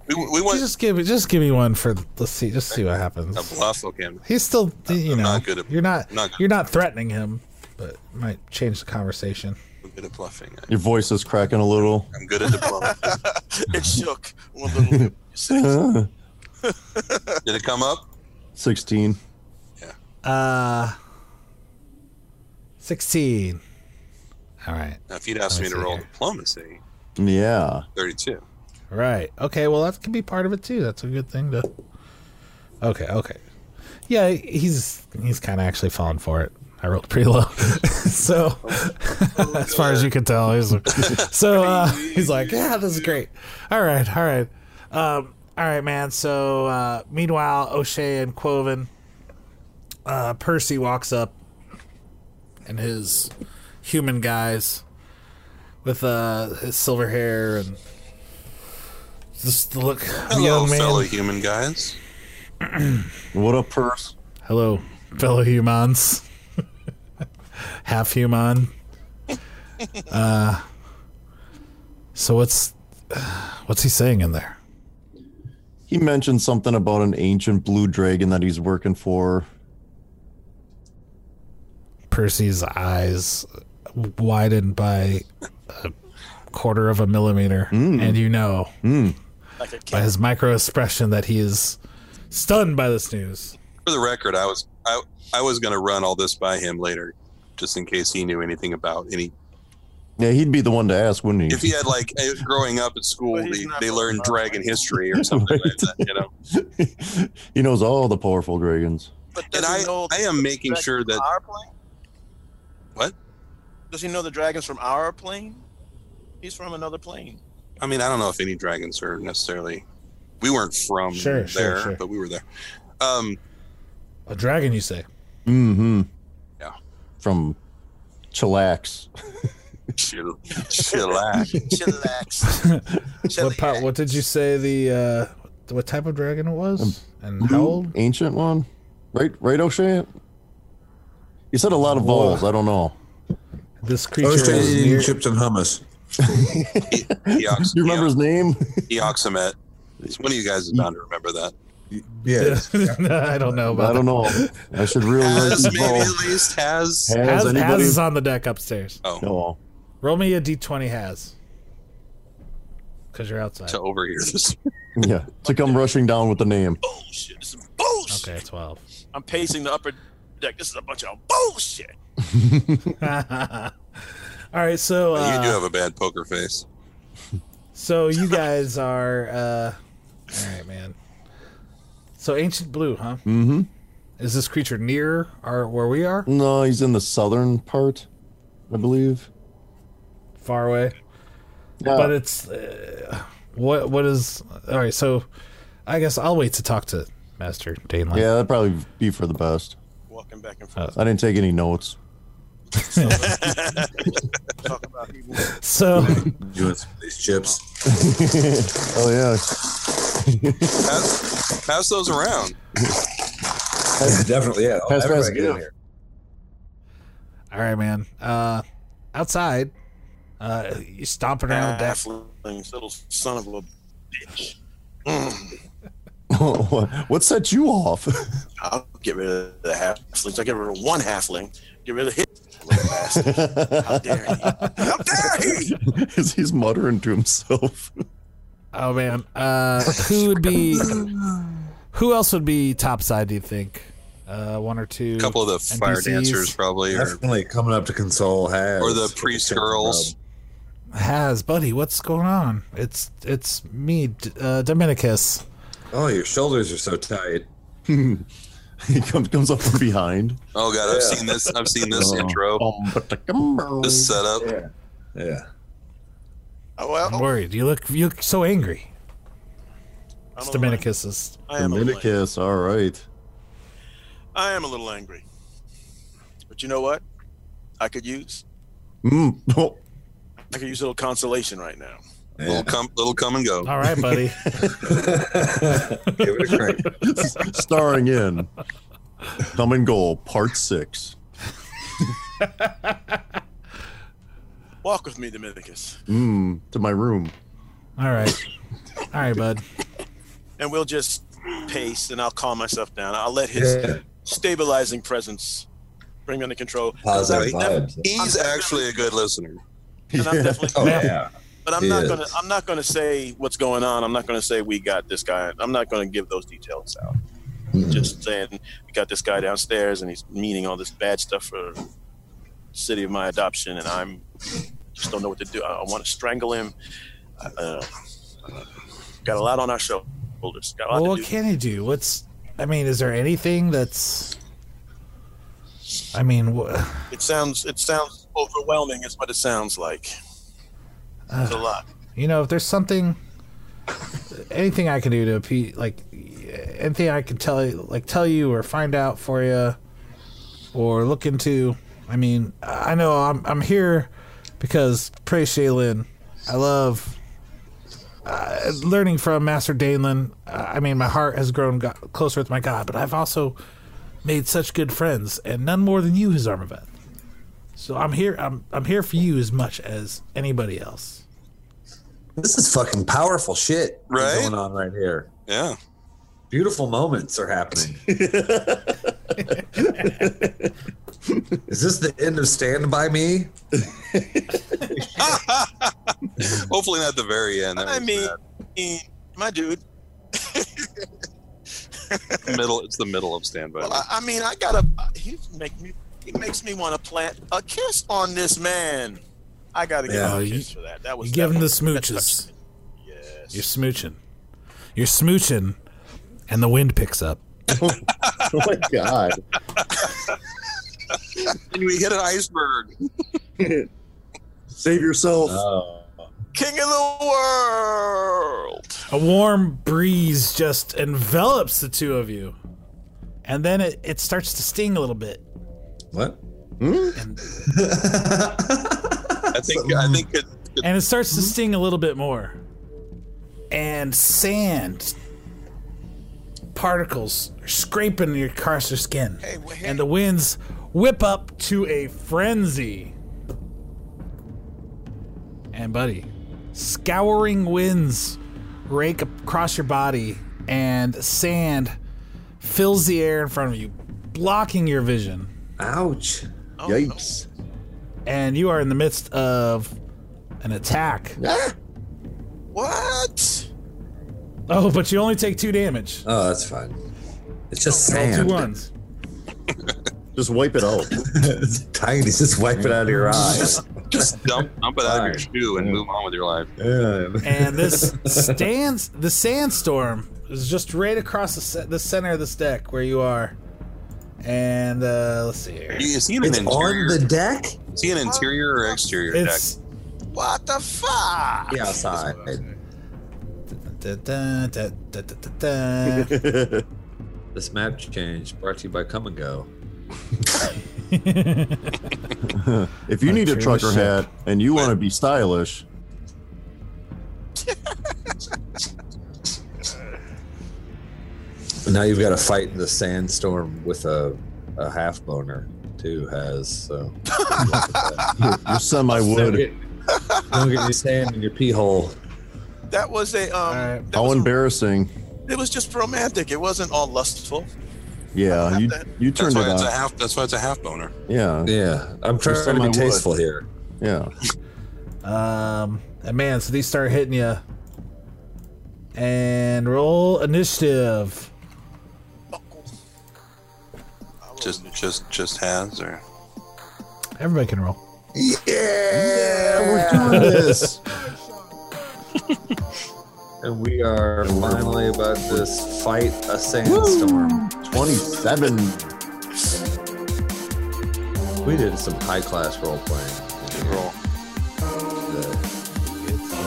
S4: we, we want
S2: just give me, just give me one for let's see, just see what happens.
S4: a bluff. Okay, I'm
S2: He's still, you know,
S4: not good at-
S2: you're not,
S4: not good.
S2: you're not threatening him, but might change the conversation.
S4: good at bluffing.
S3: Your voice is cracking a little.
S4: I'm good at diplomacy.
S6: it shook one little bit.
S3: Huh?
S4: Did it come up?
S3: Sixteen.
S2: Uh, sixteen. All right.
S4: Now, if you'd asked me
S2: Let me
S4: to
S2: see
S4: roll
S2: here.
S4: diplomacy,
S3: Yeah.
S4: 32.
S2: Right. Okay. Well, that can be part of it too. That's a good thing to. Okay. Okay. Yeah, he's he's kind of actually falling for it. I rolled pretty low, so as far as you can tell, he's so uh, he's like, yeah, this is great. All right, all right, um, all right, man. So uh, meanwhile, O'Shea and Quoven, uh, Percy walks up, and his human guys with uh, his silver hair and just the look, of a
S4: Hello,
S2: young man.
S4: fellow human guys.
S3: What a purse.
S2: Hello, fellow humans. Half human. Uh, so what's what's he saying in there?
S3: He mentioned something about an ancient blue dragon that he's working for.
S2: Percy's eyes widened by a quarter of a millimeter, and you know
S3: Hmm.
S2: by his micro expression that he is stunned by this news.
S4: For the record, I was I, I was going to run all this by him later, just in case he knew anything about any.
S3: Yeah, he'd be the one to ask, wouldn't he?
S4: If he had like eh, growing up at school, they, they learned dragon history or something like that, you know.
S3: he knows all the powerful dragons.
S4: And I I am making
S6: Dragon
S4: sure
S6: from
S4: that
S6: our plane?
S4: What?
S6: Does he know the dragons from our plane? He's from another plane.
S4: I mean, I don't know if any dragons are necessarily. We weren't from
S2: Sure,
S4: there,
S2: sure, sure.
S4: but we were there. Um,
S2: A dragon, you say?
S3: Mm-hmm.
S4: Yeah.
S3: From Chillax.
S4: chill, chillax.
S6: Chillax.
S2: what part, What did you say the uh, what type of dragon it was? And how
S3: Blue
S2: old?
S3: Ancient one? Right right O'Shea? You said a lot of vowels, I don't know.
S2: This creature
S1: O'Shea
S2: is
S1: eating
S2: near-
S1: chips and hummus.
S4: Eox,
S3: You remember his name?
S4: Eoxamet. One of you guys is bound to remember that.
S1: Yeah.
S2: I don't know about
S3: I don't know. I should really write
S4: Has
S3: these
S4: maybe at
S3: vowels.
S4: least has. Oh,
S3: Has
S2: Has, has
S3: anybody?
S2: is on the deck upstairs.
S3: No.
S2: Roll me a d20 has. Because you're outside.
S4: to overhear this.
S3: Yeah. To come rushing down with the name.
S6: Bullshit. This is bullshit.
S2: okay, 12.
S6: I'm pacing the upper deck. This is a bunch of bullshit.
S2: All right, so uh,
S4: you do have a bad poker face.
S2: so you guys are. Uh, all right, man. So ancient blue, huh?
S3: Mm-hmm.
S2: Is this creature near our where we are?
S3: No, he's in the southern part, I believe.
S2: Far away,
S3: Yeah.
S2: but it's uh, what what is? All right, so I guess I'll wait to talk to Master Daneline.
S3: yeah, that'd probably be for the best.
S6: Walking back and forth.
S3: I didn't take any notes.
S6: Talk about people.
S2: So
S1: You want some of these chips?
S3: oh yeah.
S4: Pass, pass those around.
S1: Definitely, yeah.
S3: Pass,
S1: Everybody
S3: pass,
S1: get in
S3: yeah.
S1: here.
S2: all right, man. Uh, outside, uh, you stomping around the deck.
S6: Halflings, little son of a bitch.
S3: what set you off?
S6: I'll get rid of the halflings. I'll get rid of one halfling. Get rid of his little bastard. How dare he? How dare he?
S3: As he's muttering to himself.
S2: Oh man, uh, who would be? Who else would be topside? Do you think? Uh, one or two.
S4: A couple of the fire
S2: NPCs.
S4: dancers, probably, or,
S1: Definitely coming up to console has.
S4: or the priest girls.
S2: Has buddy, what's going on? It's it's me, D- uh, Dominicus.
S1: Oh, your shoulders are so tight.
S3: He comes comes up from behind.
S4: Oh god, I've seen this. I've seen this intro. This setup.
S1: Yeah.
S6: Oh, well,
S2: I'm worried. You look you look so angry.
S6: I'm
S2: It's
S6: a little angry.
S2: Dominicus's.
S6: I am a little angry.
S3: Dominicus, all right.
S6: I am a little angry. But you know what? I could use
S3: Mm. Oh,
S6: I could use a little consolation right now.
S1: yeah.
S4: Little come, little come and go.
S2: All right, buddy.
S1: Give it a crank.
S3: starring in Come and Goal Part Six.
S6: Walk with me, Dominicus,
S3: Mm, to my room.
S2: All right, all right, bud.
S6: and we'll just pace, and I'll calm myself down. I'll let his
S1: Yeah.
S6: stabilizing presence bring me under control. 'Cause I'm
S5: Positive
S6: def-
S5: vibes.
S4: He's actually a good listener.
S6: and I'm
S3: Yeah.
S6: definitely,
S5: Oh
S2: Yeah.
S5: yeah.
S6: but I'm not
S5: Yes.
S6: gonna. I'm not gonna say what's going on. I'm not gonna say we got this guy. I'm not gonna give those details out. Just saying we got this guy downstairs, and he's meaning all this bad stuff for city of my adoption, and I'm just don't know what to do. I, I want to strangle him. Uh, uh, got a lot on our shoulders. Got a
S2: Well,
S6: lot to
S2: what
S6: do.
S2: can you do? What's I mean, is there anything that's I mean, wha-
S6: It sounds it sounds overwhelming. Is what it sounds like. It's
S2: Ah.
S6: a lot.
S2: you know, if there's something anything I can do to appease like anything I can tell you like tell you or find out for you or look into, I mean, I know I'm I'm here because pray Shaylin, I love uh, learning from Master Danelin, uh, I mean, my heart has grown go- closer with my God, but I've also made such good friends, and none more than you, his Armavet. So I'm here. I'm I'm here for you as much as anybody else.
S1: This is fucking powerful shit
S4: Right?
S1: going on right here.
S4: Yeah.
S1: Beautiful moments are happening. is this the end of Stand By Me?
S4: Hopefully not the very end. That
S6: I
S4: was
S6: mean, my dude.
S4: bad. middle. It's the middle of standby.
S6: Well, I, I mean, I gotta. He make me. He makes me want to plant a kiss on this man. I gotta give
S2: Yeah,
S6: him a
S2: you-
S6: kiss for that. That was
S2: You give him the
S6: that touched
S2: smooches.
S6: me.
S2: You're smooching. You're smooching, and the wind picks up.
S3: oh my god!
S4: and we hit an iceberg.
S3: Save yourself.
S6: King of the world.
S2: A warm breeze just envelops the two of you, and then it, it starts to sting a little bit.
S1: What?
S4: I think. I think. It,
S2: and it starts to sting a little bit more. Hmm? And sand particles are scraping your carcer skin, and the winds whip up to a frenzy. And buddy, scouring winds rake across your body, and sand fills the air in front of you, blocking your vision
S1: Ouch.
S4: Oh,
S3: Yikes!
S2: and you are in the midst of an attack.
S6: What?
S2: Oh, but you only take two damage.
S1: Oh, that's fine. It's just
S2: Roll
S1: sand.
S2: two ones.
S3: Just wipe it out.
S1: it's tiny. Just wipe it out of your eyes.
S4: just dump, dump it out of your shoe and move on with your life.
S1: Yeah.
S2: And this stands the sandstorm is just right across the, se- the center of this deck where you are. And uh, let's see here.
S4: Is he in an
S1: It's on
S4: interior?
S1: the deck?
S4: is he an interior or exterior
S2: It's
S6: What the
S2: Ah,
S6: fuck?
S1: Yeah, outside.
S2: da, da, da, da, da, da,
S1: This map change brought to you by Come and Go.
S2: da.
S3: If you need a
S2: true
S3: trucker
S2: ship.
S3: hat and you want to be stylish,
S1: Now you've got to fight the sandstorm with a, a half boner, too, has. So.
S3: you're semi
S1: Don't
S3: wood.
S1: get, don't get any sand in your pee hole.
S6: That was a um.
S2: Alright.
S6: that
S3: How
S6: was a-
S3: embarrassing!
S6: it was just romantic. It wasn't all lustful.
S3: Yeah, you you
S4: That's
S3: turned it
S4: why it's a
S3: on.
S4: half. That's why it's a half boner.
S3: Yeah,
S1: Yeah, I'm
S3: There's
S1: trying
S3: some
S1: to
S3: I
S1: be
S3: would.
S1: tasteful here.
S3: yeah.
S2: um, and man, so these start hitting you. And roll initiative.
S4: Just, just, just has or
S2: Everybody can roll.
S3: We're doing this.
S1: And we are finally about to fight a sandstorm.
S3: Twenty-seven.
S1: We did some high class role playing.
S4: roll.
S1: today.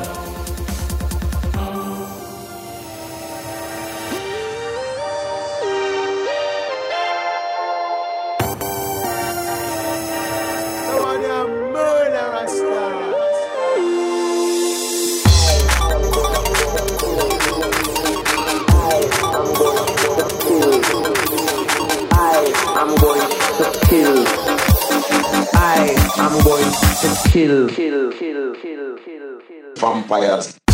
S10: I am going to kill. I am going to kill. Kill, kill, kill, kill, kill, kill. Vampires.